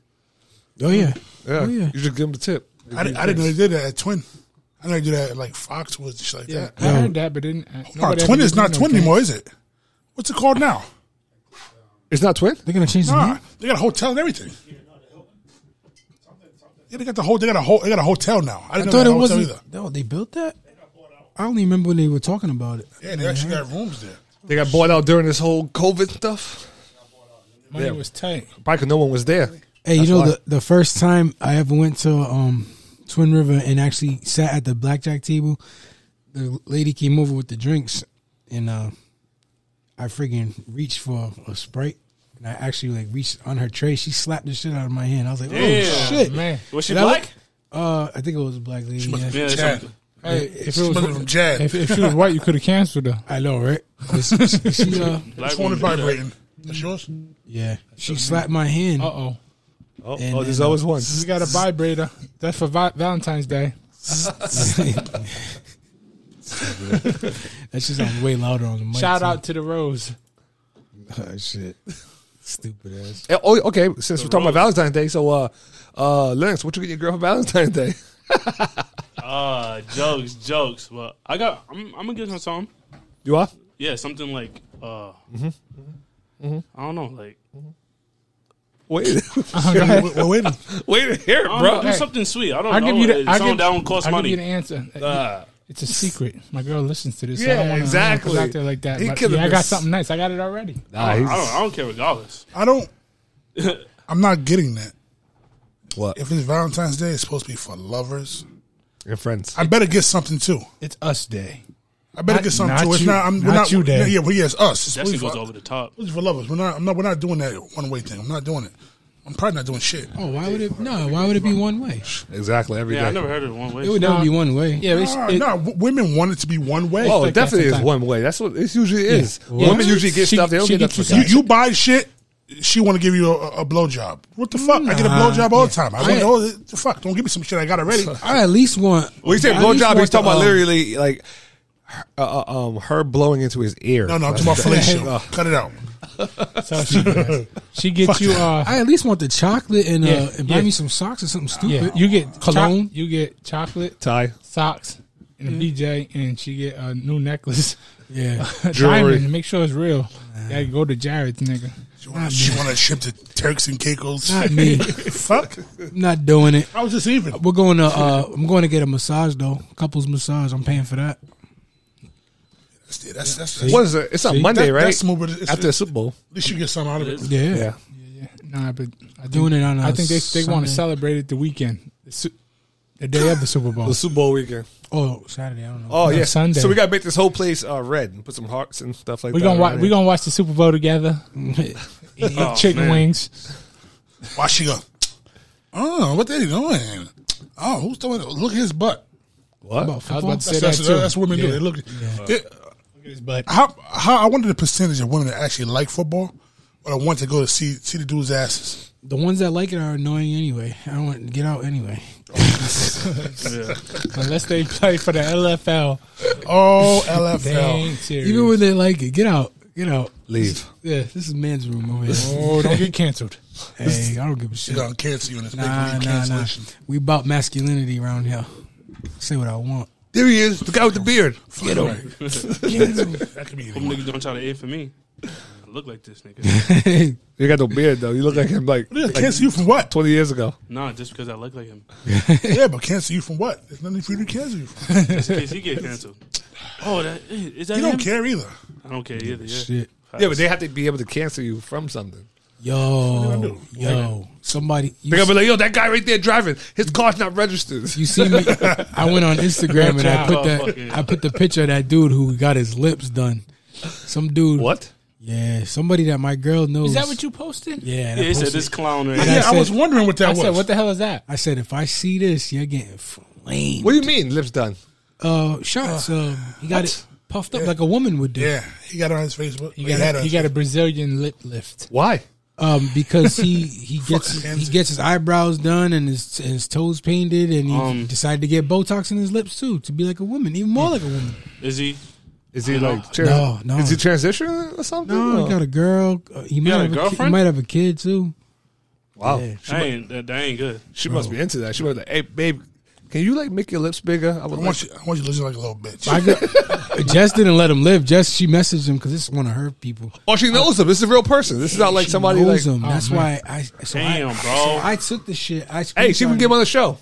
[SPEAKER 2] Oh yeah.
[SPEAKER 1] Yeah,
[SPEAKER 2] Oh yeah.
[SPEAKER 1] you just give them a tip. They
[SPEAKER 4] I,
[SPEAKER 1] give
[SPEAKER 4] didn't,
[SPEAKER 1] you
[SPEAKER 4] I didn't know they
[SPEAKER 1] drinks.
[SPEAKER 4] did that at Twin. I know they do that at like Foxwoods, shit like
[SPEAKER 1] Yeah.
[SPEAKER 4] that.
[SPEAKER 5] I heard that, but didn't. uh,
[SPEAKER 4] No, Twin is not Twin anymore, is it? What's it called now?
[SPEAKER 1] It's not twin.
[SPEAKER 2] They're gonna change the
[SPEAKER 4] Nah,
[SPEAKER 2] name.
[SPEAKER 4] they got a hotel and everything. Yeah, they got the whole. They got a whole. They got a hotel now. I
[SPEAKER 2] I
[SPEAKER 4] didn't know
[SPEAKER 2] thought
[SPEAKER 4] they
[SPEAKER 2] it
[SPEAKER 4] had a hotel
[SPEAKER 2] wasn't.
[SPEAKER 4] either.
[SPEAKER 2] No, they built that. I don't even remember when they were talking about it.
[SPEAKER 4] Yeah, they actually got rooms there.
[SPEAKER 1] They got bought out during this whole COVID stuff.
[SPEAKER 5] Money
[SPEAKER 1] Yeah.
[SPEAKER 5] was tight.
[SPEAKER 1] Probably 'cause no one was there.
[SPEAKER 2] Hey, you know
[SPEAKER 1] why.
[SPEAKER 2] the, the first time I ever went to um, Twin River and actually sat at the blackjack table, the lady came over with the drinks, and uh, I friggin' reached for a sprite, and I actually like reached on her tray. She slapped the shit out of my hand. I was like, "Oh
[SPEAKER 3] Damn.
[SPEAKER 2] shit,
[SPEAKER 5] Man.
[SPEAKER 3] Was she
[SPEAKER 2] And I
[SPEAKER 3] black?
[SPEAKER 2] look- uh, I think it was a black lady.
[SPEAKER 4] must
[SPEAKER 2] yeah.
[SPEAKER 4] be-
[SPEAKER 3] yeah, that's
[SPEAKER 4] Chad.
[SPEAKER 3] something.
[SPEAKER 5] Hey, if it
[SPEAKER 4] She
[SPEAKER 5] was
[SPEAKER 4] must have been Jad.
[SPEAKER 5] if, if she was white, you could have canceled her.
[SPEAKER 2] I know, right? She- she- she, uh,
[SPEAKER 3] Black
[SPEAKER 4] Which one is
[SPEAKER 3] woman do that.
[SPEAKER 4] vibrating? That's yours.
[SPEAKER 2] yeah, she slapped my hand.
[SPEAKER 5] Uh oh,
[SPEAKER 1] Oh,
[SPEAKER 2] And
[SPEAKER 1] oh there's
[SPEAKER 2] then, uh,
[SPEAKER 1] always one.
[SPEAKER 5] we got a vibrator. That's for vi- Valentine's Day.
[SPEAKER 2] That's just sounds way louder on the mic.
[SPEAKER 5] Shout
[SPEAKER 2] too.
[SPEAKER 5] out to the Rose.
[SPEAKER 2] Oh, shit. Stupid ass.
[SPEAKER 1] Eh, Oh, okay. Since we're talking about Valentine's Day, so uh, uh, Lennox, what you get your girl for Valentine's Day?
[SPEAKER 3] Ah, jokes, jokes. Well, I got. I'm, I'm gonna give her something.
[SPEAKER 1] You are?
[SPEAKER 3] Yeah, something like. uh I don't know, like
[SPEAKER 1] Wait,
[SPEAKER 4] We're, we're waiting.
[SPEAKER 1] wait to hear it,
[SPEAKER 3] I don't know,
[SPEAKER 1] bro.
[SPEAKER 3] do
[SPEAKER 5] hey.
[SPEAKER 3] something sweet. I don't
[SPEAKER 5] I'll
[SPEAKER 3] know.
[SPEAKER 5] give you the.
[SPEAKER 3] It's
[SPEAKER 5] I'll
[SPEAKER 3] something
[SPEAKER 5] give,
[SPEAKER 3] that won't cost
[SPEAKER 5] I'll
[SPEAKER 3] money.
[SPEAKER 5] give you the answer.
[SPEAKER 1] Uh,
[SPEAKER 5] It's a secret. My girl listens to this. so I
[SPEAKER 1] Yeah,
[SPEAKER 5] don't wanna- I don't wanna
[SPEAKER 1] exactly.
[SPEAKER 5] put it out there like that.
[SPEAKER 1] He
[SPEAKER 5] But,
[SPEAKER 1] could've
[SPEAKER 5] yeah, I
[SPEAKER 1] been
[SPEAKER 5] got
[SPEAKER 1] s-
[SPEAKER 5] something nice. I got it already.
[SPEAKER 1] nah,
[SPEAKER 3] I
[SPEAKER 1] he's,
[SPEAKER 3] don't. I don't care regardless.
[SPEAKER 4] I don't. I'm not getting that.
[SPEAKER 1] what?
[SPEAKER 4] If it's Valentine's Day, it's supposed to be for lovers.
[SPEAKER 1] Your friends.
[SPEAKER 4] I better get something too.
[SPEAKER 5] It's us day.
[SPEAKER 4] I better
[SPEAKER 5] Not-
[SPEAKER 4] get something
[SPEAKER 5] not
[SPEAKER 4] too. It's
[SPEAKER 5] you-
[SPEAKER 4] not. I'm, we're
[SPEAKER 5] not
[SPEAKER 4] not
[SPEAKER 5] you, Dad.
[SPEAKER 4] Yeah, well, yeah, it's us. It's
[SPEAKER 3] Destiny
[SPEAKER 4] supposed to be
[SPEAKER 3] goes
[SPEAKER 4] for-
[SPEAKER 3] over the top.
[SPEAKER 4] It's for lovers. We're not. I'm not. We're not doing that one way thing. I'm not doing it. I'm probably not doing shit.
[SPEAKER 2] Oh, why would it? No, why would it be one way?
[SPEAKER 1] Exactly. Every day.
[SPEAKER 3] Yeah, I never heard of it one way.
[SPEAKER 2] It would never be one way.
[SPEAKER 5] Yeah, it's,
[SPEAKER 4] No,
[SPEAKER 5] it-
[SPEAKER 4] no, w- women want it to be one way.
[SPEAKER 1] Oh,
[SPEAKER 5] like
[SPEAKER 1] it definitely
[SPEAKER 5] that
[SPEAKER 1] is
[SPEAKER 5] sometimes.
[SPEAKER 1] one way. That's what it usually is.
[SPEAKER 5] Yeah.
[SPEAKER 1] Women usually get
[SPEAKER 5] She-
[SPEAKER 1] stuff. They don't
[SPEAKER 5] she
[SPEAKER 1] get
[SPEAKER 5] gets
[SPEAKER 1] nothing. for
[SPEAKER 4] you,
[SPEAKER 1] guys.
[SPEAKER 4] you buy shit. She want to give you a, a blowjob. What the fuck? I get a
[SPEAKER 2] Nah.
[SPEAKER 4] blowjob all the time. I
[SPEAKER 2] Yeah.
[SPEAKER 4] want all the fuck. Don't give me some shit I got already.
[SPEAKER 2] I at least want.
[SPEAKER 1] When you say
[SPEAKER 2] I at least
[SPEAKER 1] blowjob,
[SPEAKER 2] want
[SPEAKER 1] he's talking
[SPEAKER 2] the,
[SPEAKER 1] about
[SPEAKER 2] um,
[SPEAKER 1] literally like her- uh, uh, um, her blowing into his ear.
[SPEAKER 4] No, no, I'm talking about
[SPEAKER 1] Uh,
[SPEAKER 4] fellatio. Cut it out.
[SPEAKER 5] so she, she gets you. Uh,
[SPEAKER 2] I at least want the chocolate and uh,
[SPEAKER 5] Yeah,
[SPEAKER 2] and buy
[SPEAKER 5] yeah.
[SPEAKER 2] me some socks or something stupid.
[SPEAKER 5] yeah, you get
[SPEAKER 2] cologne.
[SPEAKER 5] cologne. you get chocolate
[SPEAKER 1] Ty.
[SPEAKER 5] socks and a
[SPEAKER 1] Mm-hmm.
[SPEAKER 5] BJ, and she get a new necklace.
[SPEAKER 2] yeah,
[SPEAKER 1] Jewelry.
[SPEAKER 5] Diamond. Make sure it's real. Gotta go to Jared's, nigga.
[SPEAKER 4] She want to ship to Turks and Caicos.
[SPEAKER 2] not me.
[SPEAKER 4] fuck.
[SPEAKER 2] I'm not doing it.
[SPEAKER 4] I was just even.
[SPEAKER 2] We're going to. Uh, I'm going to get a massage though. Couples massage. I'm paying for that.
[SPEAKER 4] That's that's that's.
[SPEAKER 1] What is it? It's on Monday,
[SPEAKER 4] That-
[SPEAKER 1] right?
[SPEAKER 4] That's smooth, but it's,
[SPEAKER 1] After the Super Bowl.
[SPEAKER 4] at least you get something out of it.
[SPEAKER 2] Yeah,
[SPEAKER 1] Yeah.
[SPEAKER 5] Yeah, yeah. Nah, but I think,
[SPEAKER 2] doing it on. I
[SPEAKER 5] I think they they want to celebrate it the weekend. Su- the day of the Super Bowl.
[SPEAKER 1] The Super Bowl weekend.
[SPEAKER 5] oh, Saturday. I don't know.
[SPEAKER 1] Oh
[SPEAKER 5] No,
[SPEAKER 1] yeah,
[SPEAKER 5] Sunday.
[SPEAKER 1] So we gotta make this whole place uh, red and put some hearts and stuff like
[SPEAKER 5] we
[SPEAKER 1] that.
[SPEAKER 5] gonna wa-
[SPEAKER 1] around
[SPEAKER 5] we
[SPEAKER 1] it.
[SPEAKER 5] gonna watch the Super Bowl together.
[SPEAKER 3] Oh,
[SPEAKER 5] Chicken
[SPEAKER 3] man.
[SPEAKER 5] wings.
[SPEAKER 4] Why she go? Oh, what they doing? Oh, who's doing? it? Look at his butt.
[SPEAKER 1] what?
[SPEAKER 5] I was about to say
[SPEAKER 4] That's, that's,
[SPEAKER 5] that too.
[SPEAKER 4] that's what women do. They look. it-
[SPEAKER 5] but
[SPEAKER 4] how how I wonder the percentage of women that actually like football or want to go to see see the dude's asses.
[SPEAKER 2] The ones that like it are annoying anyway. I don't want to get out anyway.
[SPEAKER 3] Yeah.
[SPEAKER 5] unless they play for the LFL,
[SPEAKER 4] Oh, LFL.
[SPEAKER 5] they ain't serious.
[SPEAKER 2] Even when they like it, get out. Get out.
[SPEAKER 1] Leave.
[SPEAKER 2] Yeah, this is man's room over here.
[SPEAKER 5] oh, don't get canceled.
[SPEAKER 2] hey, I don't give a shit.
[SPEAKER 4] They're gonna cancel you in this big
[SPEAKER 2] Nah,
[SPEAKER 4] league
[SPEAKER 2] nah, nah.
[SPEAKER 4] cancellation.
[SPEAKER 2] We about masculinity around here. Say what I want.
[SPEAKER 1] There he is, the guy with the beard.
[SPEAKER 4] Get him.
[SPEAKER 3] Hope
[SPEAKER 4] That could be anyone.
[SPEAKER 3] niggas don't try to aim for me. I look like this nigga.
[SPEAKER 1] You got no beard though. You look like him like,
[SPEAKER 4] Yeah,
[SPEAKER 1] like
[SPEAKER 4] cancel you from what?
[SPEAKER 1] twenty years ago.
[SPEAKER 3] nah, just because I look like him.
[SPEAKER 4] yeah, but cancel you from what? There's nothing for you to cancel you from.
[SPEAKER 3] Just in case he get canceled. Oh, that is that
[SPEAKER 4] You
[SPEAKER 3] him?
[SPEAKER 4] don't care either.
[SPEAKER 3] I don't care either. Yeah.
[SPEAKER 2] Shit.
[SPEAKER 1] Yeah, but they have to be able to cancel you from something.
[SPEAKER 2] Yo, yo, somebody.
[SPEAKER 1] They're
[SPEAKER 2] You,
[SPEAKER 1] gonna be like, yo, that guy right there driving, his car's not registered.
[SPEAKER 2] you see me? I went on Instagram and I put
[SPEAKER 3] Motherfucker.
[SPEAKER 2] that. I put the picture of that dude who got his lips done. Some dude.
[SPEAKER 1] What?
[SPEAKER 2] Yeah, somebody that my girl knows.
[SPEAKER 5] Is that what you posted?
[SPEAKER 2] Yeah. and
[SPEAKER 3] Yeah,
[SPEAKER 2] I,
[SPEAKER 3] he said
[SPEAKER 2] posted-
[SPEAKER 3] this clown right
[SPEAKER 2] And
[SPEAKER 3] here.
[SPEAKER 4] Yeah, I,
[SPEAKER 2] said-
[SPEAKER 4] was wondering what that
[SPEAKER 5] I
[SPEAKER 4] was.
[SPEAKER 5] said, what the hell is that?
[SPEAKER 2] I said if I see this, you're getting flamed.
[SPEAKER 1] What do you mean, lips done?
[SPEAKER 2] Uh, shots. Um, he got it puffed up like a woman would do.
[SPEAKER 4] yeah, he got it on his Facebook. He,
[SPEAKER 5] He
[SPEAKER 4] had
[SPEAKER 5] got,
[SPEAKER 4] it
[SPEAKER 5] a,
[SPEAKER 4] on
[SPEAKER 5] he
[SPEAKER 4] his
[SPEAKER 5] got a Brazilian lip lift.
[SPEAKER 1] Why?
[SPEAKER 2] Um, because he he gets
[SPEAKER 4] Fucking
[SPEAKER 2] he gets his eyebrows done and his and his toes painted, and he
[SPEAKER 3] Um,
[SPEAKER 2] decided to get Botox in his lips too to be like a woman, even more like a woman.
[SPEAKER 3] Is he?
[SPEAKER 1] Is he like trans-
[SPEAKER 2] No, no.
[SPEAKER 1] Is he transitioning or something? Oh.
[SPEAKER 2] No,
[SPEAKER 1] Or-
[SPEAKER 2] he got a girl. Uh, he might
[SPEAKER 3] got a
[SPEAKER 2] have a kid- he
[SPEAKER 3] girlfriend?
[SPEAKER 2] might have a kid too.
[SPEAKER 1] Wow,
[SPEAKER 2] Yeah.
[SPEAKER 1] she,
[SPEAKER 3] That ain't, that, that ain't good.
[SPEAKER 1] she must be into that. She must be like, hey, babe, can you like make your lips bigger? I would
[SPEAKER 4] I
[SPEAKER 1] like
[SPEAKER 4] want you. I want you to listen like a little bitch.
[SPEAKER 2] I got, Jess didn't let him live. Jess she messaged him because it's one of her people.
[SPEAKER 1] Oh, she knows him. This is a real person. This is not like
[SPEAKER 2] She
[SPEAKER 1] somebody like.
[SPEAKER 2] knows him. That's why I so
[SPEAKER 3] Damn,
[SPEAKER 2] I,
[SPEAKER 3] bro.
[SPEAKER 2] so I took the shit. I
[SPEAKER 1] Hey, she can get him on the show.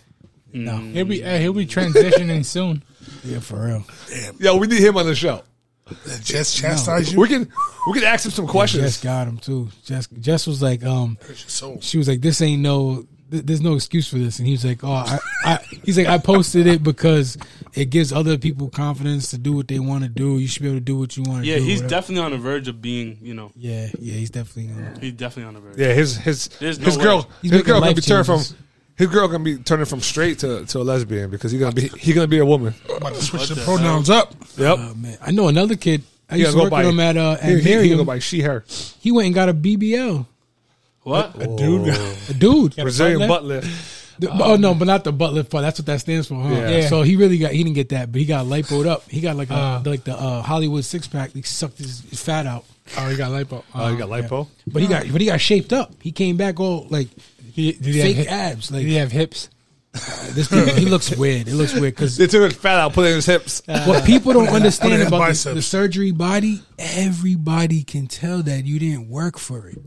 [SPEAKER 2] no.
[SPEAKER 5] He'll be hey, he'll be transitioning soon.
[SPEAKER 2] Yeah, for real.
[SPEAKER 4] Damn,
[SPEAKER 1] Yo, we need him on the show.
[SPEAKER 4] that just chastise you.
[SPEAKER 1] We can we can ask him some
[SPEAKER 2] Jess
[SPEAKER 1] questions.
[SPEAKER 2] got him too. Jess Jess was like um.
[SPEAKER 4] So
[SPEAKER 2] she was like, "This ain't no, th- there's no excuse for this." And he was like, "Oh, I, I," he's like, "I posted it because it gives other people confidence to do what they want to do. You should be able to do what you want to
[SPEAKER 3] Yeah,
[SPEAKER 2] do."
[SPEAKER 3] he's
[SPEAKER 2] whatever."
[SPEAKER 3] definitely on the verge of being. You know,
[SPEAKER 2] yeah, yeah, he's definitely. Gonna,
[SPEAKER 3] he's definitely on the verge.
[SPEAKER 1] Yeah, his his
[SPEAKER 3] There's no
[SPEAKER 1] his
[SPEAKER 3] way.
[SPEAKER 1] girl
[SPEAKER 2] He's
[SPEAKER 1] his
[SPEAKER 2] making
[SPEAKER 1] girl gonna
[SPEAKER 2] life
[SPEAKER 1] be turned from
[SPEAKER 2] changes.
[SPEAKER 1] his girl gonna be turning from straight to, to a lesbian because he gonna be he gonna be a woman.
[SPEAKER 4] I'm about to switch
[SPEAKER 3] What
[SPEAKER 4] the
[SPEAKER 3] the
[SPEAKER 4] pronouns up.
[SPEAKER 1] Yep.
[SPEAKER 2] oh man, I know another kid. I
[SPEAKER 1] He gonna
[SPEAKER 2] used to
[SPEAKER 1] go
[SPEAKER 2] work
[SPEAKER 1] by-
[SPEAKER 2] with him at uh,
[SPEAKER 1] he,
[SPEAKER 2] at
[SPEAKER 1] he, he
[SPEAKER 2] Miriam.
[SPEAKER 1] go
[SPEAKER 2] He,
[SPEAKER 1] by she her
[SPEAKER 2] went and got a BBL.
[SPEAKER 3] What?
[SPEAKER 4] A dude.
[SPEAKER 2] A dude,
[SPEAKER 1] Oh. Brazilian
[SPEAKER 5] butt
[SPEAKER 1] butt lift.
[SPEAKER 2] The- oh no, but not the butt lift part. That's what that stands for, huh?
[SPEAKER 1] Yeah.
[SPEAKER 5] Yeah.
[SPEAKER 2] So he really got he didn't get that, but he got lipoed up. He got like a,
[SPEAKER 5] Uh.
[SPEAKER 2] like the uh, Hollywood six pack. He sucked his, his fat out. Uh,
[SPEAKER 5] Oh, he got lipo.
[SPEAKER 1] Oh, he got lipo.
[SPEAKER 2] But he got but he got shaped up. He came back all like
[SPEAKER 5] He, did he
[SPEAKER 2] fake
[SPEAKER 5] have, hi-
[SPEAKER 2] abs. Like
[SPEAKER 5] Did he have hips?
[SPEAKER 2] this, dude, he looks weird. It looks weird because
[SPEAKER 1] They took his fat out, put it in his hips.
[SPEAKER 2] what people don't
[SPEAKER 4] put it
[SPEAKER 2] understand
[SPEAKER 4] in
[SPEAKER 2] about the,
[SPEAKER 4] biceps.
[SPEAKER 2] the surgery body, everybody can tell that you didn't work for it.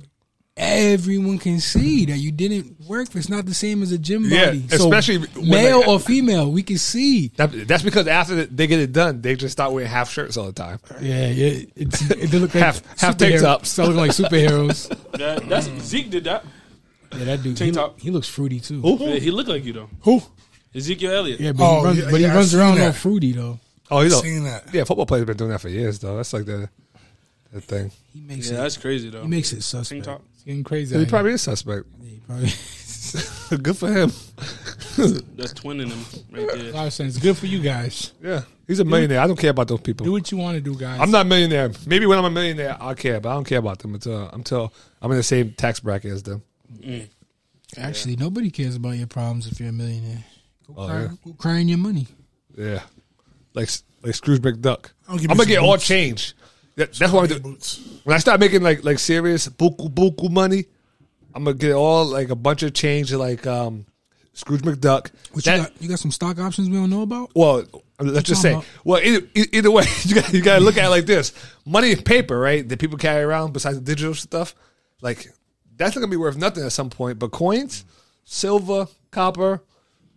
[SPEAKER 2] Everyone can see that you didn't work. for it. It's not the same as a gym
[SPEAKER 1] Yeah,
[SPEAKER 2] body. So
[SPEAKER 1] especially when
[SPEAKER 2] male
[SPEAKER 1] they-
[SPEAKER 2] or female, we can see.
[SPEAKER 1] That, that's because after they get it done, they just start wearing half shirts all the time.
[SPEAKER 2] Yeah, yeah. It's, it they look like
[SPEAKER 1] Half- half tank
[SPEAKER 2] superhero-
[SPEAKER 1] tops.
[SPEAKER 2] So look like superheroes.
[SPEAKER 3] That, that's Zeke did that.
[SPEAKER 2] yeah, that dude.
[SPEAKER 3] Tank
[SPEAKER 2] He,
[SPEAKER 3] top.
[SPEAKER 2] he looks fruity too.
[SPEAKER 1] Oh,
[SPEAKER 3] Yeah, he looked like you though.
[SPEAKER 4] Who?
[SPEAKER 3] Ezekiel Elliott.
[SPEAKER 2] Yeah, but
[SPEAKER 4] Oh,
[SPEAKER 2] he runs,
[SPEAKER 4] yeah,
[SPEAKER 2] but he
[SPEAKER 4] yeah, I've
[SPEAKER 2] runs
[SPEAKER 4] seen
[SPEAKER 2] around
[SPEAKER 4] that.
[SPEAKER 2] all fruity though.
[SPEAKER 1] Oh, you know,
[SPEAKER 4] Seen that.
[SPEAKER 1] yeah, football players been doing that for years though. That's like the, the thing.
[SPEAKER 2] He makes
[SPEAKER 3] Yeah,
[SPEAKER 2] it.
[SPEAKER 3] that's crazy though.
[SPEAKER 2] He makes it
[SPEAKER 3] Tank
[SPEAKER 2] suspect.
[SPEAKER 3] top.
[SPEAKER 5] It's getting crazy.
[SPEAKER 1] He
[SPEAKER 5] out
[SPEAKER 1] probably is suspect.
[SPEAKER 2] He probably-
[SPEAKER 1] Good for him.
[SPEAKER 3] That's twinning him right
[SPEAKER 5] here.
[SPEAKER 3] there.
[SPEAKER 5] A lot of sense. Good for you guys.
[SPEAKER 1] Yeah, he's a millionaire. I don't care about those people.
[SPEAKER 5] Do what you want to do, guys.
[SPEAKER 1] I'm not a millionaire. Maybe when I'm a millionaire, I'll care, but I don't care about them until until I'm in the same tax bracket as them.
[SPEAKER 2] Actually, nobody cares about your problems if you're a millionaire. Go,
[SPEAKER 1] Oh,
[SPEAKER 2] cry,
[SPEAKER 1] yeah.
[SPEAKER 2] go crying your money.
[SPEAKER 1] Yeah, like like Scrooge McDuck.
[SPEAKER 4] I'll
[SPEAKER 1] I'm
[SPEAKER 4] give you
[SPEAKER 1] gonna
[SPEAKER 4] some
[SPEAKER 1] get all
[SPEAKER 4] boots.
[SPEAKER 1] change. That, that's why I do.
[SPEAKER 4] Boots.
[SPEAKER 1] when I start making like like serious buku buku money, I'm gonna get all like a bunch of change like um Scrooge McDuck.
[SPEAKER 2] What
[SPEAKER 1] That-
[SPEAKER 2] you got? You got some stock options we don't know about?
[SPEAKER 1] well, let's just say,
[SPEAKER 2] talking
[SPEAKER 1] well, either, e- either way, you got you got to look at it like this: money and paper, right? That people carry around besides the digital stuff, like that's not gonna be worth nothing at some point. But coins, silver, copper,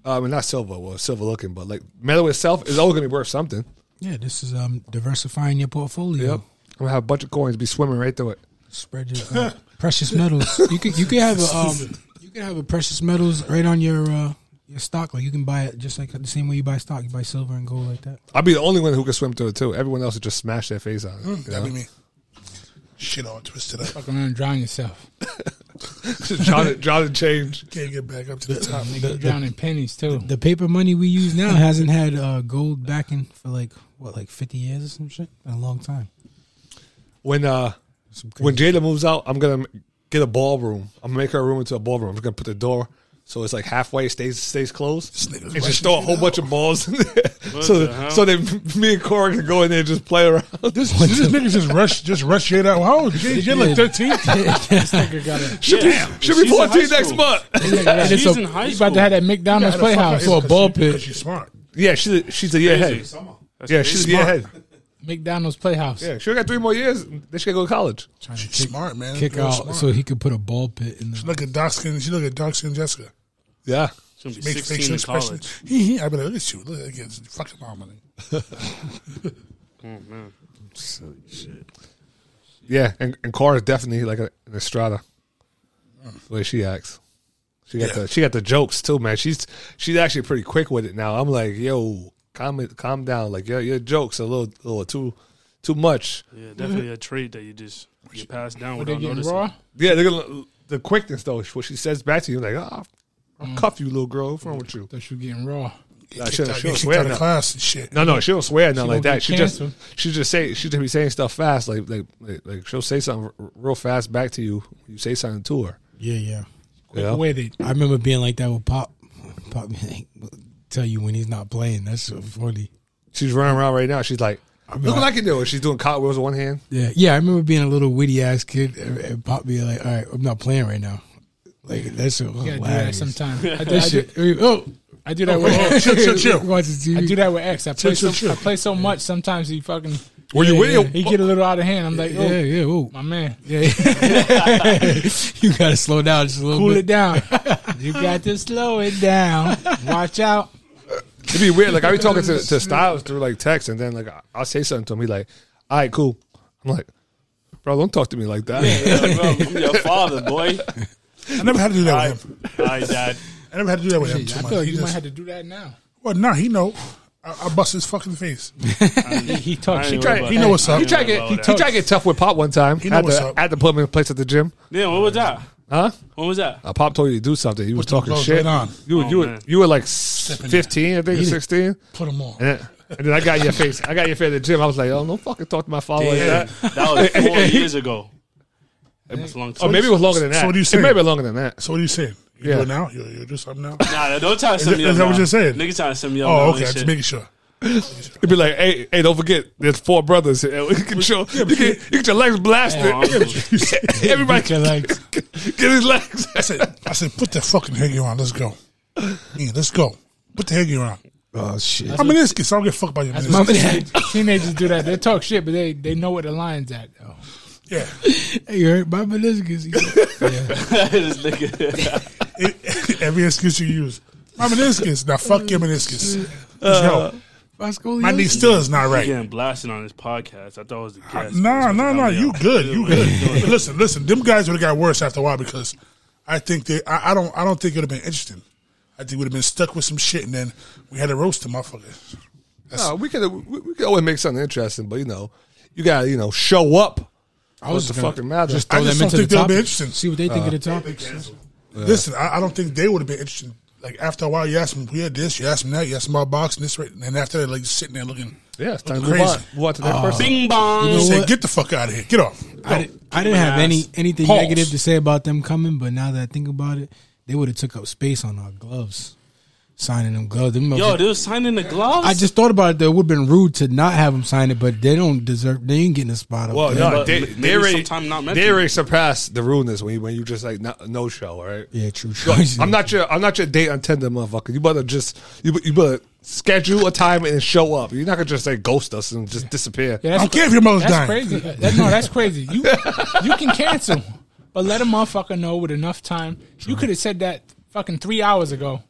[SPEAKER 1] uh, well, not silver, well, silver looking, but like metal itself is always gonna be worth something.
[SPEAKER 2] Yeah, this is um diversifying your portfolio.
[SPEAKER 1] I'm gonna have a bunch of coins be swimming right through it.
[SPEAKER 2] Spread your uh, precious metals. You could you could have a um you could have a precious metals right on your uh your stock. Like you can buy it just like the same way you buy stock. You buy silver and gold like that.
[SPEAKER 1] I'd be the only one who could swim through it too. Everyone else would just smash their face on it. you
[SPEAKER 4] Hmm, That'd be
[SPEAKER 1] know?
[SPEAKER 4] me. Shit all twisted up.
[SPEAKER 5] Fuck around and drown yourself.
[SPEAKER 1] Just trying to, trying to change.
[SPEAKER 4] Can't get back up to the top.
[SPEAKER 5] Nigga, you drown in pennies too.
[SPEAKER 2] The paper money we use now hasn't had uh, gold backing for like what, like fifty years or some shit. In a long time.
[SPEAKER 1] When uh,
[SPEAKER 2] Some crazy-
[SPEAKER 1] when Jada moves out, I'm gonna m- get a ballroom. I'm gonna make her room into a ballroom. I'm just gonna put the door so it's like halfway it stays stays closed.
[SPEAKER 4] nigga's
[SPEAKER 1] And
[SPEAKER 4] rushing
[SPEAKER 1] just throw a whole bunch of balls in there,
[SPEAKER 3] What
[SPEAKER 1] so
[SPEAKER 3] the
[SPEAKER 1] that,
[SPEAKER 3] hell?
[SPEAKER 1] so that me and Cora can go in there and just play around.
[SPEAKER 4] This, this nigga just rush, just rush shit out. How old? you? You're like 13?
[SPEAKER 1] Should
[SPEAKER 3] Yeah.
[SPEAKER 1] be should be
[SPEAKER 3] She's in high
[SPEAKER 1] 14 next
[SPEAKER 3] school.
[SPEAKER 1] month.
[SPEAKER 5] And it's
[SPEAKER 3] She's
[SPEAKER 5] a-
[SPEAKER 3] in high
[SPEAKER 5] you about to have that McDonald's playhouse or a ball pit.
[SPEAKER 4] She's smart.
[SPEAKER 1] yeah, she's a, she's a year ahead.
[SPEAKER 3] Crazy. That's
[SPEAKER 1] Yeah,
[SPEAKER 3] crazy.
[SPEAKER 1] she's a year ahead.
[SPEAKER 5] McDonald's playhouse.
[SPEAKER 1] Yeah, she got three more years. Then she can go to college.
[SPEAKER 2] trying to
[SPEAKER 4] She's
[SPEAKER 2] kick,
[SPEAKER 4] smart, man.
[SPEAKER 2] kick
[SPEAKER 4] Girl's
[SPEAKER 2] out
[SPEAKER 4] smart.
[SPEAKER 2] so he could put a ball pit in
[SPEAKER 4] She
[SPEAKER 2] the.
[SPEAKER 4] look at dark skin. She look at dark skin Jessica.
[SPEAKER 1] Yeah,
[SPEAKER 3] She's gonna be
[SPEAKER 4] Makes
[SPEAKER 3] sixteen
[SPEAKER 4] facial
[SPEAKER 3] in
[SPEAKER 4] expressions.
[SPEAKER 3] college.
[SPEAKER 4] Hee hee. I better look at you. Look at this fucking mama.
[SPEAKER 1] yeah. And, and Cora's definitely like a, an Estrada. The way she acts, she got
[SPEAKER 4] Yeah.
[SPEAKER 1] the she got the jokes too, man. She's she's actually pretty quick with it now. I'm like, yo, calm it, calm down. Like your your jokes are a little little too too much.
[SPEAKER 3] Yeah, definitely a trait that you just get passed down
[SPEAKER 5] They
[SPEAKER 3] without
[SPEAKER 5] getting
[SPEAKER 3] noticing.
[SPEAKER 5] raw.
[SPEAKER 1] Yeah, they're gonna, the quickness though. What she says back to you, like, ah, I'll
[SPEAKER 5] Mm.
[SPEAKER 1] cuff you, little girl. What's wrong with you?
[SPEAKER 5] Thought you were getting raw.
[SPEAKER 1] Nah,
[SPEAKER 4] Kicked
[SPEAKER 1] she'll-
[SPEAKER 4] out-
[SPEAKER 1] she'll
[SPEAKER 4] kicked
[SPEAKER 1] swear
[SPEAKER 4] out of
[SPEAKER 1] now.
[SPEAKER 4] class and shit.
[SPEAKER 1] No, no, she don't swear nothing like that.
[SPEAKER 5] gonna get
[SPEAKER 1] She just
[SPEAKER 5] canceled.
[SPEAKER 1] she just say she just be saying stuff fast, like like like, like she'll say something r- real fast back to you. You say something to her.
[SPEAKER 2] Yeah, yeah.
[SPEAKER 1] You know?
[SPEAKER 5] With it.
[SPEAKER 2] I remember being like that with Pop. Pop be like, tell you when he's not playing. That's so funny.
[SPEAKER 1] She's running around right now. She's like,
[SPEAKER 2] I'm
[SPEAKER 1] look what I
[SPEAKER 2] like-
[SPEAKER 1] can do. And She's doing cartwheels with one hand.
[SPEAKER 2] Yeah, yeah. I remember being a little witty ass kid and- and Pop be like, "All right, I'm not playing right now." Like that's so
[SPEAKER 5] You gotta do that
[SPEAKER 2] hilarious.
[SPEAKER 5] sometime. I do,
[SPEAKER 2] That
[SPEAKER 5] I do,
[SPEAKER 2] shit. I mean, oh,
[SPEAKER 5] I do that with X.
[SPEAKER 4] Chill, chill, chill.
[SPEAKER 2] Watching TV.
[SPEAKER 5] I do that with X. I play,
[SPEAKER 4] chill,
[SPEAKER 5] so,
[SPEAKER 4] chill.
[SPEAKER 5] I play so much. Sometimes he fucking
[SPEAKER 1] Were you with
[SPEAKER 5] yeah,
[SPEAKER 1] him?
[SPEAKER 5] he get a little out of hand. I'm like, oh,
[SPEAKER 2] Yeah, yeah. Oh,
[SPEAKER 5] my man,
[SPEAKER 2] yeah. you gotta slow down just a little
[SPEAKER 5] cool
[SPEAKER 2] bit.
[SPEAKER 5] it down. you got to slow it down. Watch out.
[SPEAKER 1] It'd be weird. Like I be talking to, to Styles through like text, and then like I- I'll say something to him. He like, all right, cool. I'm like, bro, don't talk to me like that.
[SPEAKER 3] Yeah, bro, I'm your father, boy.
[SPEAKER 4] I never had to do that with him.
[SPEAKER 3] Hi, Dad.
[SPEAKER 4] I never had to do that with him
[SPEAKER 5] Shit,
[SPEAKER 4] too
[SPEAKER 5] I
[SPEAKER 4] much.
[SPEAKER 5] feel
[SPEAKER 2] Oh,
[SPEAKER 5] like
[SPEAKER 4] He
[SPEAKER 5] you might
[SPEAKER 4] just-
[SPEAKER 5] have to do that now.
[SPEAKER 4] Well, nah, he know. I, I bust his fucking face.
[SPEAKER 5] He, he talks.
[SPEAKER 3] I ain't
[SPEAKER 1] tried-
[SPEAKER 3] worried about
[SPEAKER 1] he
[SPEAKER 4] know
[SPEAKER 3] that.
[SPEAKER 4] what's up.
[SPEAKER 3] I
[SPEAKER 1] He
[SPEAKER 3] ain't
[SPEAKER 1] tried to
[SPEAKER 3] worried
[SPEAKER 1] get
[SPEAKER 3] about
[SPEAKER 1] he
[SPEAKER 3] that.
[SPEAKER 1] tried to get tough with Pop one time.
[SPEAKER 4] know
[SPEAKER 1] had,
[SPEAKER 4] what's
[SPEAKER 1] to,
[SPEAKER 4] up.
[SPEAKER 1] had to put him in place at the gym.
[SPEAKER 3] Damn, what was that?
[SPEAKER 1] Huh?
[SPEAKER 3] What was that?
[SPEAKER 1] Uh, Pop told you to do something. You was
[SPEAKER 4] them
[SPEAKER 1] talking
[SPEAKER 4] clothes
[SPEAKER 1] shit.
[SPEAKER 4] right on.
[SPEAKER 1] You were
[SPEAKER 3] Oh,
[SPEAKER 1] you were,
[SPEAKER 3] man.
[SPEAKER 1] you were like fifteen, I think, or sixteen.
[SPEAKER 4] Put him on.
[SPEAKER 1] And then, and then I got in your face. I got in your face at the gym. I was like, oh, don't fucking talk to my father like
[SPEAKER 3] Damn,
[SPEAKER 1] that.
[SPEAKER 3] that was four years ago. That's a
[SPEAKER 4] Oh,
[SPEAKER 3] long
[SPEAKER 1] Or
[SPEAKER 3] time.
[SPEAKER 1] maybe it was longer than that.
[SPEAKER 4] So what do you
[SPEAKER 1] it
[SPEAKER 4] say?
[SPEAKER 1] may be longer than that.
[SPEAKER 4] So what are you saying? You
[SPEAKER 1] Yeah.
[SPEAKER 4] do it now? You, you do something now?
[SPEAKER 3] Nah, nah, don't try to send me
[SPEAKER 4] Is
[SPEAKER 3] up.
[SPEAKER 4] that what
[SPEAKER 3] now.
[SPEAKER 4] you're saying?
[SPEAKER 3] Nigga trying to send me up.
[SPEAKER 4] Oh,
[SPEAKER 3] now
[SPEAKER 4] okay.
[SPEAKER 3] and
[SPEAKER 4] Just
[SPEAKER 3] shit.
[SPEAKER 4] making sure.
[SPEAKER 1] It'd be like, hey, hey, don't forget, there's four brothers. here. You get your, you get, you get your legs blasted.
[SPEAKER 3] Oh, I'm-
[SPEAKER 1] Everybody
[SPEAKER 5] Get your legs.
[SPEAKER 1] get his legs.
[SPEAKER 4] I said, I said, put the fucking headgear on. Let's go. Yeah, let's go. Put the headgear on.
[SPEAKER 2] Oh shit.
[SPEAKER 4] I'm a meniscus. I don't get fucked by your meniscus.
[SPEAKER 2] My man,
[SPEAKER 5] Teenagers do that. They talk shit, but they, they know where the line's at though.
[SPEAKER 4] Yeah.
[SPEAKER 2] hey, you hurt my meniscus.
[SPEAKER 3] this nigga.
[SPEAKER 4] It- every excuse you use. My meniscus. Now, fuck your meniscus.
[SPEAKER 3] Uh,
[SPEAKER 4] Let's go.
[SPEAKER 2] My
[SPEAKER 4] My knee
[SPEAKER 2] scoliosis.
[SPEAKER 4] still is not right.
[SPEAKER 3] Getting blasted on this podcast. I thought it was the
[SPEAKER 4] Ah,
[SPEAKER 3] guest.
[SPEAKER 4] No, no, no. You good. You good.
[SPEAKER 3] Yeah.
[SPEAKER 4] listen, listen. Them guys would have got worse after a while because I think they. I, I don't. I don't think it would have been interesting. I think we'd have been stuck with some shit, and then we had to roast the motherfucker.
[SPEAKER 1] No, we could we, we could always make something interesting, but you know, you gotta you know show up. I
[SPEAKER 2] was
[SPEAKER 1] the
[SPEAKER 2] gonna-
[SPEAKER 1] fucking matter.
[SPEAKER 2] Just
[SPEAKER 4] I
[SPEAKER 2] throw
[SPEAKER 4] just
[SPEAKER 2] them
[SPEAKER 4] don't
[SPEAKER 2] into the
[SPEAKER 4] think they'll be
[SPEAKER 2] topic. Uh,
[SPEAKER 4] interested.
[SPEAKER 2] See what they think of the topic.
[SPEAKER 4] Listen, I, I don't think they would have been interested. Like after a while, you ask them, we had this, you ask them that, you ask them about boxing, this, right, and after that, like sitting there looking.
[SPEAKER 1] yeah, Oh, it's time to
[SPEAKER 4] Looking
[SPEAKER 1] move on.
[SPEAKER 4] crazy.
[SPEAKER 1] Move on to the next person.
[SPEAKER 3] Bing bong.
[SPEAKER 2] You know
[SPEAKER 4] Say,
[SPEAKER 2] what?
[SPEAKER 4] get the fuck out of here, get off.
[SPEAKER 2] I, didn't, I didn't have any anything
[SPEAKER 4] Pause.
[SPEAKER 2] negative to say about them coming, but now that I think about it, they would have took up space on our gloves, signing them gloves. Them
[SPEAKER 3] Yo,
[SPEAKER 2] motherfuckers-
[SPEAKER 3] they was signing the gloves.
[SPEAKER 2] I just thought about it. Though it would have been rude to not have them sign it, but they don't deserve. They ain't getting a spot up
[SPEAKER 1] Well,
[SPEAKER 2] there.
[SPEAKER 1] Oh, no,
[SPEAKER 3] But
[SPEAKER 1] they,
[SPEAKER 3] maybe
[SPEAKER 1] they already
[SPEAKER 3] sometime not meant
[SPEAKER 1] they
[SPEAKER 3] to.
[SPEAKER 1] already surpassed the rudeness when you, when you just like no, no show, all right?
[SPEAKER 2] Yeah, true. true.
[SPEAKER 1] Yo, I'm not your I'm not your date on Tinder, motherfucker. You better just you be- you better schedule a time and show up. You're not gonna just say ghost us and just disappear.
[SPEAKER 5] Yeah,
[SPEAKER 4] I
[SPEAKER 5] that's,
[SPEAKER 4] don't care if your mother's
[SPEAKER 5] that's
[SPEAKER 4] dying.
[SPEAKER 5] crazy. That- no, that's crazy. You you can cancel, but let a motherfucker know with enough time. You could have said that fucking three hours ago,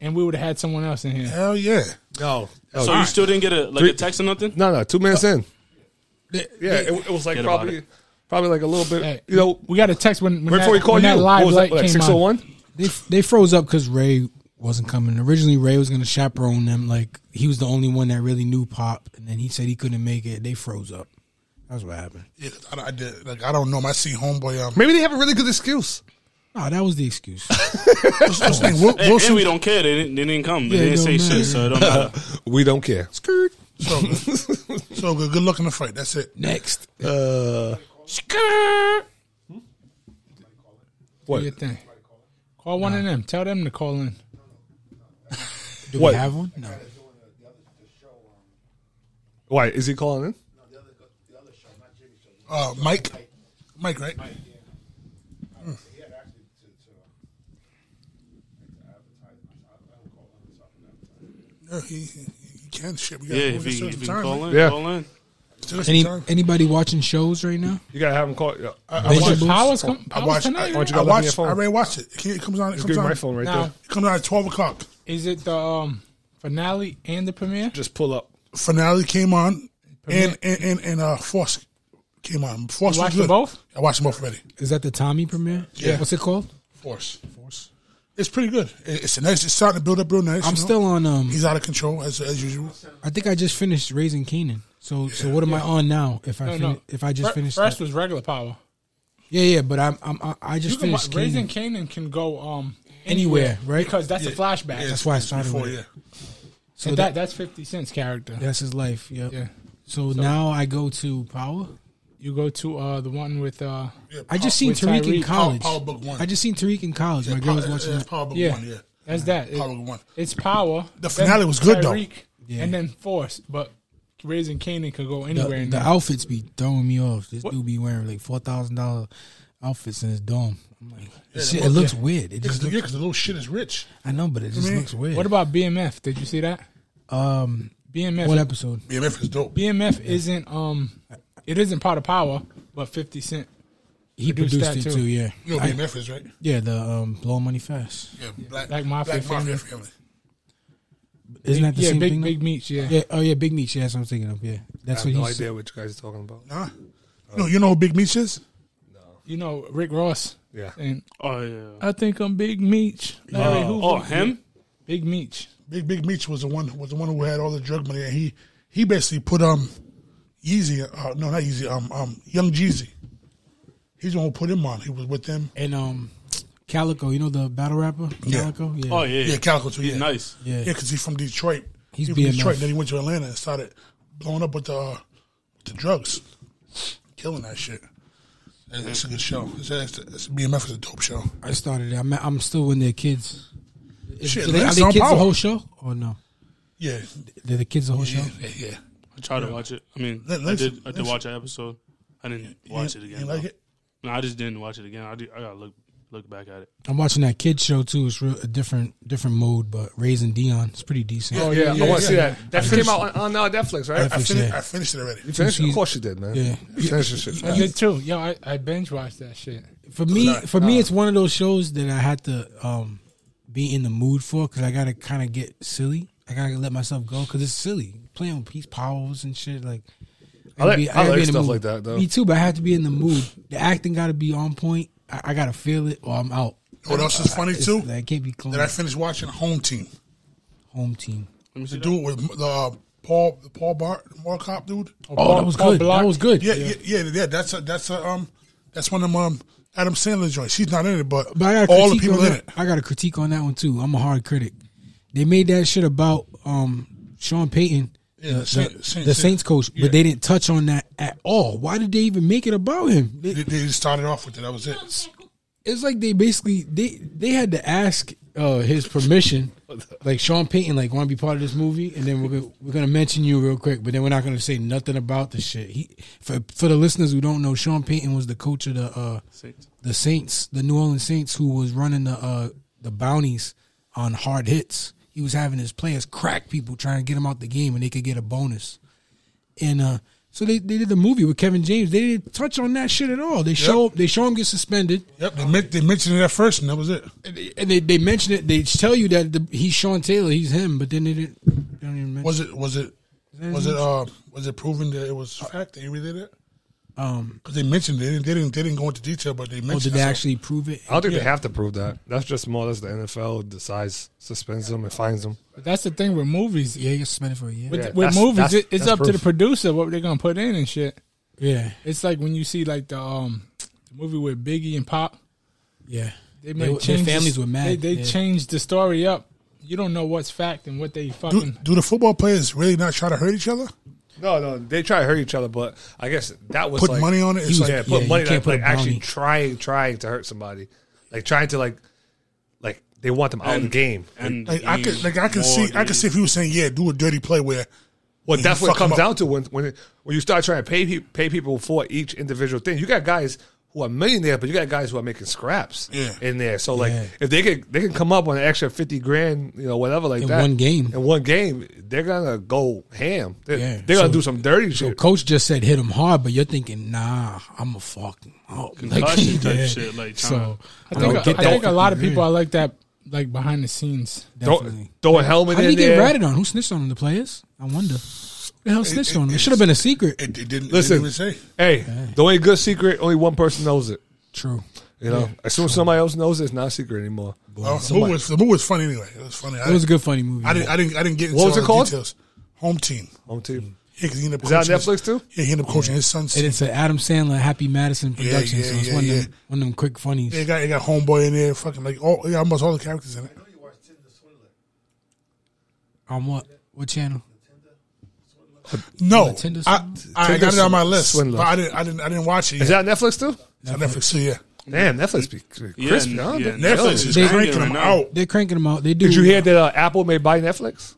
[SPEAKER 5] and we would have had someone else in here.
[SPEAKER 4] Hell yeah.
[SPEAKER 1] No, no,
[SPEAKER 3] So you still didn't get a like a text or nothing?
[SPEAKER 1] Oh, no, no, two minutes in. Yeah, it, it was like
[SPEAKER 3] Forget about
[SPEAKER 1] probably
[SPEAKER 3] it.
[SPEAKER 1] probably like a little bit.
[SPEAKER 5] Hey,
[SPEAKER 1] you know,
[SPEAKER 5] we got a text when, when
[SPEAKER 1] right
[SPEAKER 5] that,
[SPEAKER 1] before we called
[SPEAKER 5] when
[SPEAKER 1] you,
[SPEAKER 5] that live
[SPEAKER 1] what was
[SPEAKER 5] light
[SPEAKER 1] that, like
[SPEAKER 5] came
[SPEAKER 1] six oh
[SPEAKER 5] on.
[SPEAKER 1] one?
[SPEAKER 2] They they froze up because Ray wasn't coming. Originally, Ray was going to chaperone them. Like he was the only one that really knew Pop, and then he said he couldn't make it. They froze up. That's what happened.
[SPEAKER 4] Yeah, 'cause I, don't- I did, like I don't know. him. I see homeboy. Um,
[SPEAKER 1] Maybe they have a really good excuse.
[SPEAKER 2] No, that was the excuse.
[SPEAKER 4] what's what's his name? Wil-
[SPEAKER 3] And, and
[SPEAKER 4] Wilson.
[SPEAKER 3] we don't care. They didn't, they didn't come. They
[SPEAKER 2] Yeah, it
[SPEAKER 3] didn't say
[SPEAKER 2] don't matter.
[SPEAKER 3] shit, so it don't matter.
[SPEAKER 1] We don't care. Skirt.
[SPEAKER 4] So good. so good. Good luck in the fight. That's it.
[SPEAKER 2] Next,
[SPEAKER 1] Uh,
[SPEAKER 5] Do
[SPEAKER 1] what?
[SPEAKER 5] your thing. Call one of them. Tell them to call in.
[SPEAKER 2] do
[SPEAKER 1] What?
[SPEAKER 2] we have one? No.
[SPEAKER 1] Why is he calling in?
[SPEAKER 4] Uh, Mike. Mike, right? Mm. Yeah, he, he, he can shit. We got
[SPEAKER 3] Yeah, if
[SPEAKER 4] we
[SPEAKER 3] he,
[SPEAKER 4] got
[SPEAKER 3] if he
[SPEAKER 4] time.
[SPEAKER 3] call in,
[SPEAKER 1] Yeah.
[SPEAKER 3] call in.
[SPEAKER 4] Certain
[SPEAKER 2] Any
[SPEAKER 4] time.
[SPEAKER 2] anybody watching shows right now?
[SPEAKER 1] You gotta have him call. Yeah. I,
[SPEAKER 4] I watched.
[SPEAKER 5] Powers, com-
[SPEAKER 4] I
[SPEAKER 5] powers
[SPEAKER 4] watched.
[SPEAKER 5] tonight.
[SPEAKER 4] I,
[SPEAKER 1] Why don't you
[SPEAKER 4] I
[SPEAKER 1] go look on your
[SPEAKER 4] watched.
[SPEAKER 1] phone?
[SPEAKER 4] I already watched it. It comes on. It
[SPEAKER 1] just give
[SPEAKER 4] comes
[SPEAKER 1] me
[SPEAKER 4] on.
[SPEAKER 1] my phone right
[SPEAKER 5] Now-
[SPEAKER 1] there.
[SPEAKER 4] It comes on at twelve o'clock.
[SPEAKER 5] Is it the um, finale and the premiere?
[SPEAKER 1] Just pull up.
[SPEAKER 4] Finale came on, and and and, and uh, Force came on. Force was
[SPEAKER 5] You watched
[SPEAKER 4] good.
[SPEAKER 5] them both?
[SPEAKER 4] I watched them both already.
[SPEAKER 2] Is that the Tommy premiere?
[SPEAKER 4] Yeah.
[SPEAKER 2] What's it called?
[SPEAKER 4] Force. Force. It's pretty good. It- It's a nice. It's starting to build up real nice.
[SPEAKER 2] I'm
[SPEAKER 4] you know?
[SPEAKER 2] still on. Um,
[SPEAKER 4] He's out of control as as usual.
[SPEAKER 2] I think I just finished Raising Canaan. So, so what am I on now? If I
[SPEAKER 5] No,
[SPEAKER 2] fini-
[SPEAKER 5] no.
[SPEAKER 2] if I just
[SPEAKER 5] Fir-
[SPEAKER 2] finished,
[SPEAKER 5] First
[SPEAKER 2] that?
[SPEAKER 5] was regular power.
[SPEAKER 2] yeah, yeah. But I'm, I'm I- I
[SPEAKER 5] You
[SPEAKER 2] just
[SPEAKER 5] can, wa-
[SPEAKER 2] finished
[SPEAKER 5] Raising
[SPEAKER 2] Canaan.
[SPEAKER 5] Canaan can go um
[SPEAKER 2] Anywhere,
[SPEAKER 5] anywhere,
[SPEAKER 2] right?
[SPEAKER 5] Because that's a flashback.
[SPEAKER 2] That's why I started
[SPEAKER 4] Before,
[SPEAKER 2] with it.
[SPEAKER 4] yeah.
[SPEAKER 2] So
[SPEAKER 5] And
[SPEAKER 2] that,
[SPEAKER 5] that that's Fifty Cent's character.
[SPEAKER 2] that's his life. Yep.
[SPEAKER 5] Yeah.
[SPEAKER 2] So, now I go to Power.
[SPEAKER 5] You go to uh the one with uh
[SPEAKER 4] yeah.
[SPEAKER 2] I just seen
[SPEAKER 5] With
[SPEAKER 2] Tariq in
[SPEAKER 5] Tyreek,
[SPEAKER 4] Power,
[SPEAKER 2] college.
[SPEAKER 4] Power Book One.
[SPEAKER 2] I just seen Tariq in college. My girl was watching
[SPEAKER 4] It's
[SPEAKER 2] that.
[SPEAKER 4] Power Book
[SPEAKER 5] Yeah.
[SPEAKER 4] One. Yeah.
[SPEAKER 5] That's that. It-
[SPEAKER 4] Power Book One.
[SPEAKER 5] it's power.
[SPEAKER 4] The finale was good, though.
[SPEAKER 2] Yeah.
[SPEAKER 5] And then Force, but Raising Canaan could go
[SPEAKER 2] The,
[SPEAKER 5] anywhere. in
[SPEAKER 2] the
[SPEAKER 5] there.
[SPEAKER 2] outfits be throwing me off. This dude be wearing like four thousand dollar outfits in his dome. I'm like, shit, it looks weird. It
[SPEAKER 4] Because
[SPEAKER 2] just
[SPEAKER 4] the,
[SPEAKER 2] looks,
[SPEAKER 4] yeah, 'cause the little shit is rich.
[SPEAKER 2] I know, but it just
[SPEAKER 4] mean,
[SPEAKER 2] looks weird.
[SPEAKER 5] what about BMF? Did you see that?
[SPEAKER 2] um
[SPEAKER 5] BMF.
[SPEAKER 2] one episode?
[SPEAKER 4] BMF is dope.
[SPEAKER 5] BMF isn't um, it isn't part of power, but Fifty Cent.
[SPEAKER 2] He produced,
[SPEAKER 5] produced
[SPEAKER 2] it too.
[SPEAKER 5] that, too.
[SPEAKER 2] Yeah,
[SPEAKER 4] You know
[SPEAKER 2] I-
[SPEAKER 4] BMF is right.
[SPEAKER 2] yeah. The um, blow money fast.
[SPEAKER 4] Yeah, black,
[SPEAKER 5] Black Mafia
[SPEAKER 4] black mafia
[SPEAKER 5] family.
[SPEAKER 4] family.
[SPEAKER 2] Isn't that the
[SPEAKER 5] yeah,
[SPEAKER 2] same
[SPEAKER 5] big
[SPEAKER 2] thing? though?
[SPEAKER 5] big meats. Yeah.
[SPEAKER 2] yeah. Oh yeah, big meat. Yeah, that's what I'm thinking of. Yeah,
[SPEAKER 1] I
[SPEAKER 2] that's
[SPEAKER 1] have no
[SPEAKER 2] what he's.
[SPEAKER 1] idea what you guys are talking about.
[SPEAKER 2] Uh,
[SPEAKER 4] Huh? no, you know who Big Meech is?
[SPEAKER 5] You know Rick Ross.
[SPEAKER 1] Yeah.
[SPEAKER 5] And
[SPEAKER 3] Oh yeah.
[SPEAKER 5] I think I'm Big Meech.
[SPEAKER 2] Uh,
[SPEAKER 5] Larry Hoover.
[SPEAKER 3] Oh him?
[SPEAKER 5] Big Meech.
[SPEAKER 4] Big Big Meech was the one was the one who had all the drug money, and he he basically put um Yeezy, uh, no not Yeezy, um um Young Jeezy. He's the one who put him on. He was with them.
[SPEAKER 2] And um, Calico. You know the battle rapper
[SPEAKER 4] Yeah.
[SPEAKER 2] Calico. Yeah.
[SPEAKER 3] Oh yeah.
[SPEAKER 4] Yeah, Calico too.
[SPEAKER 3] He's
[SPEAKER 4] yeah,
[SPEAKER 3] nice.
[SPEAKER 2] Yeah.
[SPEAKER 4] Yeah, because he's from Detroit.
[SPEAKER 2] He's
[SPEAKER 4] he was from
[SPEAKER 2] BMF.
[SPEAKER 4] Detroit. Then he went to Atlanta and started blowing up with the uh, with the drugs, killing that shit. That- That's a good show. It's, it's, it's, BMF is a dope show.
[SPEAKER 2] I started it. I'm, I'm still when they're kids. Is-
[SPEAKER 4] Shit,
[SPEAKER 2] are they, are
[SPEAKER 4] that's
[SPEAKER 2] they
[SPEAKER 4] on
[SPEAKER 2] kids
[SPEAKER 4] power.
[SPEAKER 2] the whole show or no?
[SPEAKER 4] Yeah,
[SPEAKER 2] They're the kids the whole
[SPEAKER 4] yeah,
[SPEAKER 2] show.
[SPEAKER 4] yeah. yeah.
[SPEAKER 3] I tried to watch it. I mean
[SPEAKER 4] Let-
[SPEAKER 3] I
[SPEAKER 4] let's-
[SPEAKER 3] did I did
[SPEAKER 4] let's-
[SPEAKER 3] watch an episode. I didn't watch
[SPEAKER 4] You-
[SPEAKER 3] it
[SPEAKER 4] You
[SPEAKER 3] again.
[SPEAKER 4] like
[SPEAKER 3] though.
[SPEAKER 4] it?
[SPEAKER 3] No, I just didn't watch it again. I did, I gotta look look back at it.
[SPEAKER 2] I'm watching that kids show too. It's real, a different different mode, but raising Dion, it's pretty decent.
[SPEAKER 1] Oh yeah,
[SPEAKER 4] yeah,
[SPEAKER 1] I want to
[SPEAKER 4] yeah.
[SPEAKER 1] see that. That came out on, on uh, Netflix, right?
[SPEAKER 4] I,
[SPEAKER 2] Netflix,
[SPEAKER 4] finished,
[SPEAKER 2] yeah.
[SPEAKER 4] I finished it already.
[SPEAKER 1] You finished it?
[SPEAKER 2] see-
[SPEAKER 1] Of course you did, man.
[SPEAKER 2] Yeah.
[SPEAKER 1] You finished this shit.
[SPEAKER 5] I did too. Yo, I, I binge watched that shit.
[SPEAKER 2] For me, for me, it's one of those shows that I had to um, be in the mood for because I gotta kind of get silly. I gotta let myself go because it's silly playing with peace powers and shit. Like
[SPEAKER 1] I like-
[SPEAKER 2] gotta
[SPEAKER 1] I
[SPEAKER 2] gotta
[SPEAKER 1] like
[SPEAKER 2] in the
[SPEAKER 1] stuff
[SPEAKER 2] mood.
[SPEAKER 1] like that, though.
[SPEAKER 2] Me too, but I have to be in the mood. The acting gotta be on point. I, I gotta feel it or I'm out.
[SPEAKER 4] What else is funny
[SPEAKER 2] It's-
[SPEAKER 4] too?
[SPEAKER 2] I can't be clone.
[SPEAKER 4] That I finished watching Home Team.
[SPEAKER 2] Home team.
[SPEAKER 3] Let me see
[SPEAKER 4] The
[SPEAKER 3] that.
[SPEAKER 4] dude with the uh, Paul, the Paul Bart, Mall Cop dude.
[SPEAKER 2] Oh, that was good. That was good.
[SPEAKER 4] Yeah, yeah, yeah, yeah. That's a, that's a, um, that's one of them um, Adam Sandler joints. He's not in it, but,
[SPEAKER 2] But I got
[SPEAKER 4] all the
[SPEAKER 2] critique
[SPEAKER 4] people
[SPEAKER 2] on
[SPEAKER 4] in
[SPEAKER 2] that-
[SPEAKER 4] it.
[SPEAKER 2] I got a critique on that one too. I'm a hard critic. They made that shit about um, Sean Payton,
[SPEAKER 4] Yeah,
[SPEAKER 2] the,
[SPEAKER 4] the Saint-
[SPEAKER 2] the-
[SPEAKER 4] Saint-
[SPEAKER 2] the
[SPEAKER 4] Saint-
[SPEAKER 2] Saints coach,
[SPEAKER 4] yeah.
[SPEAKER 2] but they didn't touch on that at all. Why did they even make it about him? They-
[SPEAKER 4] They, they just started off with it. That was it.
[SPEAKER 2] it's like they basically they they had to ask uh, his permission. Like Sean Payton, like want to be part of this movie, and then we're gonna, we're gonna mention you real quick, but then we're not gonna say nothing about the shit. He for for the listeners who don't know, Sean Payton was the coach of the uh,
[SPEAKER 3] Saints.
[SPEAKER 2] the Saints, the New Orleans Saints, who was running the uh, the bounties on hard hits. He was having his players crack people, trying to get them out the game, and they could get a bonus. And uh, so they, they did the movie with Kevin James. They didn't touch on that shit at all. They show they show him get suspended,
[SPEAKER 4] Yep, they, men- they mentioned it at first, and that was it.
[SPEAKER 2] and they and they, they mention it. They tell you that the, he's Sean Taylor, he's him, but then they didn't. They don't even mention. Mm-hmm.
[SPEAKER 4] Was it? Was it? Was it? Uh, was it proven that it was fact? That he really did it?
[SPEAKER 2] Um,
[SPEAKER 4] because they mentioned it. They didn't, they didn't. They didn't go into detail, but they
[SPEAKER 2] oh, did
[SPEAKER 4] mentioned.
[SPEAKER 2] they
[SPEAKER 4] it.
[SPEAKER 2] actually prove it?
[SPEAKER 1] I don't think
[SPEAKER 4] Yeah.
[SPEAKER 1] they have to prove that. That's just more or less the NFL decides, suspends them, and fines them.
[SPEAKER 5] But that's the thing with movies.
[SPEAKER 2] Yeah, you got suspended for a year.
[SPEAKER 5] With,
[SPEAKER 1] Yeah,
[SPEAKER 5] with
[SPEAKER 1] that's-
[SPEAKER 5] movies,
[SPEAKER 1] that's-
[SPEAKER 5] it, it's
[SPEAKER 1] that's
[SPEAKER 5] up to the
[SPEAKER 1] proof.
[SPEAKER 5] producer what they're gonna put in and shit.
[SPEAKER 2] Yeah,
[SPEAKER 5] It's like when you see like the um the movie with Biggie and Pop.
[SPEAKER 2] yeah.
[SPEAKER 5] They
[SPEAKER 2] They-
[SPEAKER 5] made
[SPEAKER 2] their
[SPEAKER 5] changes.
[SPEAKER 2] families were mad,
[SPEAKER 5] They, they
[SPEAKER 2] yeah.
[SPEAKER 5] changed the story up. You don't know what's fact and what they
[SPEAKER 4] do,
[SPEAKER 5] fucking.
[SPEAKER 4] do the football players really not try to hurt each other?
[SPEAKER 1] No, no, they try to hurt each other, but I guess that was
[SPEAKER 4] Put
[SPEAKER 1] like-
[SPEAKER 4] money on it. It's
[SPEAKER 2] was-
[SPEAKER 4] like
[SPEAKER 1] yeah,
[SPEAKER 2] Yeah,
[SPEAKER 1] put
[SPEAKER 2] you
[SPEAKER 1] money
[SPEAKER 2] can't
[SPEAKER 1] like,
[SPEAKER 2] put a
[SPEAKER 1] like actually
[SPEAKER 2] bounty.
[SPEAKER 1] trying trying to hurt somebody, like trying to like like they want them out of the
[SPEAKER 3] And-
[SPEAKER 1] game.
[SPEAKER 3] And
[SPEAKER 4] like I could like I can see I can see if he was saying yeah, do a dirty play where
[SPEAKER 1] Well,
[SPEAKER 4] Yeah,
[SPEAKER 1] that's
[SPEAKER 4] you
[SPEAKER 1] what it
[SPEAKER 4] fuck 'em
[SPEAKER 1] comes
[SPEAKER 4] up.
[SPEAKER 1] down to when when it, when you start trying to pay pe- pay people for each individual thing. You got guys who are millionaires, but you got guys who are making scraps
[SPEAKER 4] Yeah.
[SPEAKER 1] in there. So like
[SPEAKER 2] Yeah.
[SPEAKER 1] if they can they can come up on an extra fifty grand, you know, whatever like
[SPEAKER 2] In
[SPEAKER 1] that
[SPEAKER 2] one game.
[SPEAKER 1] In one game, they're gonna go ham. They're,
[SPEAKER 2] Yeah.
[SPEAKER 1] they're
[SPEAKER 2] So-
[SPEAKER 1] gonna do some dirty
[SPEAKER 2] So
[SPEAKER 1] shit.
[SPEAKER 2] coach just said hit him hard, but you're thinking, nah, I'm a fucking up. Like,
[SPEAKER 3] Concussion type shit, like,
[SPEAKER 2] so,
[SPEAKER 5] I think, I,
[SPEAKER 2] get that
[SPEAKER 5] think a lot of
[SPEAKER 2] fucking-
[SPEAKER 5] people are like that, like behind the scenes.
[SPEAKER 1] Throw,
[SPEAKER 2] definitely.
[SPEAKER 1] throw a helmet
[SPEAKER 2] How did
[SPEAKER 1] in
[SPEAKER 2] he get
[SPEAKER 1] there.
[SPEAKER 2] ratted on? Who snitched on him? The players? I wonder. Who the hell snitched on him? It should have been a secret.
[SPEAKER 4] it, it didn't.
[SPEAKER 1] Listen.
[SPEAKER 4] it didn't even say.
[SPEAKER 1] Hey, the only good secret, only one person knows it.
[SPEAKER 2] True.
[SPEAKER 1] You know, as soon as somebody else knows it, it's not a secret anymore.
[SPEAKER 4] Oh, the movie was the movie was funny anyway. It was funny. I,
[SPEAKER 2] It was a good funny movie.
[SPEAKER 4] I didn't I didn't I didn't get into
[SPEAKER 1] What was
[SPEAKER 4] all
[SPEAKER 1] it
[SPEAKER 4] the
[SPEAKER 1] called?
[SPEAKER 4] details. Home team.
[SPEAKER 1] Home team.
[SPEAKER 4] Yeah, 'cause he ended up
[SPEAKER 1] Is that on
[SPEAKER 4] coaching his-
[SPEAKER 1] Netflix too?
[SPEAKER 4] Yeah, he ended up coaching his son's.
[SPEAKER 2] and it's an Adam Sandler Happy Madison production,
[SPEAKER 4] yeah,
[SPEAKER 2] so it's
[SPEAKER 4] yeah,
[SPEAKER 2] one, of
[SPEAKER 4] yeah.
[SPEAKER 2] them, one of them quick funnies.
[SPEAKER 4] It got it got homeboy in there. Fucking like all yeah, almost all the characters in it.
[SPEAKER 2] On what? What channel?
[SPEAKER 4] No,
[SPEAKER 2] Tinder
[SPEAKER 4] I, I got it on my list,
[SPEAKER 1] Swindler.
[SPEAKER 4] but I didn't I didn't I didn't watch it. Yet.
[SPEAKER 1] Is that on Netflix too?
[SPEAKER 4] It's on Netflix? too, yeah,
[SPEAKER 1] Damn, Netflix be crispy,
[SPEAKER 3] Yeah,
[SPEAKER 1] huh?
[SPEAKER 3] yeah,
[SPEAKER 1] They-
[SPEAKER 4] Netflix is
[SPEAKER 2] They-
[SPEAKER 4] cranking them out.
[SPEAKER 2] They're cranking them out. They do.
[SPEAKER 1] Did you hear that uh, Apple may buy Netflix?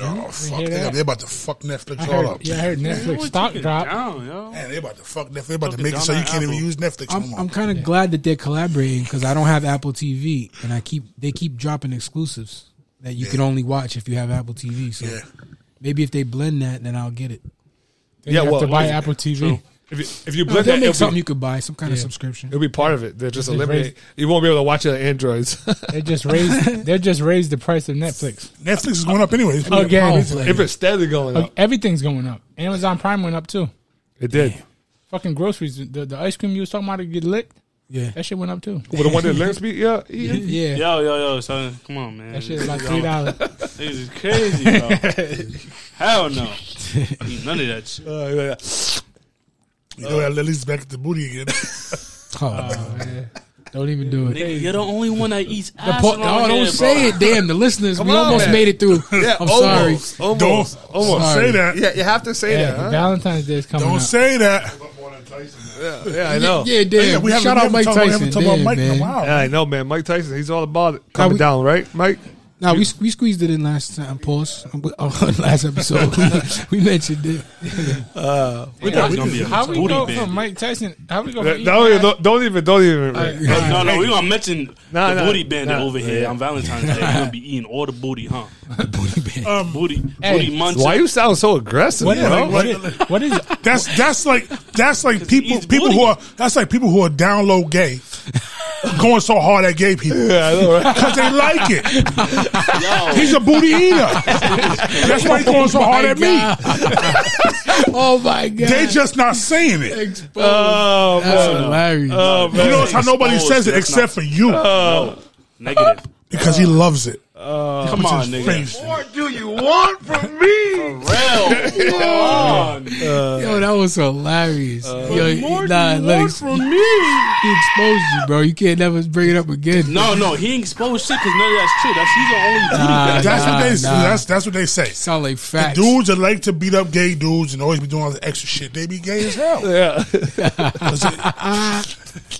[SPEAKER 4] Oh fuck!
[SPEAKER 5] hear
[SPEAKER 4] They,
[SPEAKER 5] that?
[SPEAKER 4] they're about to fuck Netflix
[SPEAKER 5] I
[SPEAKER 4] all
[SPEAKER 5] heard,
[SPEAKER 4] up.
[SPEAKER 5] yeah, I heard Netflix stock drop.
[SPEAKER 3] Down, yo.
[SPEAKER 4] Man, they about to fuck Netflix. They about to
[SPEAKER 3] Fucking
[SPEAKER 4] make it so
[SPEAKER 3] down
[SPEAKER 4] you
[SPEAKER 3] that
[SPEAKER 4] can't even
[SPEAKER 3] Apple.
[SPEAKER 4] use Netflix no
[SPEAKER 2] I'm,
[SPEAKER 4] more.
[SPEAKER 2] I'm kind of glad that they're collaborating because I don't have Apple TV, and I keep they keep dropping exclusives that you can only watch if you have Apple TV. So
[SPEAKER 4] yeah,
[SPEAKER 2] maybe if they blend that, then I'll get it.
[SPEAKER 1] Yeah,
[SPEAKER 5] Then you have
[SPEAKER 1] well,
[SPEAKER 5] to buy
[SPEAKER 1] like-
[SPEAKER 5] Apple TV.
[SPEAKER 1] If you, if you
[SPEAKER 2] They'll
[SPEAKER 1] blend that,
[SPEAKER 2] make
[SPEAKER 1] it'll
[SPEAKER 2] something
[SPEAKER 1] be,
[SPEAKER 2] you could buy, some kind of subscription.
[SPEAKER 1] it'll be part of it. They're just
[SPEAKER 5] They raised-
[SPEAKER 1] eliminating. You won't be able to watch it on Androids.
[SPEAKER 5] They just raised. they just raised the price of Netflix.
[SPEAKER 4] Netflix is going up anyway. Oh. It's pretty-
[SPEAKER 5] Again.
[SPEAKER 2] Powerful.
[SPEAKER 1] if it's steadily going
[SPEAKER 5] Like,
[SPEAKER 1] up,
[SPEAKER 5] everything's going up. Amazon Prime went up too.
[SPEAKER 1] it did.
[SPEAKER 5] Fucking groceries. The, the ice cream you was talking about to get licked.
[SPEAKER 2] yeah,
[SPEAKER 5] That shit went up too.
[SPEAKER 1] With the one that Lynx beat, yeah, yeah.
[SPEAKER 5] Yeah,
[SPEAKER 3] Yo, yo, yo, son. Come on, man.
[SPEAKER 5] that shit is like three dollars.
[SPEAKER 3] This is crazy, bro. Hell no. Ain't None of that shit.
[SPEAKER 1] Uh, yeah.
[SPEAKER 4] You know that Lily's back at the booty again.
[SPEAKER 2] Oh,
[SPEAKER 5] Don't even do it. oh,
[SPEAKER 3] Nigga, you're the only one that eats ass.
[SPEAKER 2] The po- no, don't say it. Damn, the listeners, we
[SPEAKER 1] on,
[SPEAKER 2] almost
[SPEAKER 1] man.
[SPEAKER 2] made it through.
[SPEAKER 1] Yeah,
[SPEAKER 2] I'm
[SPEAKER 1] almost, sorry. Almost,
[SPEAKER 4] Don't-
[SPEAKER 1] almost.
[SPEAKER 4] Say that.
[SPEAKER 1] Yeah, you have to say
[SPEAKER 5] Yeah,
[SPEAKER 1] that. Huh?
[SPEAKER 5] Valentine's Day is coming.
[SPEAKER 4] Don't
[SPEAKER 5] up.
[SPEAKER 4] say that.
[SPEAKER 1] Yeah, I know.
[SPEAKER 2] sorry. Yeah,
[SPEAKER 4] Yeah,
[SPEAKER 2] damn.
[SPEAKER 4] we haven't,
[SPEAKER 2] Shout
[SPEAKER 4] we
[SPEAKER 2] out
[SPEAKER 4] haven't
[SPEAKER 2] Mike
[SPEAKER 4] talked- we
[SPEAKER 2] Tyson.
[SPEAKER 4] haven't talked about
[SPEAKER 2] Damn,
[SPEAKER 4] Mike in
[SPEAKER 2] man.
[SPEAKER 4] a while.
[SPEAKER 1] Yeah, I know, man. Mike Tyson, he's all about it. Coming
[SPEAKER 2] we-
[SPEAKER 1] down, right, Mike?
[SPEAKER 2] Nah, we, we squeezed it in last time. Pause. On last episode, we mentioned it.
[SPEAKER 3] It's gonna be a
[SPEAKER 5] How we
[SPEAKER 3] booty
[SPEAKER 5] go
[SPEAKER 3] band.
[SPEAKER 5] from Mike Tyson? How we go?
[SPEAKER 1] Don't
[SPEAKER 5] From
[SPEAKER 1] even, don't, don't even, don't even.
[SPEAKER 3] No, no, we gonna mention
[SPEAKER 1] Nah,
[SPEAKER 3] the
[SPEAKER 1] nah,
[SPEAKER 3] booty bandit
[SPEAKER 1] nah.
[SPEAKER 3] over here
[SPEAKER 1] Yeah.
[SPEAKER 3] on Valentine's Day. You're gonna be eating all the booty, huh?
[SPEAKER 2] Booty band.
[SPEAKER 4] Um,
[SPEAKER 3] Booty,
[SPEAKER 5] hey,
[SPEAKER 3] booty munch.
[SPEAKER 1] Why you sound so aggressive,
[SPEAKER 5] What is,
[SPEAKER 1] bro?
[SPEAKER 5] what is- what is
[SPEAKER 4] That's that's like that's like people
[SPEAKER 3] eats
[SPEAKER 4] people who
[SPEAKER 3] booty.
[SPEAKER 4] are that's like people who are down low gay, going so hard at gay people
[SPEAKER 1] Yeah, I know, right?
[SPEAKER 4] because they like it.
[SPEAKER 3] Yo,
[SPEAKER 4] He's a booty eater. That's why he's going so hard at me.
[SPEAKER 2] oh my god.
[SPEAKER 4] They just not saying it.
[SPEAKER 2] Exposed.
[SPEAKER 1] Oh,
[SPEAKER 2] That's
[SPEAKER 1] man.
[SPEAKER 2] hilarious.
[SPEAKER 1] Oh,
[SPEAKER 4] You
[SPEAKER 1] man.
[SPEAKER 4] notice how nobody
[SPEAKER 3] Exposed,
[SPEAKER 4] says it
[SPEAKER 3] that's
[SPEAKER 4] except for you
[SPEAKER 3] negative.
[SPEAKER 4] because he loves it.
[SPEAKER 3] Come on,
[SPEAKER 4] Crazy.
[SPEAKER 3] nigga.
[SPEAKER 2] Yo, that was hilarious. Yo, nah, let ex- he exposed you, bro. You can't never bring it up again.
[SPEAKER 3] No, no, he ain't exposed shit because none of that's true. That's he's the only booty bandit.
[SPEAKER 4] That's what they
[SPEAKER 2] Nah, nah.
[SPEAKER 4] that's that's what they say.
[SPEAKER 2] sound like facts.
[SPEAKER 4] Dudes that like to beat up gay dudes and always be doing all this extra shit. They be gay as hell.
[SPEAKER 1] Yeah.
[SPEAKER 4] 'Cause it-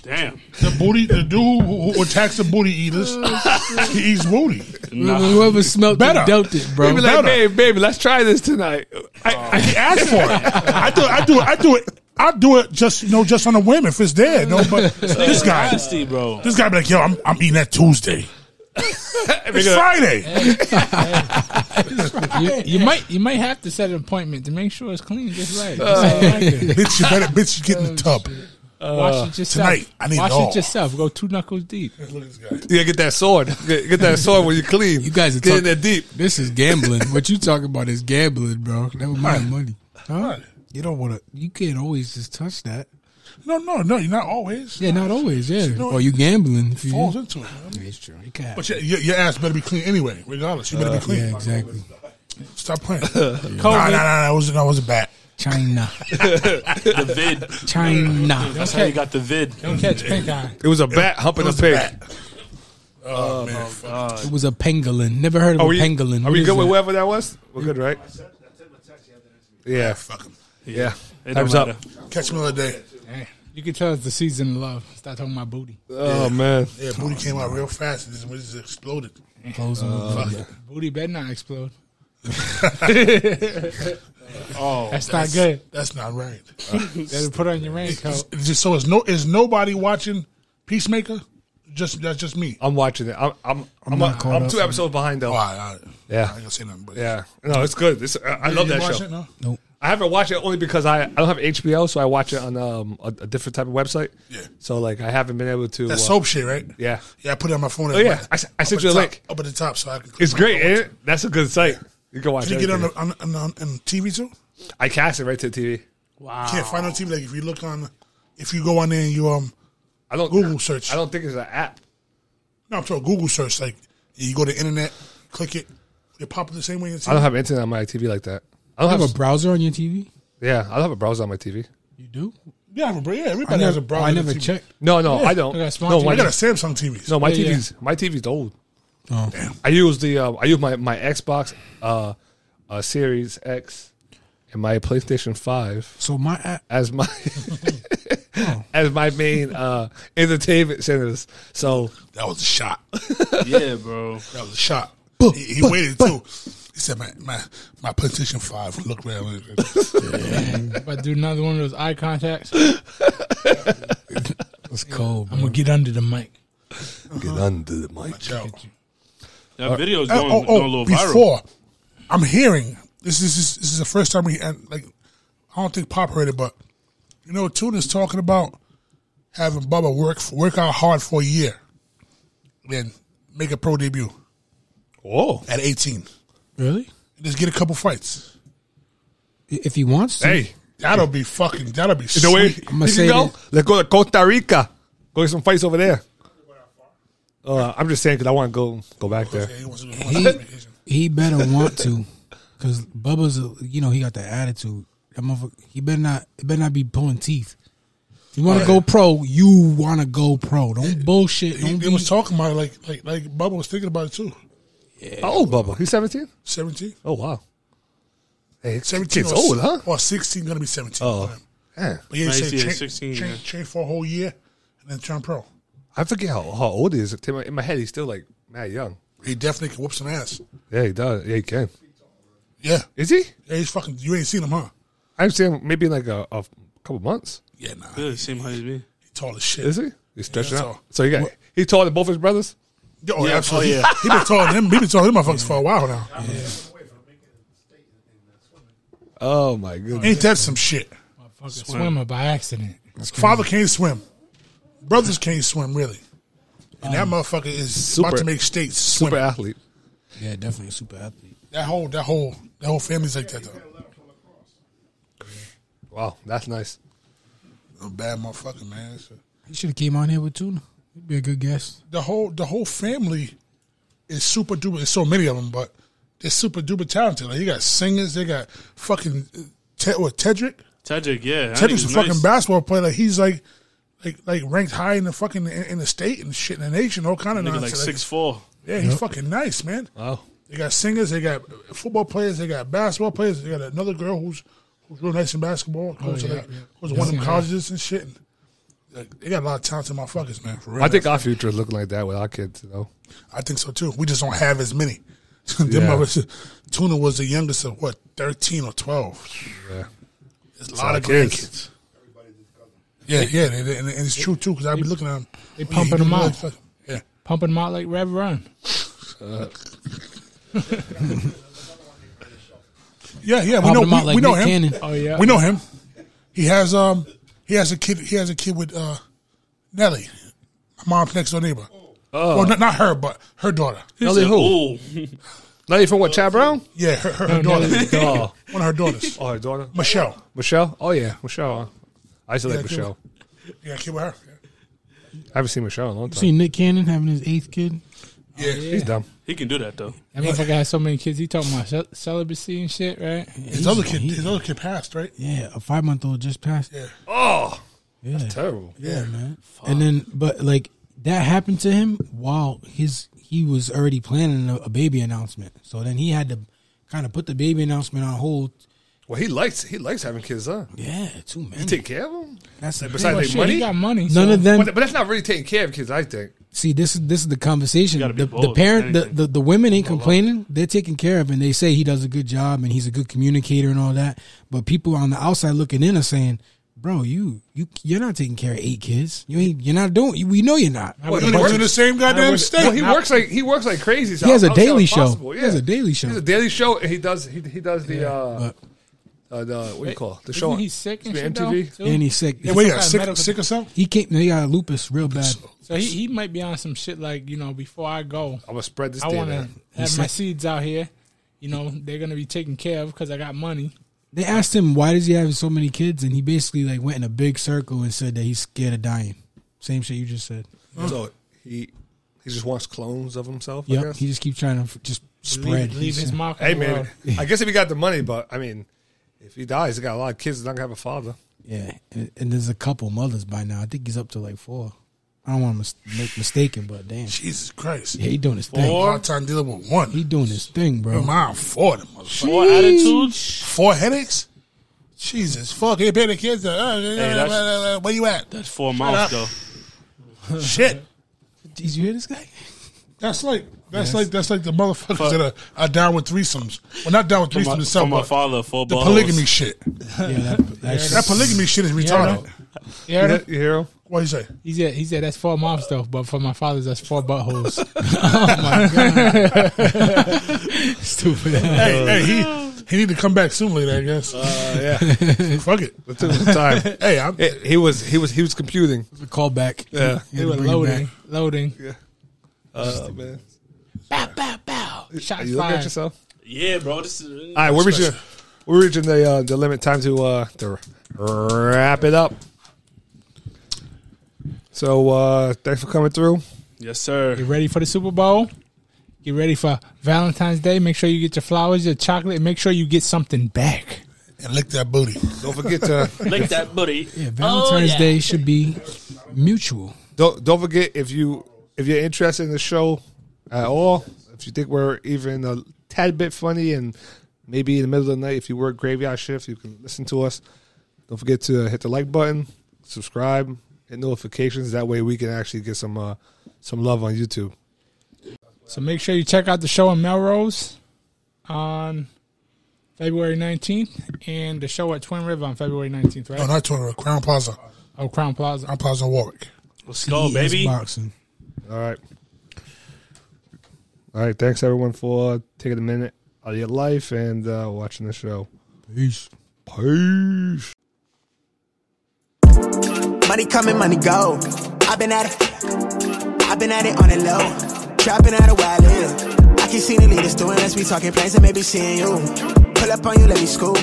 [SPEAKER 3] Damn.
[SPEAKER 4] the booty, the dude who, who attacks the booty eaters,
[SPEAKER 2] Oh,
[SPEAKER 4] he eats booty.
[SPEAKER 3] Nah.
[SPEAKER 2] Whoever smelt
[SPEAKER 4] Better.
[SPEAKER 2] it, dealt it, bro.
[SPEAKER 1] Be like,
[SPEAKER 4] Better.
[SPEAKER 1] babe, baby, let's try this tonight.
[SPEAKER 4] I, I he asked for it. I do, I do, I do it. I do it just you know, just on a whim if it's there. No, but this guy,
[SPEAKER 3] Nasty, bro.
[SPEAKER 4] this guy be like, yo, I'm, I'm eating that Tuesday. It's Friday.
[SPEAKER 5] you, you might you might have to set an appointment to make sure it's clean, just right. Just like
[SPEAKER 4] bitch, you better, bitch, you
[SPEAKER 2] Oh,
[SPEAKER 4] get in the tub.
[SPEAKER 5] Wash it yourself.
[SPEAKER 4] tonight, I need it
[SPEAKER 5] Wash it,
[SPEAKER 4] all.
[SPEAKER 5] yourself. Go two knuckles deep.
[SPEAKER 1] Yeah, get that sword. Get, get that sword when you clean.
[SPEAKER 2] You guys are
[SPEAKER 1] get in
[SPEAKER 2] talking
[SPEAKER 1] there deep.
[SPEAKER 2] This is gambling. what you talking about is gambling, bro. Never mind money. Huh? You don't want to. You can't always just touch that.
[SPEAKER 4] No, no, no. You're not always.
[SPEAKER 2] Yeah, not always. Yeah,
[SPEAKER 4] know
[SPEAKER 2] or you gambling. If you,
[SPEAKER 4] Falls into it. Man.
[SPEAKER 2] it's true. It can
[SPEAKER 4] But your, your, your ass better be clean anyway. Regardless, you better be clean.
[SPEAKER 2] Uh, yeah, exactly.
[SPEAKER 4] Stop playing. Nah, nah, nah, nah. It wasn't. That wasn't bad.
[SPEAKER 2] China,
[SPEAKER 3] The vid.
[SPEAKER 2] China.
[SPEAKER 3] That's how you got the vid.
[SPEAKER 5] Don't catch pink eye.
[SPEAKER 1] It was a bat humping a
[SPEAKER 4] was a
[SPEAKER 1] pig.
[SPEAKER 4] bat. Oh, man.
[SPEAKER 2] it was a pangolin. Never heard of
[SPEAKER 1] Are
[SPEAKER 2] a
[SPEAKER 1] we,
[SPEAKER 2] pangolin.
[SPEAKER 1] Are
[SPEAKER 2] What
[SPEAKER 1] we
[SPEAKER 2] is
[SPEAKER 1] good with
[SPEAKER 2] that?
[SPEAKER 1] whoever that was? We're good, right? Yeah,
[SPEAKER 4] Fuck him.
[SPEAKER 1] yeah.
[SPEAKER 3] It
[SPEAKER 1] Thumbs
[SPEAKER 3] don't
[SPEAKER 1] up.
[SPEAKER 4] Catch me another day.
[SPEAKER 5] Damn. You can tell it's the season of love. Stop talking about booty.
[SPEAKER 1] Oh man,
[SPEAKER 4] Yeah, booty came out real fast. This this exploded.
[SPEAKER 2] Closing with the-
[SPEAKER 4] Fuck.
[SPEAKER 5] Uh, Booty better not explode.
[SPEAKER 3] Oh,
[SPEAKER 5] That's not good.
[SPEAKER 4] That's not right.
[SPEAKER 5] Better put on your
[SPEAKER 1] Uh,
[SPEAKER 5] raincoat.
[SPEAKER 4] It's just, so is no is nobody watching Peacemaker? Just that's just me.
[SPEAKER 1] I'm watching it. I'm I'm I'm,
[SPEAKER 2] not
[SPEAKER 1] I'm,
[SPEAKER 2] caught up.
[SPEAKER 1] two episodes behind though.
[SPEAKER 4] Oh, I, I,
[SPEAKER 1] Yeah.
[SPEAKER 4] I ain't gonna say nothing. But
[SPEAKER 1] Yeah, no, it's good. It's, I, I love
[SPEAKER 4] You
[SPEAKER 1] that
[SPEAKER 4] watch
[SPEAKER 1] show.
[SPEAKER 4] it, no?
[SPEAKER 2] Nope.
[SPEAKER 1] I haven't watched it only because I, I don't have HBO, so I watch it on um, a, a different type of website.
[SPEAKER 4] Yeah.
[SPEAKER 1] So like I haven't been able to.
[SPEAKER 4] That
[SPEAKER 1] uh,
[SPEAKER 4] soap shit, right?
[SPEAKER 1] Yeah.
[SPEAKER 4] Yeah, I put it on my phone.
[SPEAKER 1] Oh yeah, I, s- I sent you a link.
[SPEAKER 4] Up at the top, so I can.
[SPEAKER 1] It's great. eh? Isn't it? That's a good site. You can watch
[SPEAKER 4] Did you get on
[SPEAKER 1] everything.
[SPEAKER 4] the on, on, on, on TV too?
[SPEAKER 1] I cast it right to the TV.
[SPEAKER 3] wow.
[SPEAKER 4] Can't
[SPEAKER 1] Ah.
[SPEAKER 4] find on TV. Like if you look on, if you go on there and you um,
[SPEAKER 1] I don't
[SPEAKER 4] Google search.
[SPEAKER 1] I don't think it's an app.
[SPEAKER 4] no, I'm talking Google search. Like you go to internet, click it, it pop up the same way. On TV.
[SPEAKER 1] I don't have internet on my TV like that. I don't
[SPEAKER 2] You
[SPEAKER 1] have.
[SPEAKER 2] have a browser on your TV?
[SPEAKER 1] a, yeah, I don't have a browser on my TV.
[SPEAKER 2] You do?
[SPEAKER 4] yeah, I have a, bra- yeah,
[SPEAKER 2] I
[SPEAKER 4] everybody has
[SPEAKER 2] never,
[SPEAKER 4] a browser.
[SPEAKER 2] I
[SPEAKER 4] on the
[SPEAKER 2] never
[SPEAKER 4] TV.
[SPEAKER 2] checked.
[SPEAKER 1] No, no, I don't.
[SPEAKER 5] I got a smart
[SPEAKER 1] no,
[SPEAKER 5] TV.
[SPEAKER 1] my,
[SPEAKER 4] I got a Samsung TV.
[SPEAKER 1] no, my
[SPEAKER 5] Yeah, yeah.
[SPEAKER 1] TV's my TV's old.
[SPEAKER 2] Oh.
[SPEAKER 1] I use the uh, I use my my Xbox uh, uh, Series X and my PlayStation Five
[SPEAKER 2] So my app,
[SPEAKER 1] as my as my main uh, entertainment centers. So
[SPEAKER 4] that was a shot.
[SPEAKER 3] Yeah, bro.
[SPEAKER 4] That was a shot. he he waited too. He said, "My my my PlayStation Five look around."
[SPEAKER 5] If I do another one of those eye contacts,
[SPEAKER 2] it's cold,
[SPEAKER 5] I'm
[SPEAKER 2] bro.
[SPEAKER 5] gonna get under the mic.
[SPEAKER 1] get under the mic.
[SPEAKER 4] Yo.
[SPEAKER 3] That video's
[SPEAKER 4] Uh,
[SPEAKER 3] going,
[SPEAKER 4] oh,
[SPEAKER 3] going a
[SPEAKER 4] oh,
[SPEAKER 3] little viral.
[SPEAKER 4] before I'm hearing this is this, this is the first time we and like I don't think Pop heard it, but you know Tuna's talking about having Bubba work work out hard for a year, then make a pro debut
[SPEAKER 1] Oh,
[SPEAKER 4] at 18,
[SPEAKER 2] Really?
[SPEAKER 4] just get a couple fights.
[SPEAKER 2] If he wants to.
[SPEAKER 1] hey,
[SPEAKER 4] That'll be fucking. That'll be
[SPEAKER 1] the way
[SPEAKER 4] sweet.
[SPEAKER 1] you
[SPEAKER 2] I'ma
[SPEAKER 1] can
[SPEAKER 2] say
[SPEAKER 1] go,
[SPEAKER 2] this.
[SPEAKER 1] let's go to Costa Rica. Go get some fights over there. Uh, I'm just saying because I want to go go back there.
[SPEAKER 4] He wants to go on
[SPEAKER 2] He-
[SPEAKER 4] vacation.
[SPEAKER 2] He better want to, because Bubba's, a, you know, he got that attitude. That motherfucker, he better not, he better not be pulling teeth. If you want to go pro, you want to go pro. Don't bullshit.
[SPEAKER 4] He,
[SPEAKER 2] Don't
[SPEAKER 4] they
[SPEAKER 2] be,
[SPEAKER 4] was talking about it like like like Bubba was thinking about it too.
[SPEAKER 1] How old Bubba? He's 17.
[SPEAKER 4] 17?
[SPEAKER 1] Oh wow. Hey, it's
[SPEAKER 4] 17
[SPEAKER 1] kid's
[SPEAKER 4] or,
[SPEAKER 1] old, huh?
[SPEAKER 4] Or 16, gonna be 17.
[SPEAKER 1] Oh. Man,
[SPEAKER 4] But yeah, he
[SPEAKER 3] Nice,
[SPEAKER 4] said
[SPEAKER 3] yeah,
[SPEAKER 4] train,
[SPEAKER 3] 16,
[SPEAKER 4] train,
[SPEAKER 3] yeah.
[SPEAKER 4] train for a whole year and then turn pro.
[SPEAKER 1] I forget how, how old he is. To my- In my head, he's still like mad young.
[SPEAKER 4] He definitely can whoop some ass.
[SPEAKER 1] Yeah, he does. Yeah, he can.
[SPEAKER 4] Yeah.
[SPEAKER 1] Is he?
[SPEAKER 4] Yeah, he's fucking, you ain't seen him, huh?
[SPEAKER 1] I'm saying maybe in like a, a couple months.
[SPEAKER 4] Yeah, nah. He
[SPEAKER 3] Yeah, same height as me.
[SPEAKER 4] tall as shit.
[SPEAKER 1] Is he? He's stretching
[SPEAKER 4] Yeah,
[SPEAKER 1] out.
[SPEAKER 4] so-
[SPEAKER 1] So he got he taller than both his brothers.
[SPEAKER 4] Yeah, oh,
[SPEAKER 3] Yeah,
[SPEAKER 4] absolutely.
[SPEAKER 3] oh, yeah.
[SPEAKER 4] he been taller than him. He been taller than them motherfuckers for a while now.
[SPEAKER 1] Oh my goodness.
[SPEAKER 4] Ain't that some shit?
[SPEAKER 5] Fucking swimmer by accident.
[SPEAKER 4] Father can't swim. Brothers can't swim, really. And that motherfucker is about
[SPEAKER 1] super-
[SPEAKER 4] to make states swim.
[SPEAKER 1] Super athlete.
[SPEAKER 2] yeah, definitely a super athlete.
[SPEAKER 4] That whole, that whole, that whole family's like that, though.
[SPEAKER 1] Wow, that's nice.
[SPEAKER 4] A bad motherfucker, man. It's a-
[SPEAKER 2] He should have came on here with tuna. He'd be a good guest.
[SPEAKER 4] the whole the whole family is super duper. There's so many of them, but they're super duper talented. Like you got singers, they got fucking uh, Ted, what Tedrick.
[SPEAKER 3] Tedrick, yeah. that
[SPEAKER 4] Tedrick's a
[SPEAKER 3] nigga's
[SPEAKER 4] fucking
[SPEAKER 3] nice.
[SPEAKER 4] basketball player. Like he's like like like ranked high in the fucking in, in the state and shit in the nation, all kind of
[SPEAKER 3] Nigga
[SPEAKER 4] nonsense.
[SPEAKER 3] like
[SPEAKER 4] Like,
[SPEAKER 3] six four.
[SPEAKER 4] yeah, he's fucking nice, man.
[SPEAKER 1] Wow.
[SPEAKER 4] They got singers, they got football players, they got basketball players. They got another girl who's who's real nice in basketball. Goes to
[SPEAKER 5] yeah,
[SPEAKER 4] like,
[SPEAKER 5] yeah.
[SPEAKER 4] goes to one of
[SPEAKER 5] Yeah.
[SPEAKER 4] them colleges and shit. And, like, they got a lot of talented motherfuckers, man. For real,
[SPEAKER 1] I think our future is looking like that with our kids, you know.
[SPEAKER 4] I think so too. We just don't have as many. Them
[SPEAKER 1] Yeah.
[SPEAKER 4] motherfuckers- Tuna was the youngest of what, thirteen or twelve.
[SPEAKER 1] Yeah.
[SPEAKER 4] There's a lot of
[SPEAKER 1] kids.
[SPEAKER 4] grandkids. Yeah, yeah, and, and- and it's true too because I be looking at them.
[SPEAKER 5] They pumping them out,
[SPEAKER 4] Yeah,
[SPEAKER 5] pumping them out like Rev Run.
[SPEAKER 4] yeah, yeah. We
[SPEAKER 2] Popping
[SPEAKER 4] know, we,
[SPEAKER 2] them out like
[SPEAKER 4] we know
[SPEAKER 2] Nick
[SPEAKER 4] him.
[SPEAKER 2] Cannon.
[SPEAKER 5] Oh yeah,
[SPEAKER 4] We know him. He has um, he has a kid. He has a kid with uh, Nelly, my mom's next door neighbor. Oh, well, not, not her, but her daughter.
[SPEAKER 3] He
[SPEAKER 1] Nelly
[SPEAKER 3] said,
[SPEAKER 1] who?
[SPEAKER 3] "Ooh."
[SPEAKER 1] Lady from what? Chad Brown?
[SPEAKER 4] Yeah, her, her, her daughter.
[SPEAKER 1] Oh,
[SPEAKER 4] One of her daughters.
[SPEAKER 1] oh, her daughter
[SPEAKER 4] Michelle.
[SPEAKER 1] Michelle. Oh yeah, Michelle. I used to like
[SPEAKER 4] Yeah, I do.
[SPEAKER 1] Michelle.
[SPEAKER 4] You got a kid with her?
[SPEAKER 1] I haven't seen Michelle in a long time.
[SPEAKER 2] See Nick Cannon having his eighth kid.
[SPEAKER 4] Yeah.
[SPEAKER 1] He's dumb.
[SPEAKER 3] He can do that though.
[SPEAKER 5] That motherfucker has so many kids. He talking about cel- celibacy and shit, right?
[SPEAKER 4] His
[SPEAKER 2] He's-
[SPEAKER 4] other kid,
[SPEAKER 2] he-
[SPEAKER 4] his other kid passed, right?
[SPEAKER 2] yeah, a five month old just passed.
[SPEAKER 4] Yeah.
[SPEAKER 1] Oh,
[SPEAKER 2] Yeah,
[SPEAKER 1] terrible.
[SPEAKER 2] yeah, man. And then, but like that happened to him while his he was already planning a, a baby announcement. So then he had to kind of put the baby announcement on hold.
[SPEAKER 1] Well, he likes he likes having kids, huh?
[SPEAKER 2] Yeah, too many.
[SPEAKER 1] You take care of them.
[SPEAKER 2] That's the
[SPEAKER 1] besides
[SPEAKER 5] Well,
[SPEAKER 1] their
[SPEAKER 5] shit,
[SPEAKER 1] money.
[SPEAKER 5] He got money.
[SPEAKER 2] None
[SPEAKER 5] so-
[SPEAKER 2] of them.
[SPEAKER 1] But, but that's not really taking care of kids, I think.
[SPEAKER 2] see, this is this is the conversation.
[SPEAKER 3] gotta be
[SPEAKER 2] The,
[SPEAKER 3] bold
[SPEAKER 2] the
[SPEAKER 3] in
[SPEAKER 2] parent, the,
[SPEAKER 3] anything.
[SPEAKER 2] the the women ain't complaining. They're taken care of, and they say he does a good job, and he's a good communicator and all that. But people on the outside looking in are saying, "Bro, you you you're not taking care of eight kids. You ain't. You're not doing. We know you're not."
[SPEAKER 5] Well,
[SPEAKER 1] he
[SPEAKER 4] They
[SPEAKER 1] works-
[SPEAKER 4] was in the same goddamn
[SPEAKER 1] Well,
[SPEAKER 4] state.
[SPEAKER 1] he works like he works like crazy. So
[SPEAKER 2] He has
[SPEAKER 1] I
[SPEAKER 2] a
[SPEAKER 1] don't see how
[SPEAKER 2] daily
[SPEAKER 1] it's
[SPEAKER 2] show.
[SPEAKER 1] possible.
[SPEAKER 2] He
[SPEAKER 1] Yeah.
[SPEAKER 2] has a daily
[SPEAKER 1] He has a
[SPEAKER 2] show.
[SPEAKER 1] daily show, and he does he, he does the uh,
[SPEAKER 2] But
[SPEAKER 1] uh the what do you call it? the
[SPEAKER 5] Isn't
[SPEAKER 1] show?
[SPEAKER 5] he sick and
[SPEAKER 1] It's
[SPEAKER 5] shit,
[SPEAKER 1] the
[SPEAKER 5] though,
[SPEAKER 1] MTV.
[SPEAKER 5] too?
[SPEAKER 2] and he's sick.
[SPEAKER 4] Yeah, wait,
[SPEAKER 5] Some
[SPEAKER 4] yeah,
[SPEAKER 5] kind of
[SPEAKER 4] sick,
[SPEAKER 5] medical-
[SPEAKER 4] sick or something?
[SPEAKER 2] He came. They got lupus real bad.
[SPEAKER 5] So he, he might be on some shit like, you know, before I go,
[SPEAKER 1] I'm gonna spread this.
[SPEAKER 5] I want to
[SPEAKER 1] data.
[SPEAKER 5] have
[SPEAKER 2] He
[SPEAKER 5] my
[SPEAKER 2] said-
[SPEAKER 5] seeds out here. You know, they're going to be taken care of because I got money.
[SPEAKER 2] They asked him why does he have so many kids, and he basically like went in a big circle and said that he's scared of dying. Same shit you just said.
[SPEAKER 1] So he he just wants clones of himself. I
[SPEAKER 2] Yep.
[SPEAKER 1] guess?
[SPEAKER 2] He just keep trying to f- just spread.
[SPEAKER 5] Leave, leave
[SPEAKER 2] He's-
[SPEAKER 5] his mark. on
[SPEAKER 1] hey
[SPEAKER 5] the
[SPEAKER 1] man,
[SPEAKER 5] world.
[SPEAKER 1] I guess if he got the money, but I mean, if he dies, he got a lot of kids. He's not gonna have a father.
[SPEAKER 2] Yeah, and, and there's a couple mothers by now. I think he's up to like four. I don't want to mis- make mistaken, but damn,
[SPEAKER 4] Jesus Christ.
[SPEAKER 2] yeah, he doing his
[SPEAKER 4] A
[SPEAKER 2] thing.
[SPEAKER 4] lot of time dealing with one.
[SPEAKER 2] He doing his thing, bro.
[SPEAKER 5] Oh
[SPEAKER 4] Am I four of them motherfuckers?
[SPEAKER 3] More attitudes.
[SPEAKER 4] Four headaches? Jesus fuck! They pay the kids. uh, uh,
[SPEAKER 3] that's-
[SPEAKER 4] uh, uh, Where you at?
[SPEAKER 3] That's four mouths though.
[SPEAKER 4] Shit.
[SPEAKER 2] Did you hear this guy?
[SPEAKER 4] That's like that's like that's like the motherfuckers that are, are down with threesomes. Well, not down with
[SPEAKER 3] From
[SPEAKER 4] threesomes
[SPEAKER 3] my, from
[SPEAKER 4] themselves,
[SPEAKER 3] my
[SPEAKER 4] but
[SPEAKER 3] father, four
[SPEAKER 4] the
[SPEAKER 3] balls.
[SPEAKER 4] polygamy shit.
[SPEAKER 2] Yeah, that, that's
[SPEAKER 4] That polygamy shit is retarded.
[SPEAKER 5] You heard him?
[SPEAKER 1] You hear him?
[SPEAKER 4] What you say?
[SPEAKER 5] He said, he said, that's four moms, though, but for my father's, that's four buttholes.
[SPEAKER 2] stupid.
[SPEAKER 4] Hey, hey, he he need to come back soon later, I guess.
[SPEAKER 3] Uh-huh.
[SPEAKER 1] Uh, yeah,
[SPEAKER 4] Fuck it.
[SPEAKER 1] Let's do it some time.
[SPEAKER 4] Hey, I'm,
[SPEAKER 1] Hey, he was he was he was computing.
[SPEAKER 2] Call back.
[SPEAKER 1] Yeah.
[SPEAKER 5] they were
[SPEAKER 2] bring him
[SPEAKER 5] loading,
[SPEAKER 2] back.
[SPEAKER 5] loading.
[SPEAKER 1] Uh, man,
[SPEAKER 2] Bow, bow, bow.
[SPEAKER 1] are
[SPEAKER 5] Shots
[SPEAKER 1] you looking at
[SPEAKER 5] fired.
[SPEAKER 1] yourself?
[SPEAKER 3] Yeah, bro. This is.
[SPEAKER 1] All right, we're reaching we're reaching the uh, the limit time to uh to wrap it up. So uh thanks for coming through.
[SPEAKER 3] yes, sir.
[SPEAKER 5] Get ready for the Super Bowl. Get ready for Valentine's Day. Make sure you get your flowers, your chocolate. and Make sure you get something back.
[SPEAKER 4] and lick that booty.
[SPEAKER 1] Don't forget to
[SPEAKER 3] Lick that booty.
[SPEAKER 2] Yeah, Valentine's Day should be mutual.
[SPEAKER 1] don't don't forget if you if you're interested in the show at all, if you think we're even a tad bit funny and maybe in the middle of the night if you work graveyard shift, you can listen to us. Don't forget to hit the like button, subscribe, hit notifications. That way we can actually get some uh some love on YouTube.
[SPEAKER 5] So make sure you check out the show in Melrose on February 19th and the show at Twin River on February 19th,
[SPEAKER 4] No,
[SPEAKER 5] right?
[SPEAKER 4] not Toronto. Crown Plaza.
[SPEAKER 5] Oh, Crown Plaza.
[SPEAKER 4] Crown Plaza Warwick.
[SPEAKER 3] Let's go,
[SPEAKER 2] Yes,
[SPEAKER 3] Oh, baby.
[SPEAKER 2] Boxing.
[SPEAKER 1] All right. All right. Thanks everyone for taking a minute out of your life and uh, watching the show.
[SPEAKER 2] Peace.
[SPEAKER 1] Peace.
[SPEAKER 6] Money coming, money go. I've been at it. I've been at it on the low. Trapping out a while in. I can see the leaders doing us. We talking plans and maybe seeing you. Pull up on you, let me scoop.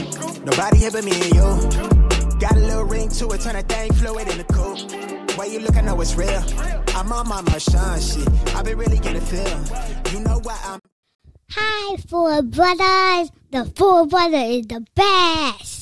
[SPEAKER 6] Nobody here but me and you. Got a little ring to it, turn a thing fluid in the coupe. Why you look, I know it's real. I'm on my Marshawn shit. I've been really getting feel. You know why I'm.
[SPEAKER 7] Hi, Four Brothers. The Four Brother is the best.